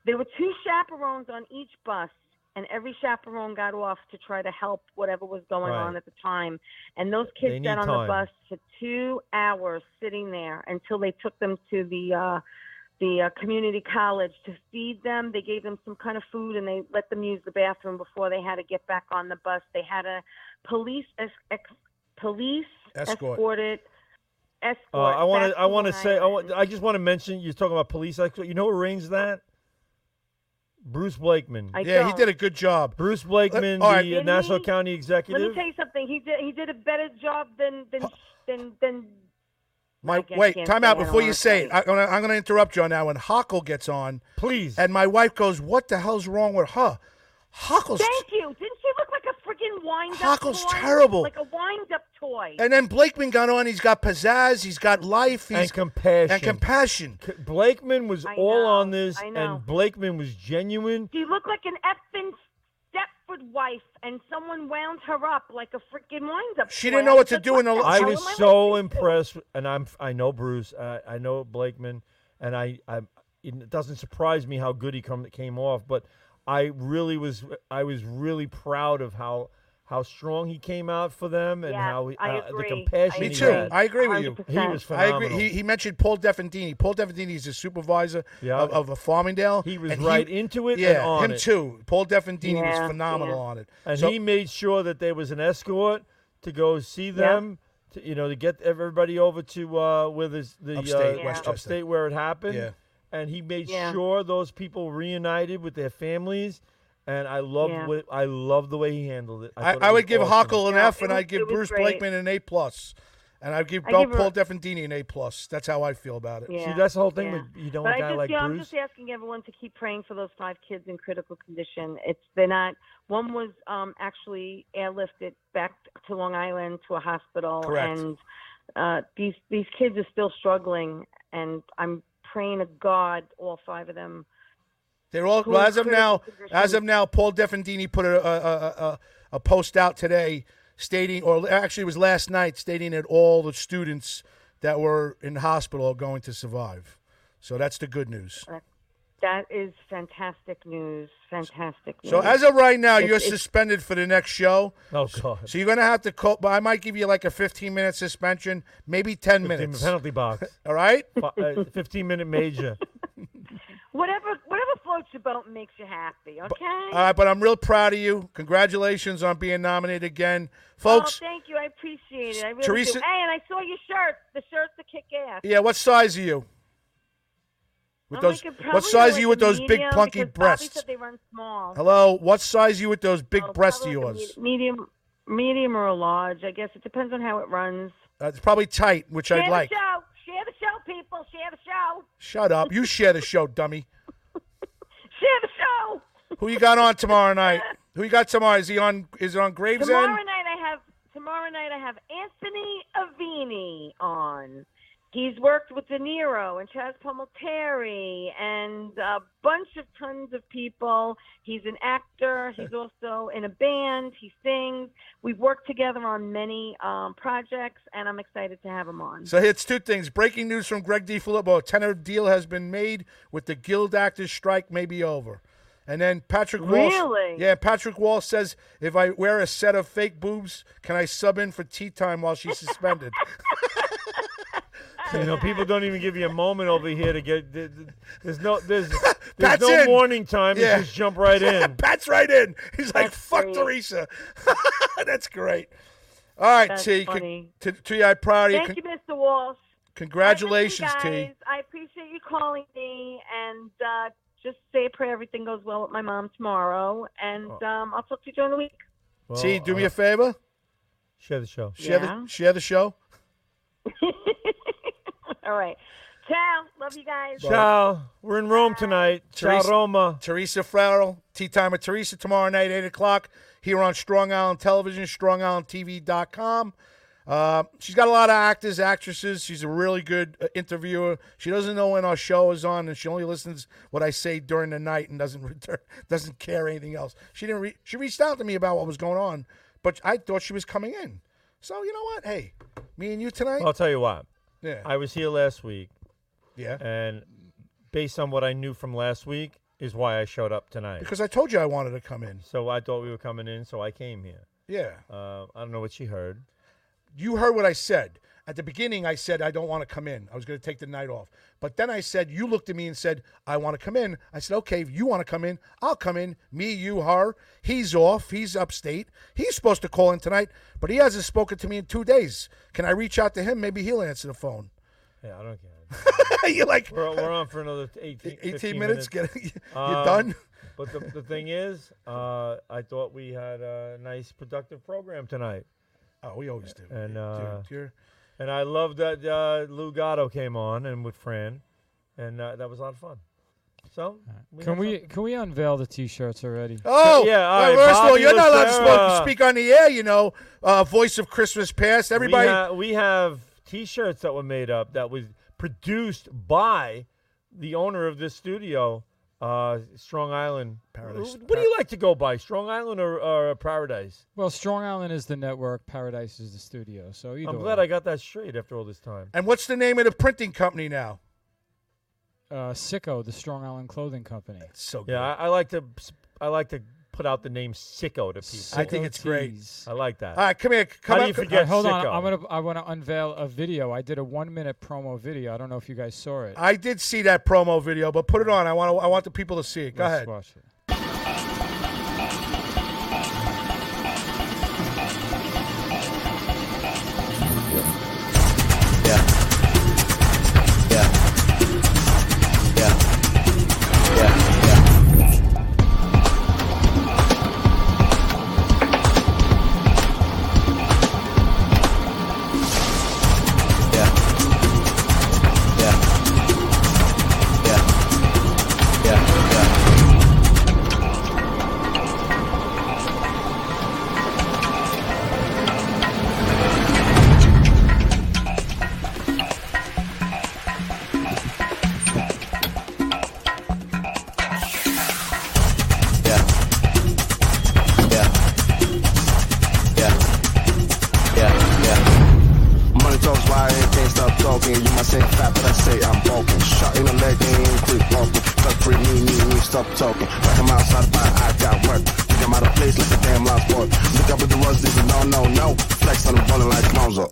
Speaker 14: There were two chaperones on each bus, and every chaperone got off to try to help whatever was going
Speaker 15: Right.
Speaker 14: on at the time. And those
Speaker 15: They
Speaker 14: kids
Speaker 15: need
Speaker 14: sat on
Speaker 15: time.
Speaker 14: the bus for two hours, sitting there until they took them to the. Uh, the uh, community college to feed them. They gave them some kind of food and they let them use the bathroom before they had to get back on the bus. They had a police ex- ex- police
Speaker 1: Escort.
Speaker 14: escorted escort.
Speaker 1: Uh, I want
Speaker 14: back
Speaker 1: to. I want to
Speaker 14: Long
Speaker 1: say. I,
Speaker 14: Island.
Speaker 1: want, I just want to mention. You're talking about police. escort. You know who arranged that? Bruce Blakeman.
Speaker 14: I Yeah, he don't. did
Speaker 2: a good job.
Speaker 1: Bruce Blakeman,
Speaker 2: all right.
Speaker 1: the uh,
Speaker 2: Didn't
Speaker 1: Nassau
Speaker 14: he?
Speaker 1: County
Speaker 14: Let me
Speaker 1: executive.
Speaker 14: tell you something. He did he did a better job than than than than.
Speaker 2: My
Speaker 14: I
Speaker 2: wait,
Speaker 14: can't
Speaker 2: time
Speaker 14: say
Speaker 2: out
Speaker 14: I don't
Speaker 2: before you
Speaker 14: wanna
Speaker 2: say it. I, am gonna, I'm gonna interrupt you on that when Hockle gets on.
Speaker 1: Please.
Speaker 2: And my wife goes, "What the hell's wrong with her? Hockle's."
Speaker 14: Thank you. Didn't she look like a freaking wind up?
Speaker 2: Huckle's
Speaker 14: toy?
Speaker 2: terrible.
Speaker 14: Like a wind up toy.
Speaker 2: and then Blakeman got on. He's got pizzazz. He's got life. He's
Speaker 1: and compassion.
Speaker 2: And compassion.
Speaker 1: Blakeman was
Speaker 14: I
Speaker 1: all
Speaker 14: know,
Speaker 1: on this,
Speaker 14: I know.
Speaker 1: and Blakeman was genuine.
Speaker 14: She looked like an effing Stepford wife, and someone wound her up like a freaking wind up.
Speaker 2: She didn't know what to do in the.
Speaker 1: I
Speaker 2: she-
Speaker 1: was so impressed, and I'm. I know Bruce. I, I know Blakeman, and I. I. It doesn't surprise me how good he come came off, but I really was. I was really proud of how how strong he came out for them, and
Speaker 14: Yes,
Speaker 1: how he-
Speaker 14: I
Speaker 1: uh, the
Speaker 14: agree.
Speaker 1: compassion.
Speaker 2: Me
Speaker 1: he
Speaker 2: too.
Speaker 1: had.
Speaker 2: I agree with you.
Speaker 1: He was
Speaker 2: I
Speaker 1: phenomenal.
Speaker 2: agree. He, he mentioned Paul Defendini. Paul Defendini is the supervisor
Speaker 1: Yeah.
Speaker 2: of, of a Farmingdale. He
Speaker 1: was right into it and
Speaker 2: Yeah,
Speaker 1: on
Speaker 2: him
Speaker 1: it.
Speaker 2: too. Paul Defendini
Speaker 1: Yeah,
Speaker 2: was phenomenal
Speaker 1: yeah.
Speaker 2: on it.
Speaker 1: And
Speaker 2: So-
Speaker 1: he made sure that there was an escort to go see them, to, you know, to get everybody over to uh, where this, the
Speaker 2: Upstate,
Speaker 1: uh,
Speaker 2: Westchester.
Speaker 1: upstate where it happened.
Speaker 2: Yeah.
Speaker 1: And he made
Speaker 2: Yeah.
Speaker 1: sure those people reunited with their families. And I love
Speaker 2: Yeah.
Speaker 1: what I love the way he handled it.
Speaker 2: I,
Speaker 1: thought it
Speaker 2: I
Speaker 1: was
Speaker 2: would give
Speaker 1: awesome.
Speaker 2: Hockle an
Speaker 14: Yeah,
Speaker 2: F,
Speaker 14: it
Speaker 2: and
Speaker 14: was-
Speaker 2: I'd give
Speaker 14: it was
Speaker 2: Bruce
Speaker 14: great.
Speaker 2: Blakeman an A plus, and I'd give
Speaker 14: I
Speaker 2: Paul
Speaker 14: give her-
Speaker 2: Paul Defendini an A plus. That's how I feel about it.
Speaker 14: Yeah. yeah. but I just, yeah, I'm just asking everyone to keep praying for those five kids in critical condition. It's they're not. One was um, actually airlifted back to Long Island to a hospital,
Speaker 15: Correct.
Speaker 14: and uh, these these kids are still struggling. And I'm praying to God, all five of them.
Speaker 2: They're all
Speaker 14: Who
Speaker 2: well,
Speaker 14: is
Speaker 2: as of
Speaker 14: critical
Speaker 2: now.
Speaker 14: position.
Speaker 2: As of now, Paul Defendini put a a, a, a a post out today stating, or actually it was last night, stating that all the students that were in hospital are going to survive. So that's the good news.
Speaker 14: That is fantastic news. Fantastic news.
Speaker 2: So as of right now,
Speaker 14: It's-
Speaker 2: you're
Speaker 14: it's-
Speaker 2: suspended for the next show.
Speaker 1: Oh God!
Speaker 2: So you're gonna have to cope. But I might give you like a 15 minute suspension, maybe 10 minutes.
Speaker 1: penalty box.
Speaker 2: All right.
Speaker 1: uh, 15 minute major.
Speaker 14: Whatever whatever floats your boat and makes you happy, okay?
Speaker 2: All right, but I'm real proud of you. Congratulations on being nominated again,
Speaker 14: Oh,
Speaker 2: folks.
Speaker 14: thank you. I appreciate it. I really do.
Speaker 2: Teresa-
Speaker 14: Hey, and I saw your shirt. The shirt's a kick ass.
Speaker 2: Yeah, what size are you? With
Speaker 14: I'm
Speaker 2: those,
Speaker 14: like a-
Speaker 2: what
Speaker 14: probably
Speaker 2: size
Speaker 14: like
Speaker 2: are you
Speaker 14: a
Speaker 2: with those big
Speaker 14: medium because
Speaker 2: plunky
Speaker 14: Bobby
Speaker 2: breasts?
Speaker 14: said they run small.
Speaker 2: Hello, what size are you with those big
Speaker 14: Oh,
Speaker 2: breasts of
Speaker 14: probably like a
Speaker 2: yours?
Speaker 14: med- Medium, medium or a large. I guess it depends on how it runs.
Speaker 2: Uh, it's probably tight, which
Speaker 14: Share
Speaker 2: I'd
Speaker 14: the
Speaker 2: like.
Speaker 14: show. Share the show, people. Share the show.
Speaker 2: Shut up! You share the show, dummy.
Speaker 14: Share the show. (laughs)
Speaker 2: Who you got on tomorrow night? Who you got tomorrow? Is he on? Is it on Gravesend?
Speaker 14: Tomorrow night I have tomorrow night I have Anthony Avini on. He's worked with De Niro and Chaz Palminteri and a bunch of tons of people. He's an actor. He's also in a band. He sings. We've worked together on many um, projects, and I'm excited to have him on.
Speaker 2: So it's two things. Breaking news from Greg D. Filippo. A tenor deal has been made with the Guild Actors strike may be over. And then Patrick Walsh.
Speaker 14: Really?
Speaker 2: Yeah, Patrick Walsh says if I wear a set of fake boobs, can I sub in for tea time while
Speaker 14: (laughs)
Speaker 2: she's suspended?
Speaker 1: You know, people don't even give you a moment over here to get. th- th- There's no there's
Speaker 2: (laughs)
Speaker 1: there's
Speaker 2: Pat's
Speaker 1: no
Speaker 2: in.
Speaker 1: warning time.
Speaker 2: Yeah.
Speaker 1: You just jump right in.
Speaker 2: (laughs) Pat's right in. He's like, fuck Teresa. (laughs) That's great. All right,
Speaker 14: That's
Speaker 2: T. con-
Speaker 14: funny.
Speaker 2: T. T. I priority.
Speaker 14: Thank you, Mr. Walsh.
Speaker 2: Congratulations,
Speaker 14: Guys,
Speaker 2: T.
Speaker 14: I appreciate you calling me, and uh, just say a prayer. Everything goes well with my mom tomorrow, and
Speaker 2: Oh.
Speaker 14: um, I'll talk to you during the week.
Speaker 2: T.
Speaker 1: Well,
Speaker 2: Do me
Speaker 1: uh,
Speaker 2: a favor.
Speaker 1: Share the show.
Speaker 2: Share,
Speaker 14: Yeah.
Speaker 2: the, share the show.
Speaker 14: (laughs) All right. Ciao. Love you guys.
Speaker 1: Ciao. We're in Rome tonight. Ciao,
Speaker 2: Teresa-
Speaker 1: Roma.
Speaker 2: Teresa Farrell, Tea Time with Teresa tomorrow night, 8 o'clock, here on Strong Island Television, strongislandtv.com. Uh, she's got a lot of actors, actresses. She's a really good uh, interviewer. She doesn't know when our show is on, and she only listens what I say during the night and doesn't (laughs) return, doesn't care anything else. She didn't. Re- she reached out to me about what was going on, but I thought she was coming in. So you know what? Hey, me and you tonight.
Speaker 1: I'll tell you what.
Speaker 2: Yeah.
Speaker 1: I was here last week.
Speaker 2: Yeah.
Speaker 1: And based on what I knew from last week is why I showed up tonight.
Speaker 2: because I told you I wanted to come in.
Speaker 1: so I thought we were coming in, so I came here.
Speaker 2: Yeah.
Speaker 1: Uh, I don't know what she heard.
Speaker 2: you heard what I said. At the beginning, I said, I don't want to come in. I was going to take the night off. But then I said, You looked at me and said, I want to come in. I said, Okay, if you want to come in, I'll come in. Me, you, her. He's off. He's upstate. He's supposed to call in tonight, but he hasn't spoken to me in two days. Can I reach out to him? Maybe he'll answer the phone. (laughs)
Speaker 1: Yeah, I don't care.
Speaker 2: You're like,
Speaker 1: we're, we're on for another 18,
Speaker 2: 18
Speaker 1: 15
Speaker 2: minutes,
Speaker 1: minutes. Um,
Speaker 2: get- (laughs) you- you're done?
Speaker 1: But the, the thing is, uh, I thought we had a nice, productive program tonight.
Speaker 2: Oh, we always do.
Speaker 1: And
Speaker 2: Yeah, dude,
Speaker 1: uh,
Speaker 2: you're-
Speaker 1: and I love that uh, Lou Gatto came on and with Fran, and uh, that was a lot of fun. So
Speaker 15: Can
Speaker 1: had
Speaker 15: we can we unveil the T-shirts already?
Speaker 2: Oh,
Speaker 1: Yeah, all
Speaker 2: well,
Speaker 1: right,
Speaker 2: first of all,
Speaker 1: Bobby
Speaker 2: you're not allowed to
Speaker 1: Lucera.
Speaker 2: spoke- speak on the air, you know. Uh, voice of Christmas past.
Speaker 1: We,
Speaker 2: Everybody.
Speaker 1: ha- we have T-shirts that were made up that was produced by the owner of this studio, uh, Strong Island Paradise. What do you like to go by, Strong Island or, or Paradise?
Speaker 15: Well, Strong Island is the network, Paradise is the studio. So either
Speaker 1: I'm glad I got that straight after all this time.
Speaker 2: and what's the name of the printing company now?
Speaker 15: I uh, Sicko, the Strong Island clothing company.
Speaker 2: so
Speaker 1: Yeah, I, I like to I like to put out the name Sicko to people.
Speaker 15: I think it's great. Sicko-tees.
Speaker 1: I like that.
Speaker 2: All right, come here. Come
Speaker 1: How
Speaker 2: up.
Speaker 1: do you forget
Speaker 15: hold
Speaker 1: Sicko?
Speaker 15: on, I'm gonna I want to unveil a video. I did a one minute promo video. I don't know if you guys saw it.
Speaker 2: I did see that promo video, but put it on. I want to. I want the people to see it. Go
Speaker 15: Let's
Speaker 2: ahead.
Speaker 15: watch it.
Speaker 16: Yeah, yeah. Money talks why I can't stop talking. You might say fat, but I say I'm walking. Shot in the leg and quick walking. Cut free, me, me, me, stop talking. Like I'm outside, but I got work. Think I'm out of place like a damn lost boy. Look up at the rugs, this is no, no, no. Flex on the rolling like Monzo.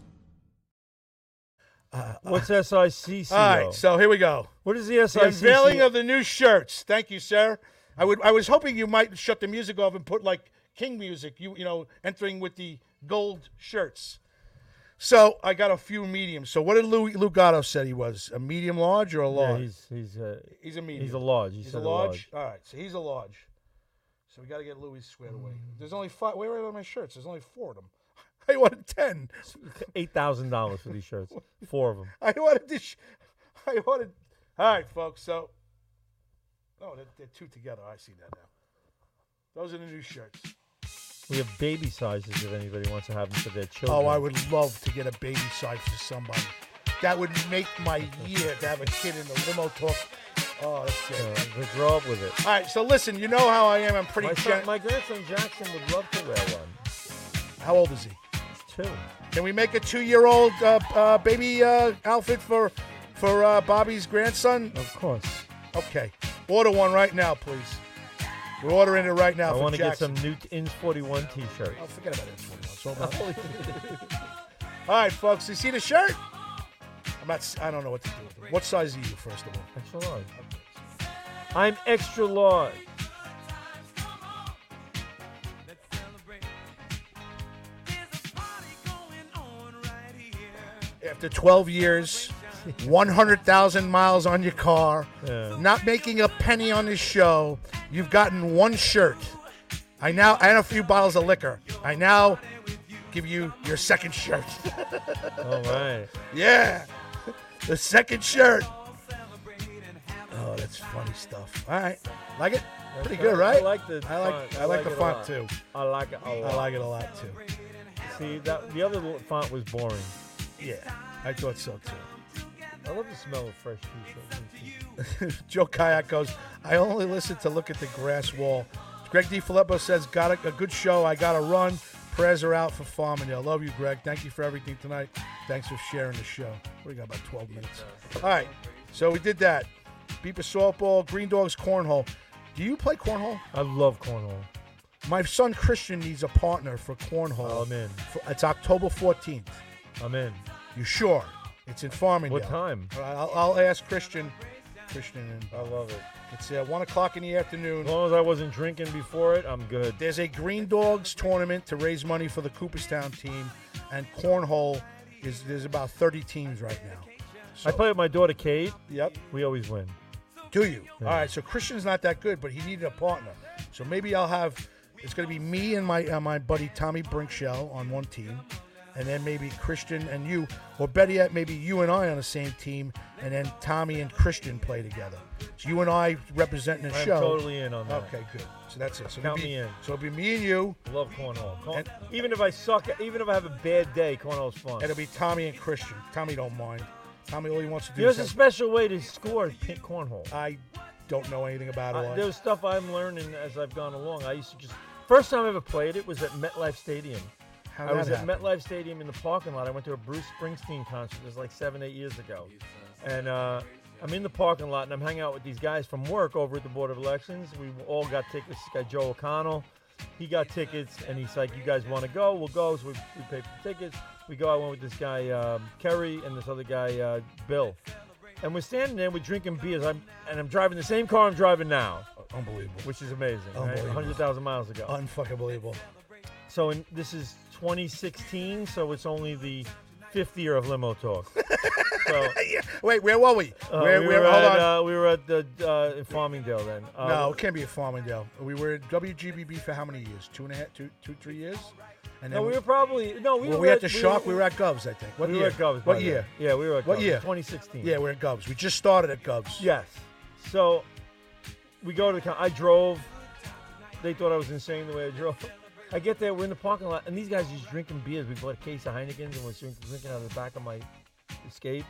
Speaker 1: (laughs) What's SICC?
Speaker 2: All right, so here we go.
Speaker 1: What is the
Speaker 2: The
Speaker 1: SICC?
Speaker 2: unveiling of the new shirts. Thank you, sir. I would. I was hoping you might shut the music off and put like King music. You you know, entering with the gold shirts. So I got a few mediums. So what did Lou Lou Gatto said he was a medium large or a large?
Speaker 1: Yeah, he's he's uh, a
Speaker 2: He's a medium.
Speaker 1: He's a large. He
Speaker 2: he's a
Speaker 1: said
Speaker 2: large. All right, so he's a large. So we got to get Louis squared away. There's only five. Where are my shirts? There's only four of them. (laughs) I wanted ten.
Speaker 1: Eight thousand dollars for these (laughs) shirts. Four of them.
Speaker 2: I wanted this. I wanted. oh, All right, folks. So, no, they're, they're two together. I see that now. Those are the new shirts.
Speaker 1: We have baby sizes if anybody wants to have them for their children.
Speaker 2: Oh, I would love to get a baby size for somebody. That would make my year to have a kid in the limo talk. Oh, that's good.
Speaker 1: Uh, they grow up with it.
Speaker 2: All right, so listen, you know how I am. I'm pretty
Speaker 1: my,
Speaker 2: gen-
Speaker 1: son, my grandson Jackson would love to wear one.
Speaker 2: How old is he?
Speaker 1: Two.
Speaker 2: Can we make a two-year-old uh, uh, baby uh, outfit for for uh, Bobby's grandson?
Speaker 17: Of course.
Speaker 2: Okay, order one right now, please. We're ordering it right now.
Speaker 1: I
Speaker 2: for
Speaker 1: want to get
Speaker 2: Jackson.
Speaker 1: some new Ins 41 T-shirts.
Speaker 2: Oh, forget about it. It's all about- (laughs) All right, folks, you see the shirt? I'm not. s- I don't know what to do with it. What size are you, first of all?
Speaker 1: Extra large. I'm extra large.
Speaker 2: After 12 (laughs) years, 100,000 miles on your car,
Speaker 1: Yeah.
Speaker 2: not making a penny on this show, you've gotten one shirt. I now and a few bottles of liquor. I now give you your second shirt. (laughs)
Speaker 1: All right.
Speaker 2: yeah, the second shirt. Oh, that's funny stuff. All right, like it?
Speaker 1: That's
Speaker 2: Pretty
Speaker 1: right.
Speaker 2: good, right?
Speaker 1: I like the.
Speaker 2: I like
Speaker 1: font.
Speaker 2: I like the
Speaker 1: it a
Speaker 2: font
Speaker 1: lot.
Speaker 2: too.
Speaker 1: I like it a lot.
Speaker 2: I like it a lot too.
Speaker 1: See that the other little font was boring.
Speaker 2: Yeah, I thought so too.
Speaker 1: I love the smell of fresh T-shirts.
Speaker 2: (laughs) Joe Kayak goes, I only listen to look at the grass wall. Greg D. Filippo says, Got a, a good show. I got to run. Prayers are out for farming. I love you, Greg. Thank you for everything tonight. Thanks for sharing the show. We got about 12 minutes.
Speaker 1: uh,
Speaker 2: All right. So we did that. Beeper softball, Green Dogs cornhole. Do you play cornhole?
Speaker 1: I love cornhole.
Speaker 2: My son Christian needs a partner for cornhole.
Speaker 1: I'm in.
Speaker 2: For- It's October 14th.
Speaker 1: I'm in.
Speaker 2: You sure? It's in Farmingdale.
Speaker 1: What time?
Speaker 2: All right, I'll, I'll ask Christian. Christian and
Speaker 1: I love it.
Speaker 2: It's uh, one o'clock in the afternoon.
Speaker 1: As long as I wasn't drinking before it, I'm good.
Speaker 2: There's a Green Dogs tournament to raise money for the Cooperstown team, and cornhole is there's about 30 teams right now.
Speaker 1: I play with my daughter Kate.
Speaker 2: Yep.
Speaker 1: We always win.
Speaker 2: Do you? All right. So Christian's not that good, but he needed a partner. So maybe I'll have. It's going to be me and my uh, my buddy Tommy Brinkshell on one team, and then maybe Christian and you, or better yet, maybe you and I on the same team, and then Tommy and Christian play together. So you and I representing the
Speaker 1: I'm
Speaker 2: show.
Speaker 1: totally in on that.
Speaker 2: Okay, good. So that's it. So
Speaker 1: Count
Speaker 2: it'll be-
Speaker 1: me in.
Speaker 2: So it'll be me and you.
Speaker 1: Love cornhole. Corn- even if I suck, even if I have a bad day, cornhole's fun.
Speaker 2: It'll be Tommy and Christian. Tommy don't mind. Tommy, all he wants to do
Speaker 1: There's a
Speaker 2: is. have-
Speaker 1: special way to score pink cornhole.
Speaker 2: I don't know anything about it.
Speaker 1: I- Uh, there's stuff I'm learning as I've gone along. I used to just first time I ever played it was at MetLife Stadium.
Speaker 2: How'd
Speaker 1: I was
Speaker 2: that
Speaker 1: at MetLife Stadium in the parking lot. I went to a Bruce Springsteen concert. It was like seven, eight years ago, and uh, I'm in the parking lot and I'm hanging out with these guys from work over at the Board of Elections. We all got tickets. This guy Joe O'Connell, he got tickets, and he's like, "You guys want to go? We'll go." So we, we paid for tickets. We go. I went with this guy um, Kerry and this other guy uh, Bill. And we're standing there, we're drinking beers. I'm and I'm driving the same car I'm driving now.
Speaker 2: Unbelievable.
Speaker 1: Which is amazing. Right?
Speaker 2: Unbelievable.
Speaker 1: 100,000 miles ago.
Speaker 2: Unfucking believable.
Speaker 1: So in, this is 2016, so it's only the fifth year of
Speaker 2: (laughs)
Speaker 1: limo talk. so
Speaker 2: Wait, where were we?
Speaker 1: uh,
Speaker 2: where,
Speaker 1: we
Speaker 2: where,
Speaker 1: were
Speaker 2: hold
Speaker 1: at,
Speaker 2: on.
Speaker 1: Uh, we were at the uh, in Farmingdale then. Uh,
Speaker 2: no, it can't be at Farmingdale. We were at WGBB for how many years? Two and a half, two, two, three years. And
Speaker 1: No, we were probably no. We
Speaker 2: were,
Speaker 1: were,
Speaker 2: we at the Shark. We were at Govs, I think. What
Speaker 1: we
Speaker 2: year?
Speaker 1: were at Govs. by
Speaker 2: What
Speaker 1: then.
Speaker 2: year?
Speaker 1: Yeah, we were at
Speaker 2: What
Speaker 1: Govs.
Speaker 2: year?
Speaker 1: 2016.
Speaker 2: Yeah, we're at Govs. We just started at Govs.
Speaker 1: Yes. So we go to the. con- I drove. They thought I was insane the way I drove. (laughs) I get there, we're in the parking lot, and these guys are just drinking beers. We bought a case of Heinekens and we're drink- drinking out of the back of my escape.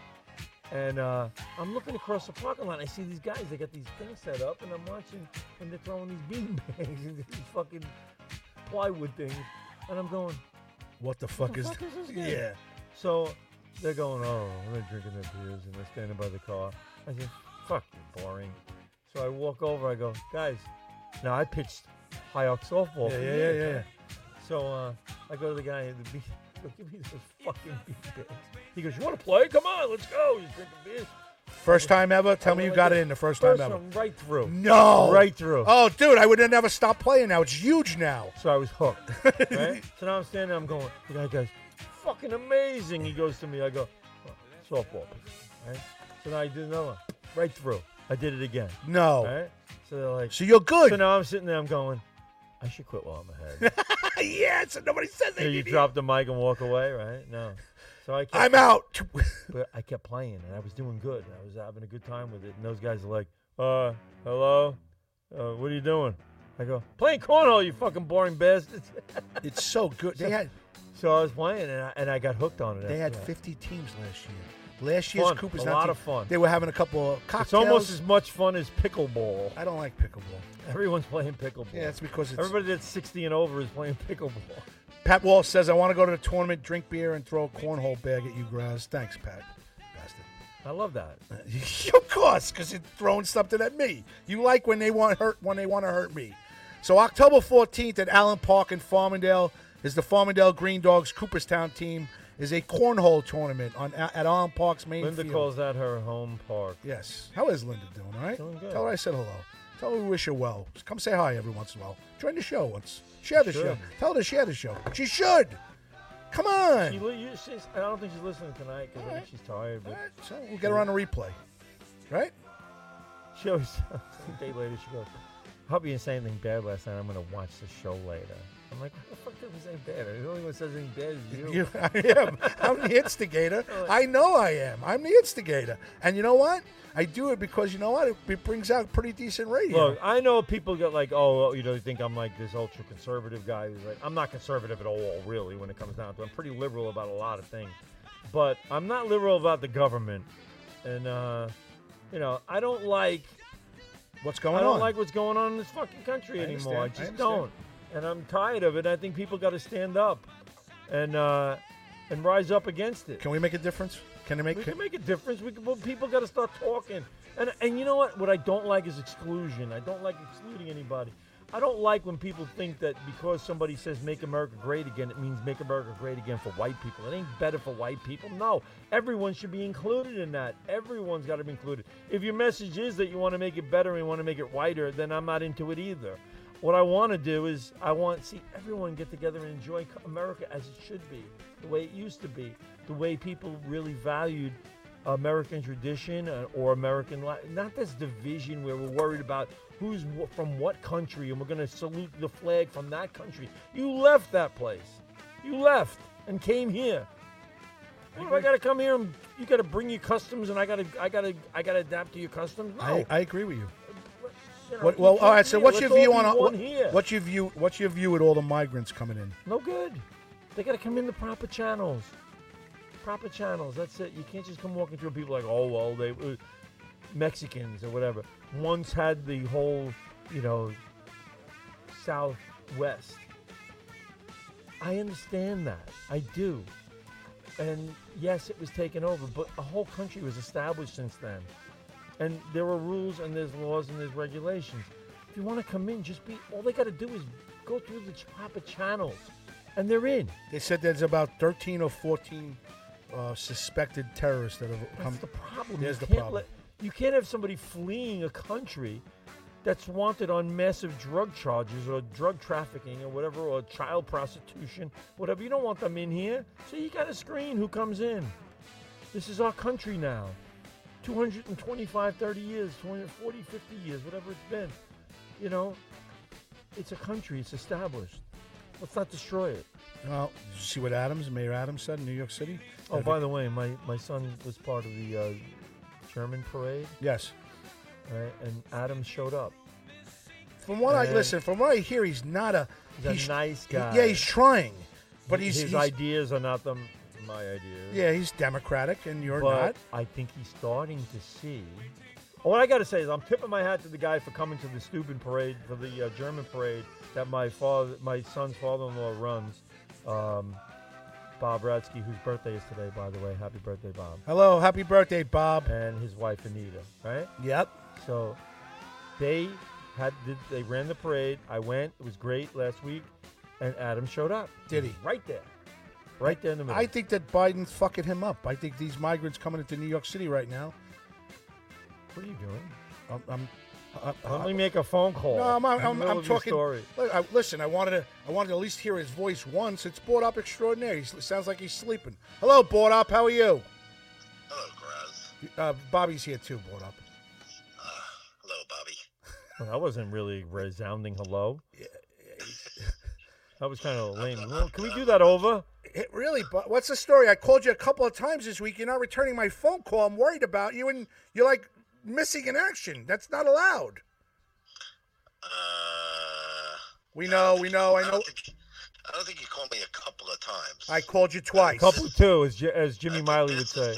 Speaker 1: And uh, I'm looking across the parking lot. And I see these guys. They got these things set up, and I'm watching when they're throwing these bean (laughs) bags and these fucking plywood things. And I'm going,
Speaker 2: What the fuck
Speaker 1: the
Speaker 2: is?
Speaker 1: fuck is this game?
Speaker 2: yeah.
Speaker 1: So they're going, oh, they're drinking their beers and they're standing by the car. I said, fuck, you're boring. So I walk over, I go, guys, now I pitched high arc softball.
Speaker 2: Yeah,
Speaker 1: for
Speaker 2: yeah,
Speaker 1: years,
Speaker 2: yeah,
Speaker 1: right? So uh, I go to the guy at the beach, (laughs) go, give me those fucking beer bags. He goes, you want to play? Come on, let's go. He's drinking beers.
Speaker 2: First time ever. Tell me
Speaker 1: I'm
Speaker 2: you
Speaker 1: like,
Speaker 2: got it in the first,
Speaker 1: first
Speaker 2: time ever.
Speaker 1: one, right through.
Speaker 2: No.
Speaker 1: Right through.
Speaker 2: Oh, dude, I would have never stopped playing. Now it's huge now.
Speaker 1: So I was hooked. right? So now I'm standing there, I'm going, the guy goes, fucking amazing. He goes to me, I go, "Oh, softball. Right? So now I did another one, right through. I did it again.
Speaker 2: No.
Speaker 1: Right? So they're like,
Speaker 2: So you're good. (laughs)
Speaker 1: So now I'm sitting there, I'm going, I should quit while I'm ahead.
Speaker 2: yeah. So nobody says
Speaker 1: so you
Speaker 2: anything.
Speaker 1: drop the mic and walk away, right? No. So I kept,
Speaker 2: I'm
Speaker 1: (laughs)
Speaker 2: out.
Speaker 1: but I kept playing and I was doing good. and I was having a good time with it. And those guys are like, uh, hello? Uh, what are you doing? I go, playing cornhole, you fucking boring bastards.
Speaker 2: it's so good. They had.
Speaker 1: So I was playing and I, and I got hooked on it.
Speaker 2: They
Speaker 1: after
Speaker 2: had
Speaker 1: that.
Speaker 2: 50 teams last year. Last year's
Speaker 1: Fun.
Speaker 2: Cooper's
Speaker 1: A
Speaker 2: not
Speaker 1: lot
Speaker 2: team-
Speaker 1: of fun.
Speaker 2: They were having a couple of cocktails.
Speaker 1: It's almost as much fun as pickleball. (laughs)
Speaker 2: I don't like pickleball.
Speaker 1: Everyone's playing pickleball.
Speaker 2: Yeah, that's because it's-
Speaker 1: everybody that's 60 and over is playing (laughs) pickleball.
Speaker 2: Pat Wall says, I want to go to the tournament, drink beer, and throw a cornhole bag at you, Graz. Thanks, Pat.
Speaker 1: I love that.
Speaker 2: (laughs) of course, because you're throwing something at me. You like when they want hurt when they want to hurt me. So October 14th at Allen Park in Farmingdale is the Farmingdale Green Dogs Cooperstown team is a cornhole tournament on at Allen Park's main
Speaker 1: Linda
Speaker 2: field.
Speaker 1: calls that her home park.
Speaker 2: Yes. How is Linda doing? All right. Tell her I said hello. Tell her we wish her well. Come say hi every once in a while. Join the show once. Share the
Speaker 1: Should.
Speaker 2: show. Tell her to share the show. She should. Come on.
Speaker 1: She, li- you- she's, I don't think she's listening tonight because I think she's tired. But
Speaker 2: so we'll get her on a replay, right?
Speaker 1: She always, (laughs) a day later, she goes, "Hubby didn't say anything bad last night. I'm going to watch the show later." I'm like, "What the fuck did we say bad? The only one that says anything bad is you."
Speaker 2: You, (laughs) I am. I'm the
Speaker 1: (laughs)
Speaker 2: instigator. I know I am. I'm the instigator. And you know what? I do it because you know what? It, it brings out pretty decent radio.
Speaker 1: Look, I know people get like, oh, well, you know, you think I'm like this ultra conservative guy who's like, I'm not conservative at all, really, when it comes down to it. I'm pretty liberal about a lot of things. But I'm not liberal about the government. And, uh, you know, I don't like.
Speaker 2: What's going
Speaker 1: I don't
Speaker 2: on?
Speaker 1: like what's going on in this fucking country
Speaker 2: I
Speaker 1: anymore.
Speaker 2: understand.
Speaker 1: I
Speaker 2: I
Speaker 1: just
Speaker 2: understand.
Speaker 1: don't. And I'm tired of it. I think people got to stand up and, uh, and rise up against it.
Speaker 2: Can we make a difference? Can I make?
Speaker 1: We can make a difference. We can, but people got to start talking. And and you know what? What I don't like is exclusion. I don't like excluding anybody. I don't like when people think that because somebody says "Make America Great Again," it means "Make America Great Again" for white people. It ain't better for white people. No, everyone should be included in that. Everyone's got to be included. If your message is that you want to make it better and you want to make it whiter, then I'm not into it either. What I want to do is I want see everyone get together and enjoy co- America as it should be, the way it used to be, the way people really valued American tradition uh, or American life. Not this division where we're worried about who's wh- from what country and we're going to salute the flag from that country. You left that place. You left and came here. What if I got to come here and you got to bring your customs and I got to I got to I got to adapt to your customs? No.
Speaker 2: I, I agree with you.
Speaker 1: You know,
Speaker 2: What,
Speaker 1: you
Speaker 2: well, all
Speaker 1: come
Speaker 2: right. So,
Speaker 1: here,
Speaker 2: what's your
Speaker 1: let's all
Speaker 2: view
Speaker 1: be
Speaker 2: on all-
Speaker 1: one
Speaker 2: what,
Speaker 1: here?
Speaker 2: what's your view? What's your view at all the migrants coming in?
Speaker 1: No good. They got to come in the proper channels. Proper channels. That's it. You can't just come walking through people like, oh well, they uh, Mexicans or whatever. Once had the whole, you know, Southwest. I understand that. I do. And yes, it was taken over, but a whole country was established since then. And there are rules and there's laws and there's regulations. If you want to come in, just be all they got to do is go through the proper channels. And they're in.
Speaker 2: They said there's about 13 or 14 uh, suspected terrorists that have come.
Speaker 1: That's the problem.
Speaker 2: There's
Speaker 1: you
Speaker 2: the
Speaker 1: can't
Speaker 2: problem.
Speaker 1: let- you can't have somebody fleeing a country that's wanted on massive drug charges or drug trafficking or whatever, or child prostitution, whatever. You don't want them in here. So you got to screen who comes in. This is our country now. 225, 30 years, 240, 50 years, whatever it's been. You know, it's a country, it's established. Let's not destroy it.
Speaker 2: Well, did you see what Adams, Mayor Adams, said in New York City.
Speaker 1: Oh, by the way, my, my son was part of the uh, German parade.
Speaker 2: Yes.
Speaker 1: Right, and Adam showed up.
Speaker 2: From what I
Speaker 1: Yeah.
Speaker 2: listen, from what I hear, he's not a
Speaker 1: He's a nice guy.
Speaker 2: Yeah, he's trying, but he's,
Speaker 1: his
Speaker 2: he's
Speaker 1: ideas are not the, my ideas.
Speaker 2: yeah, he's democratic, and you're
Speaker 1: but
Speaker 2: not.
Speaker 1: I think he's starting to see. What I got to say is, I'm tipping my hat to the guy for coming to the Steuben parade, for the uh, German parade that my father, my son's father-in-law runs. Um, Bob Radsky, whose birthday is today, by the way. Happy birthday, Bob.
Speaker 2: Hello, happy birthday, Bob.
Speaker 1: And his wife Anita, right?
Speaker 2: Yep.
Speaker 1: So they had did, they ran the parade. I went. It was great last week, and Adam showed up.
Speaker 2: Did he?
Speaker 1: was Right there, right there in the middle.
Speaker 2: I think that Biden's fucking him up. I think these migrants coming into New York City right now.
Speaker 1: What are you doing?
Speaker 2: I'm. I'm I- I-
Speaker 1: Let me make a phone call.
Speaker 2: Uh, No, I'm,
Speaker 1: in the
Speaker 2: I'm, I'm,
Speaker 1: middle
Speaker 2: I'm
Speaker 1: of your
Speaker 2: talking.
Speaker 1: Story.
Speaker 2: Look, I, listen, I wanted to. I wanted to at least hear his voice once. It's bored up extraordinaire. He s- sounds like he's sleeping. Hello, bored up. How are you? Hello, Graz. Uh, Bobby's here too, bored up.
Speaker 1: Well, that wasn't really a resounding hello. that was kind of lame. Well, can we do that over?
Speaker 2: It really, but what's the story? I called you a couple of times this week. You're not returning my phone call. I'm worried about you, and you're like missing in action. That's not allowed.
Speaker 18: Uh,
Speaker 2: We know, we know, I know.
Speaker 19: I don't think you called me a couple of times.
Speaker 2: I called you twice.
Speaker 1: Couple two, as, J- as Jimmy Miley would say.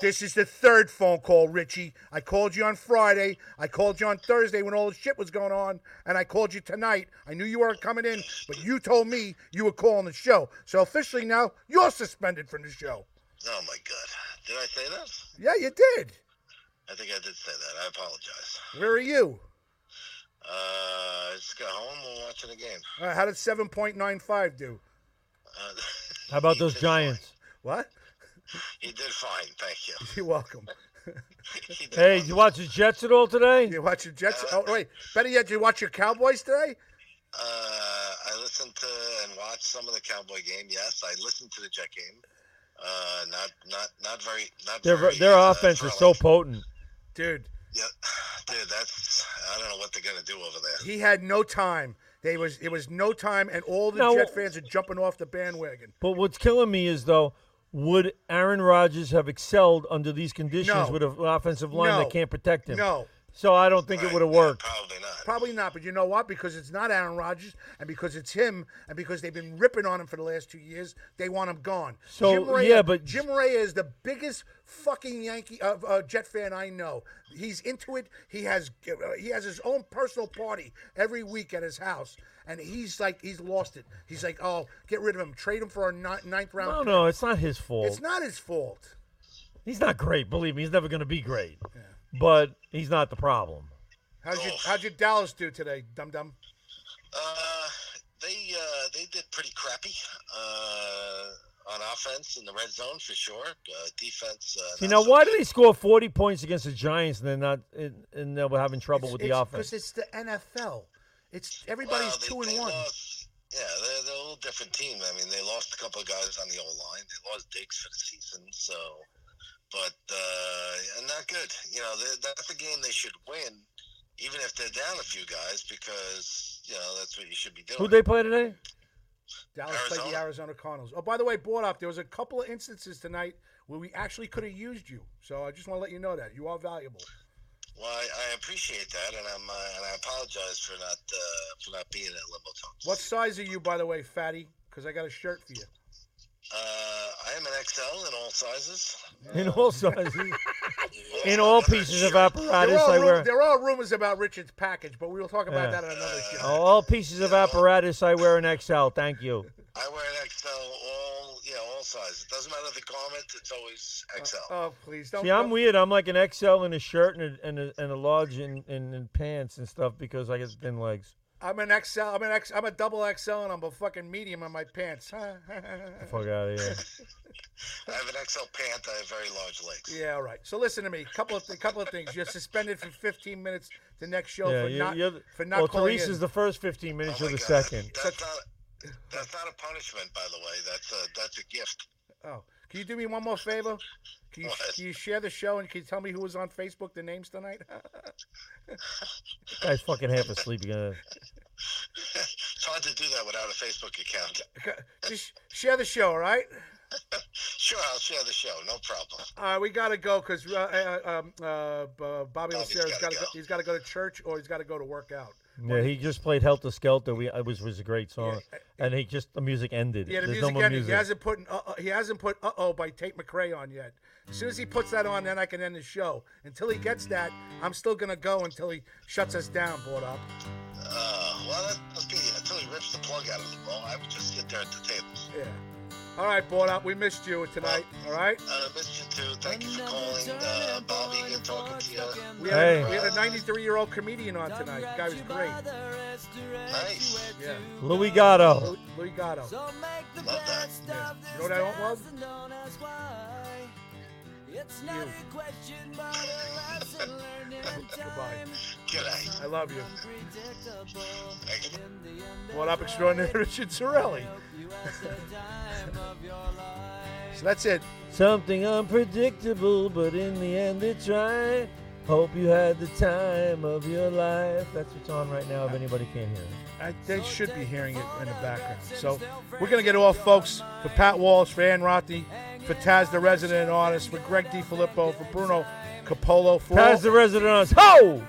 Speaker 2: This is the third phone call, Richie. I called you on Friday. I called you on Thursday when all the shit was going on, and I called you tonight. I knew you weren't coming in, but you told me you were calling the show. So officially now, you're suspended from the show.
Speaker 19: Oh my god. Did I say that?
Speaker 2: Yeah, you did.
Speaker 19: I think I did say that. I apologize.
Speaker 2: Where are you?
Speaker 19: Uh, I just got home and watching the game.
Speaker 2: Uh, how did seven point nine five do?
Speaker 19: Uh, (laughs)
Speaker 1: How about those Giants?
Speaker 2: What? (laughs)
Speaker 19: he did fine. Thank
Speaker 1: (laughs)
Speaker 19: you.
Speaker 2: You're welcome.
Speaker 1: Hey, did you watch the Jets at all today?
Speaker 2: You watch the Jets? Oh wait, better yet, did you watch your Cowboys today?
Speaker 19: Uh, I listened to and watched some of the Cowboy game. Yes, I listened to the Jet game. Uh, not not not very not
Speaker 1: Their
Speaker 19: very.
Speaker 1: their
Speaker 19: uh,
Speaker 1: offense is so potent.
Speaker 2: Dude,
Speaker 19: Yeah, (sighs) dude, that's I don't know what they're gonna do over there.
Speaker 2: he had no time. They was it was no time, and all the
Speaker 1: No.
Speaker 2: Jet fans are jumping off the bandwagon.
Speaker 1: But what's killing me is though, would Aaron Rodgers have excelled under these conditions
Speaker 2: No.
Speaker 1: with a- an offensive line
Speaker 2: No.
Speaker 1: that can't protect him?
Speaker 2: No.
Speaker 1: So I don't think it would have worked.
Speaker 2: Probably not, but you know what? Because it's not Aaron Rodgers, and because it's him, and because they've been ripping on him for the last two years, they want him gone.
Speaker 1: So, yeah, but-
Speaker 2: Jim Ray is the biggest fucking Yankee uh, uh, Jet fan I know. He's into it. He has uh, he has his own personal party every week at his house, and he's like he's lost it. He's like, oh, get rid of him, trade him for a ni- ninth round.
Speaker 1: No,
Speaker 2: pick."
Speaker 1: no, it's not his fault.
Speaker 2: It's not his fault.
Speaker 1: He's not great. Believe me, he's never going to be great. But he's not the problem.
Speaker 2: How's your how'd your Dallas do today, dum dum?
Speaker 19: Uh, they uh, they did pretty crappy uh, on offense in the red zone for sure. Uh, defense. Uh,
Speaker 1: See now, why do they score forty points against the Giants and they're not and, and they were having trouble with the offense?
Speaker 2: Because it's the NFL. It's everybody's
Speaker 19: Well, they-
Speaker 2: two and
Speaker 19: they
Speaker 2: one.
Speaker 19: lost- yeah, they're, they're a little different team. I mean, they lost a couple of guys on the O line. They lost Diggs for the season, so. But uh, and not good. You know, they- that's a game they should win, even if they're down a few guys, because you know that's what you should be doing.
Speaker 1: Who they play today?
Speaker 2: Dallas played the Arizona Cardinals. Oh, by the way, board up. There was a couple of instances tonight where we actually could have used you. So I just want to let you know that you are valuable.
Speaker 19: Well, I, I appreciate that, and I'm uh, and I apologize for not uh, for not being at Limbo Talk.
Speaker 2: What size are you, by the way, fatty? Because I got a shirt for you.
Speaker 19: Uh, I am an XL in all sizes.
Speaker 1: In
Speaker 2: Uh, (laughs)
Speaker 1: all sizes, in all pieces of apparatus,
Speaker 2: there, are
Speaker 1: I
Speaker 2: rum-
Speaker 1: wear
Speaker 2: there are rumors about Richard's package, but we will talk about
Speaker 1: Yeah. Oh.
Speaker 2: that on another show.
Speaker 1: all pieces of apparatus. I wear an XL. Thank you.
Speaker 19: I wear an XL all yeah all sizes. It doesn't matter the garment; it's always XL.
Speaker 2: Oh, please don't.
Speaker 1: See, I'm
Speaker 2: don't-
Speaker 1: weird. I'm like an XL in a shirt and a, and a, and a large in, in, in pants and stuff because I get thin legs.
Speaker 2: I'm an XL. I'm an X. I'm a double XL, and I'm a fucking medium on my pants. (laughs)
Speaker 1: Fuck out of here.
Speaker 19: I have an XL pant. I have very large legs.
Speaker 2: Yeah, all right. So listen to me. Couple of th- couple of things. You're suspended for 15 minutes. The next show
Speaker 1: yeah,
Speaker 2: for,
Speaker 1: you-
Speaker 2: not,
Speaker 1: you're the-
Speaker 2: for not
Speaker 1: well,
Speaker 2: calling
Speaker 1: Therese
Speaker 2: in.
Speaker 1: is the first 15 minutes.
Speaker 19: Oh
Speaker 1: you're
Speaker 19: my
Speaker 1: the
Speaker 19: God, that's-
Speaker 1: second.
Speaker 19: That's not, a, that's not a punishment, by the way. That's a that's a gift. (laughs)
Speaker 2: Oh, can you do me one more favor? Can you, can you share the show and can you tell me who was on Facebook, the names tonight? (laughs)
Speaker 1: Guy's fucking half asleep. You're gonna-
Speaker 19: It's hard to do that without a Facebook account.
Speaker 2: Just share the show, all right?
Speaker 19: Sure, I'll share the show. No problem.
Speaker 2: All right, we gotta go because uh, uh, um, uh, B- Bobby Lucera's got to go. He's got to go to church or he's got to go to work out.
Speaker 1: Yeah, he just played "Helter Skelter." We it was was a great song, and he just the music ended.
Speaker 2: Yeah, the
Speaker 1: There's
Speaker 2: music,
Speaker 1: no more
Speaker 2: ended.
Speaker 1: music.
Speaker 2: He hasn't put uh, he hasn't put uh oh by Tate McRae on yet. As soon as he puts that on, then I can end the show. Until he gets that, I'm still gonna go until he shuts us down. Board up.
Speaker 19: Uh, well, that must be until he rips the plug out of the ball. I would just sit there at the table.
Speaker 2: Yeah. All right, board up. We missed you tonight. All right.
Speaker 19: Uh, Mr. Two, thank you for calling. Uh, Bobby, good talking to you.
Speaker 2: We had,
Speaker 1: Hey.
Speaker 2: we had a 93 year old comedian on tonight. guy was great.
Speaker 19: Nice.
Speaker 2: Yeah.
Speaker 1: Louis Gatto.
Speaker 2: Lu- Louis Gatto. Yeah. You know what I don't love? You.
Speaker 19: (laughs)
Speaker 2: (laughs) Goodbye. I love you. What up, extraordinary Richard Sorelli? so that's it.
Speaker 1: Something unpredictable, but in the end it's right. Hope you had the time of your life. That's what's on right now. If anybody can hear it,
Speaker 2: I, they should be hearing it in the background. So we're going to get off, folks, for Pat Walsh, for Ann Rothy, for Taz, the resident artist, for Greg D. Filippo, for Bruno Capolo, for all-
Speaker 1: Taz the resident on. Ho!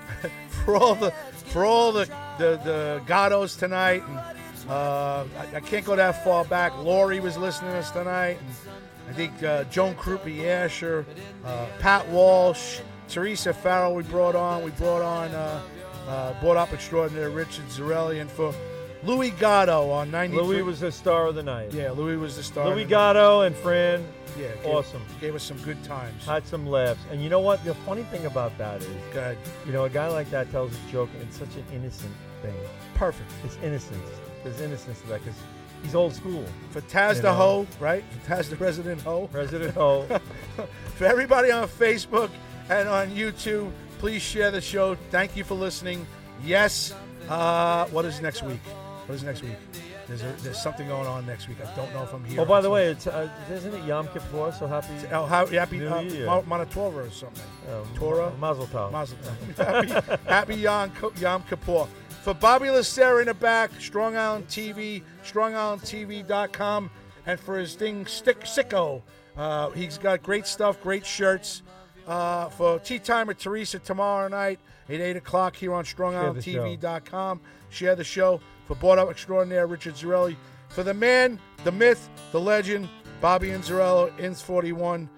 Speaker 2: for all the for all the the, the Gattos tonight. And, uh, I, I can't go that far back. Lori was listening to us tonight. And I think uh, Joan Krupe Asher, uh, Pat Walsh, Teresa Farrell. We brought on. We brought on. Uh, uh, brought up extraordinary Richard Zarelli and for Louis Gatto on ninety.
Speaker 1: Louis was the star of the night.
Speaker 2: Yeah, Louis was the star.
Speaker 1: Louis
Speaker 2: of the night.
Speaker 1: Gatto and Fran.
Speaker 2: Yeah, gave-
Speaker 1: awesome.
Speaker 2: Gave us some good times.
Speaker 1: Had some laughs. And you know what? The funny thing about that is,
Speaker 2: Good.
Speaker 1: you know, a guy like that tells a joke, and it's such an innocent thing.
Speaker 2: Perfect.
Speaker 1: It's innocence. There's innocence to that because he's old school.
Speaker 2: For Taz
Speaker 1: You
Speaker 2: the
Speaker 1: know?
Speaker 2: Ho, right? (laughs) For Taz the Resident Ho. (laughs)
Speaker 1: Resident Ho.
Speaker 2: for everybody on Facebook and on YouTube, please share the show. Thank you for listening. Yes. Uh, what is next week? What is next week? There's, a, there's something going on next week. I don't know if I'm here.
Speaker 1: Oh, by the way, it's uh, isn't it Yom Kippur? So happy.
Speaker 2: Oh, how, happy
Speaker 1: New
Speaker 2: uh,
Speaker 1: Year.
Speaker 2: Ma- Manatora or something.
Speaker 1: Um,
Speaker 2: Torah?
Speaker 1: Mazel Tov.
Speaker 2: Mazel Tov. happy happy Yom, Ki- Yom Kippur. For Bobby Lacerda in the back, Strong Island TV, strongislandtv.com, and for his thing, Stick Sicko. Uh, he's got great stuff, great shirts. Uh, for Tea Time with Teresa tomorrow night at 8 o'clock here on strongislandtv.com. Share the show. For Board Up Extraordinaire, Richard Zarelli. For the man, the myth, the legend, Bobby Inzarello, Ins41.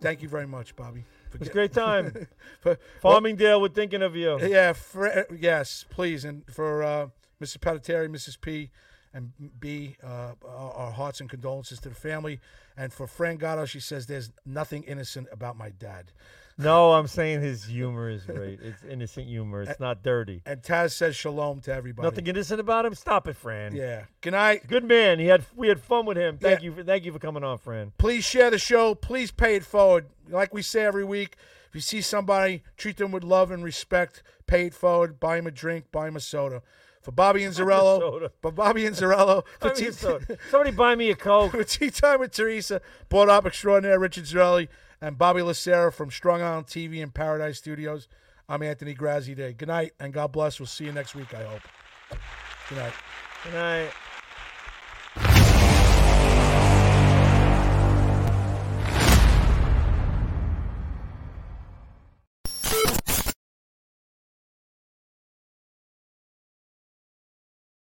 Speaker 2: Thank you very much, Bobby.
Speaker 1: It was a
Speaker 2: (laughs)
Speaker 1: great time.
Speaker 2: For-
Speaker 1: Farmingdale, we're thinking of you.
Speaker 2: Yeah, for, yes, please, and for uh, Mr. Patateri, Mrs. P, and B, uh, our, our hearts and condolences to the family, and for Fran Gatto, she says there's nothing innocent about my dad.
Speaker 1: No, I'm saying his humor is great. It's innocent humor.
Speaker 2: (laughs)
Speaker 1: It's not dirty.
Speaker 2: And Taz says shalom to everybody.
Speaker 1: Nothing innocent about him. Stop it, Fran.
Speaker 2: Yeah. Good night.
Speaker 1: Good man. He had we had fun with him. Thank you for thank you for coming on, Fran.
Speaker 2: Please share the show. Please pay it forward. Like we say every week, if you see somebody, treat them with love and respect. Pay it forward. Buy him a drink. Buy him a soda. For Bobby and Zarello,
Speaker 1: soda.
Speaker 2: for Bobby and Zarello, for
Speaker 1: (laughs) Buy me
Speaker 2: tea,
Speaker 1: a soda. somebody buy me a coke.
Speaker 2: for (laughs) tea time with Teresa, brought up extraordinaire Richard Zarelli and Bobby Lacera from Strong Island TV and Paradise Studios. I'm Anthony Grazzi Day. Good night and God bless. We'll see you next week. I hope. Good night.
Speaker 1: Good night.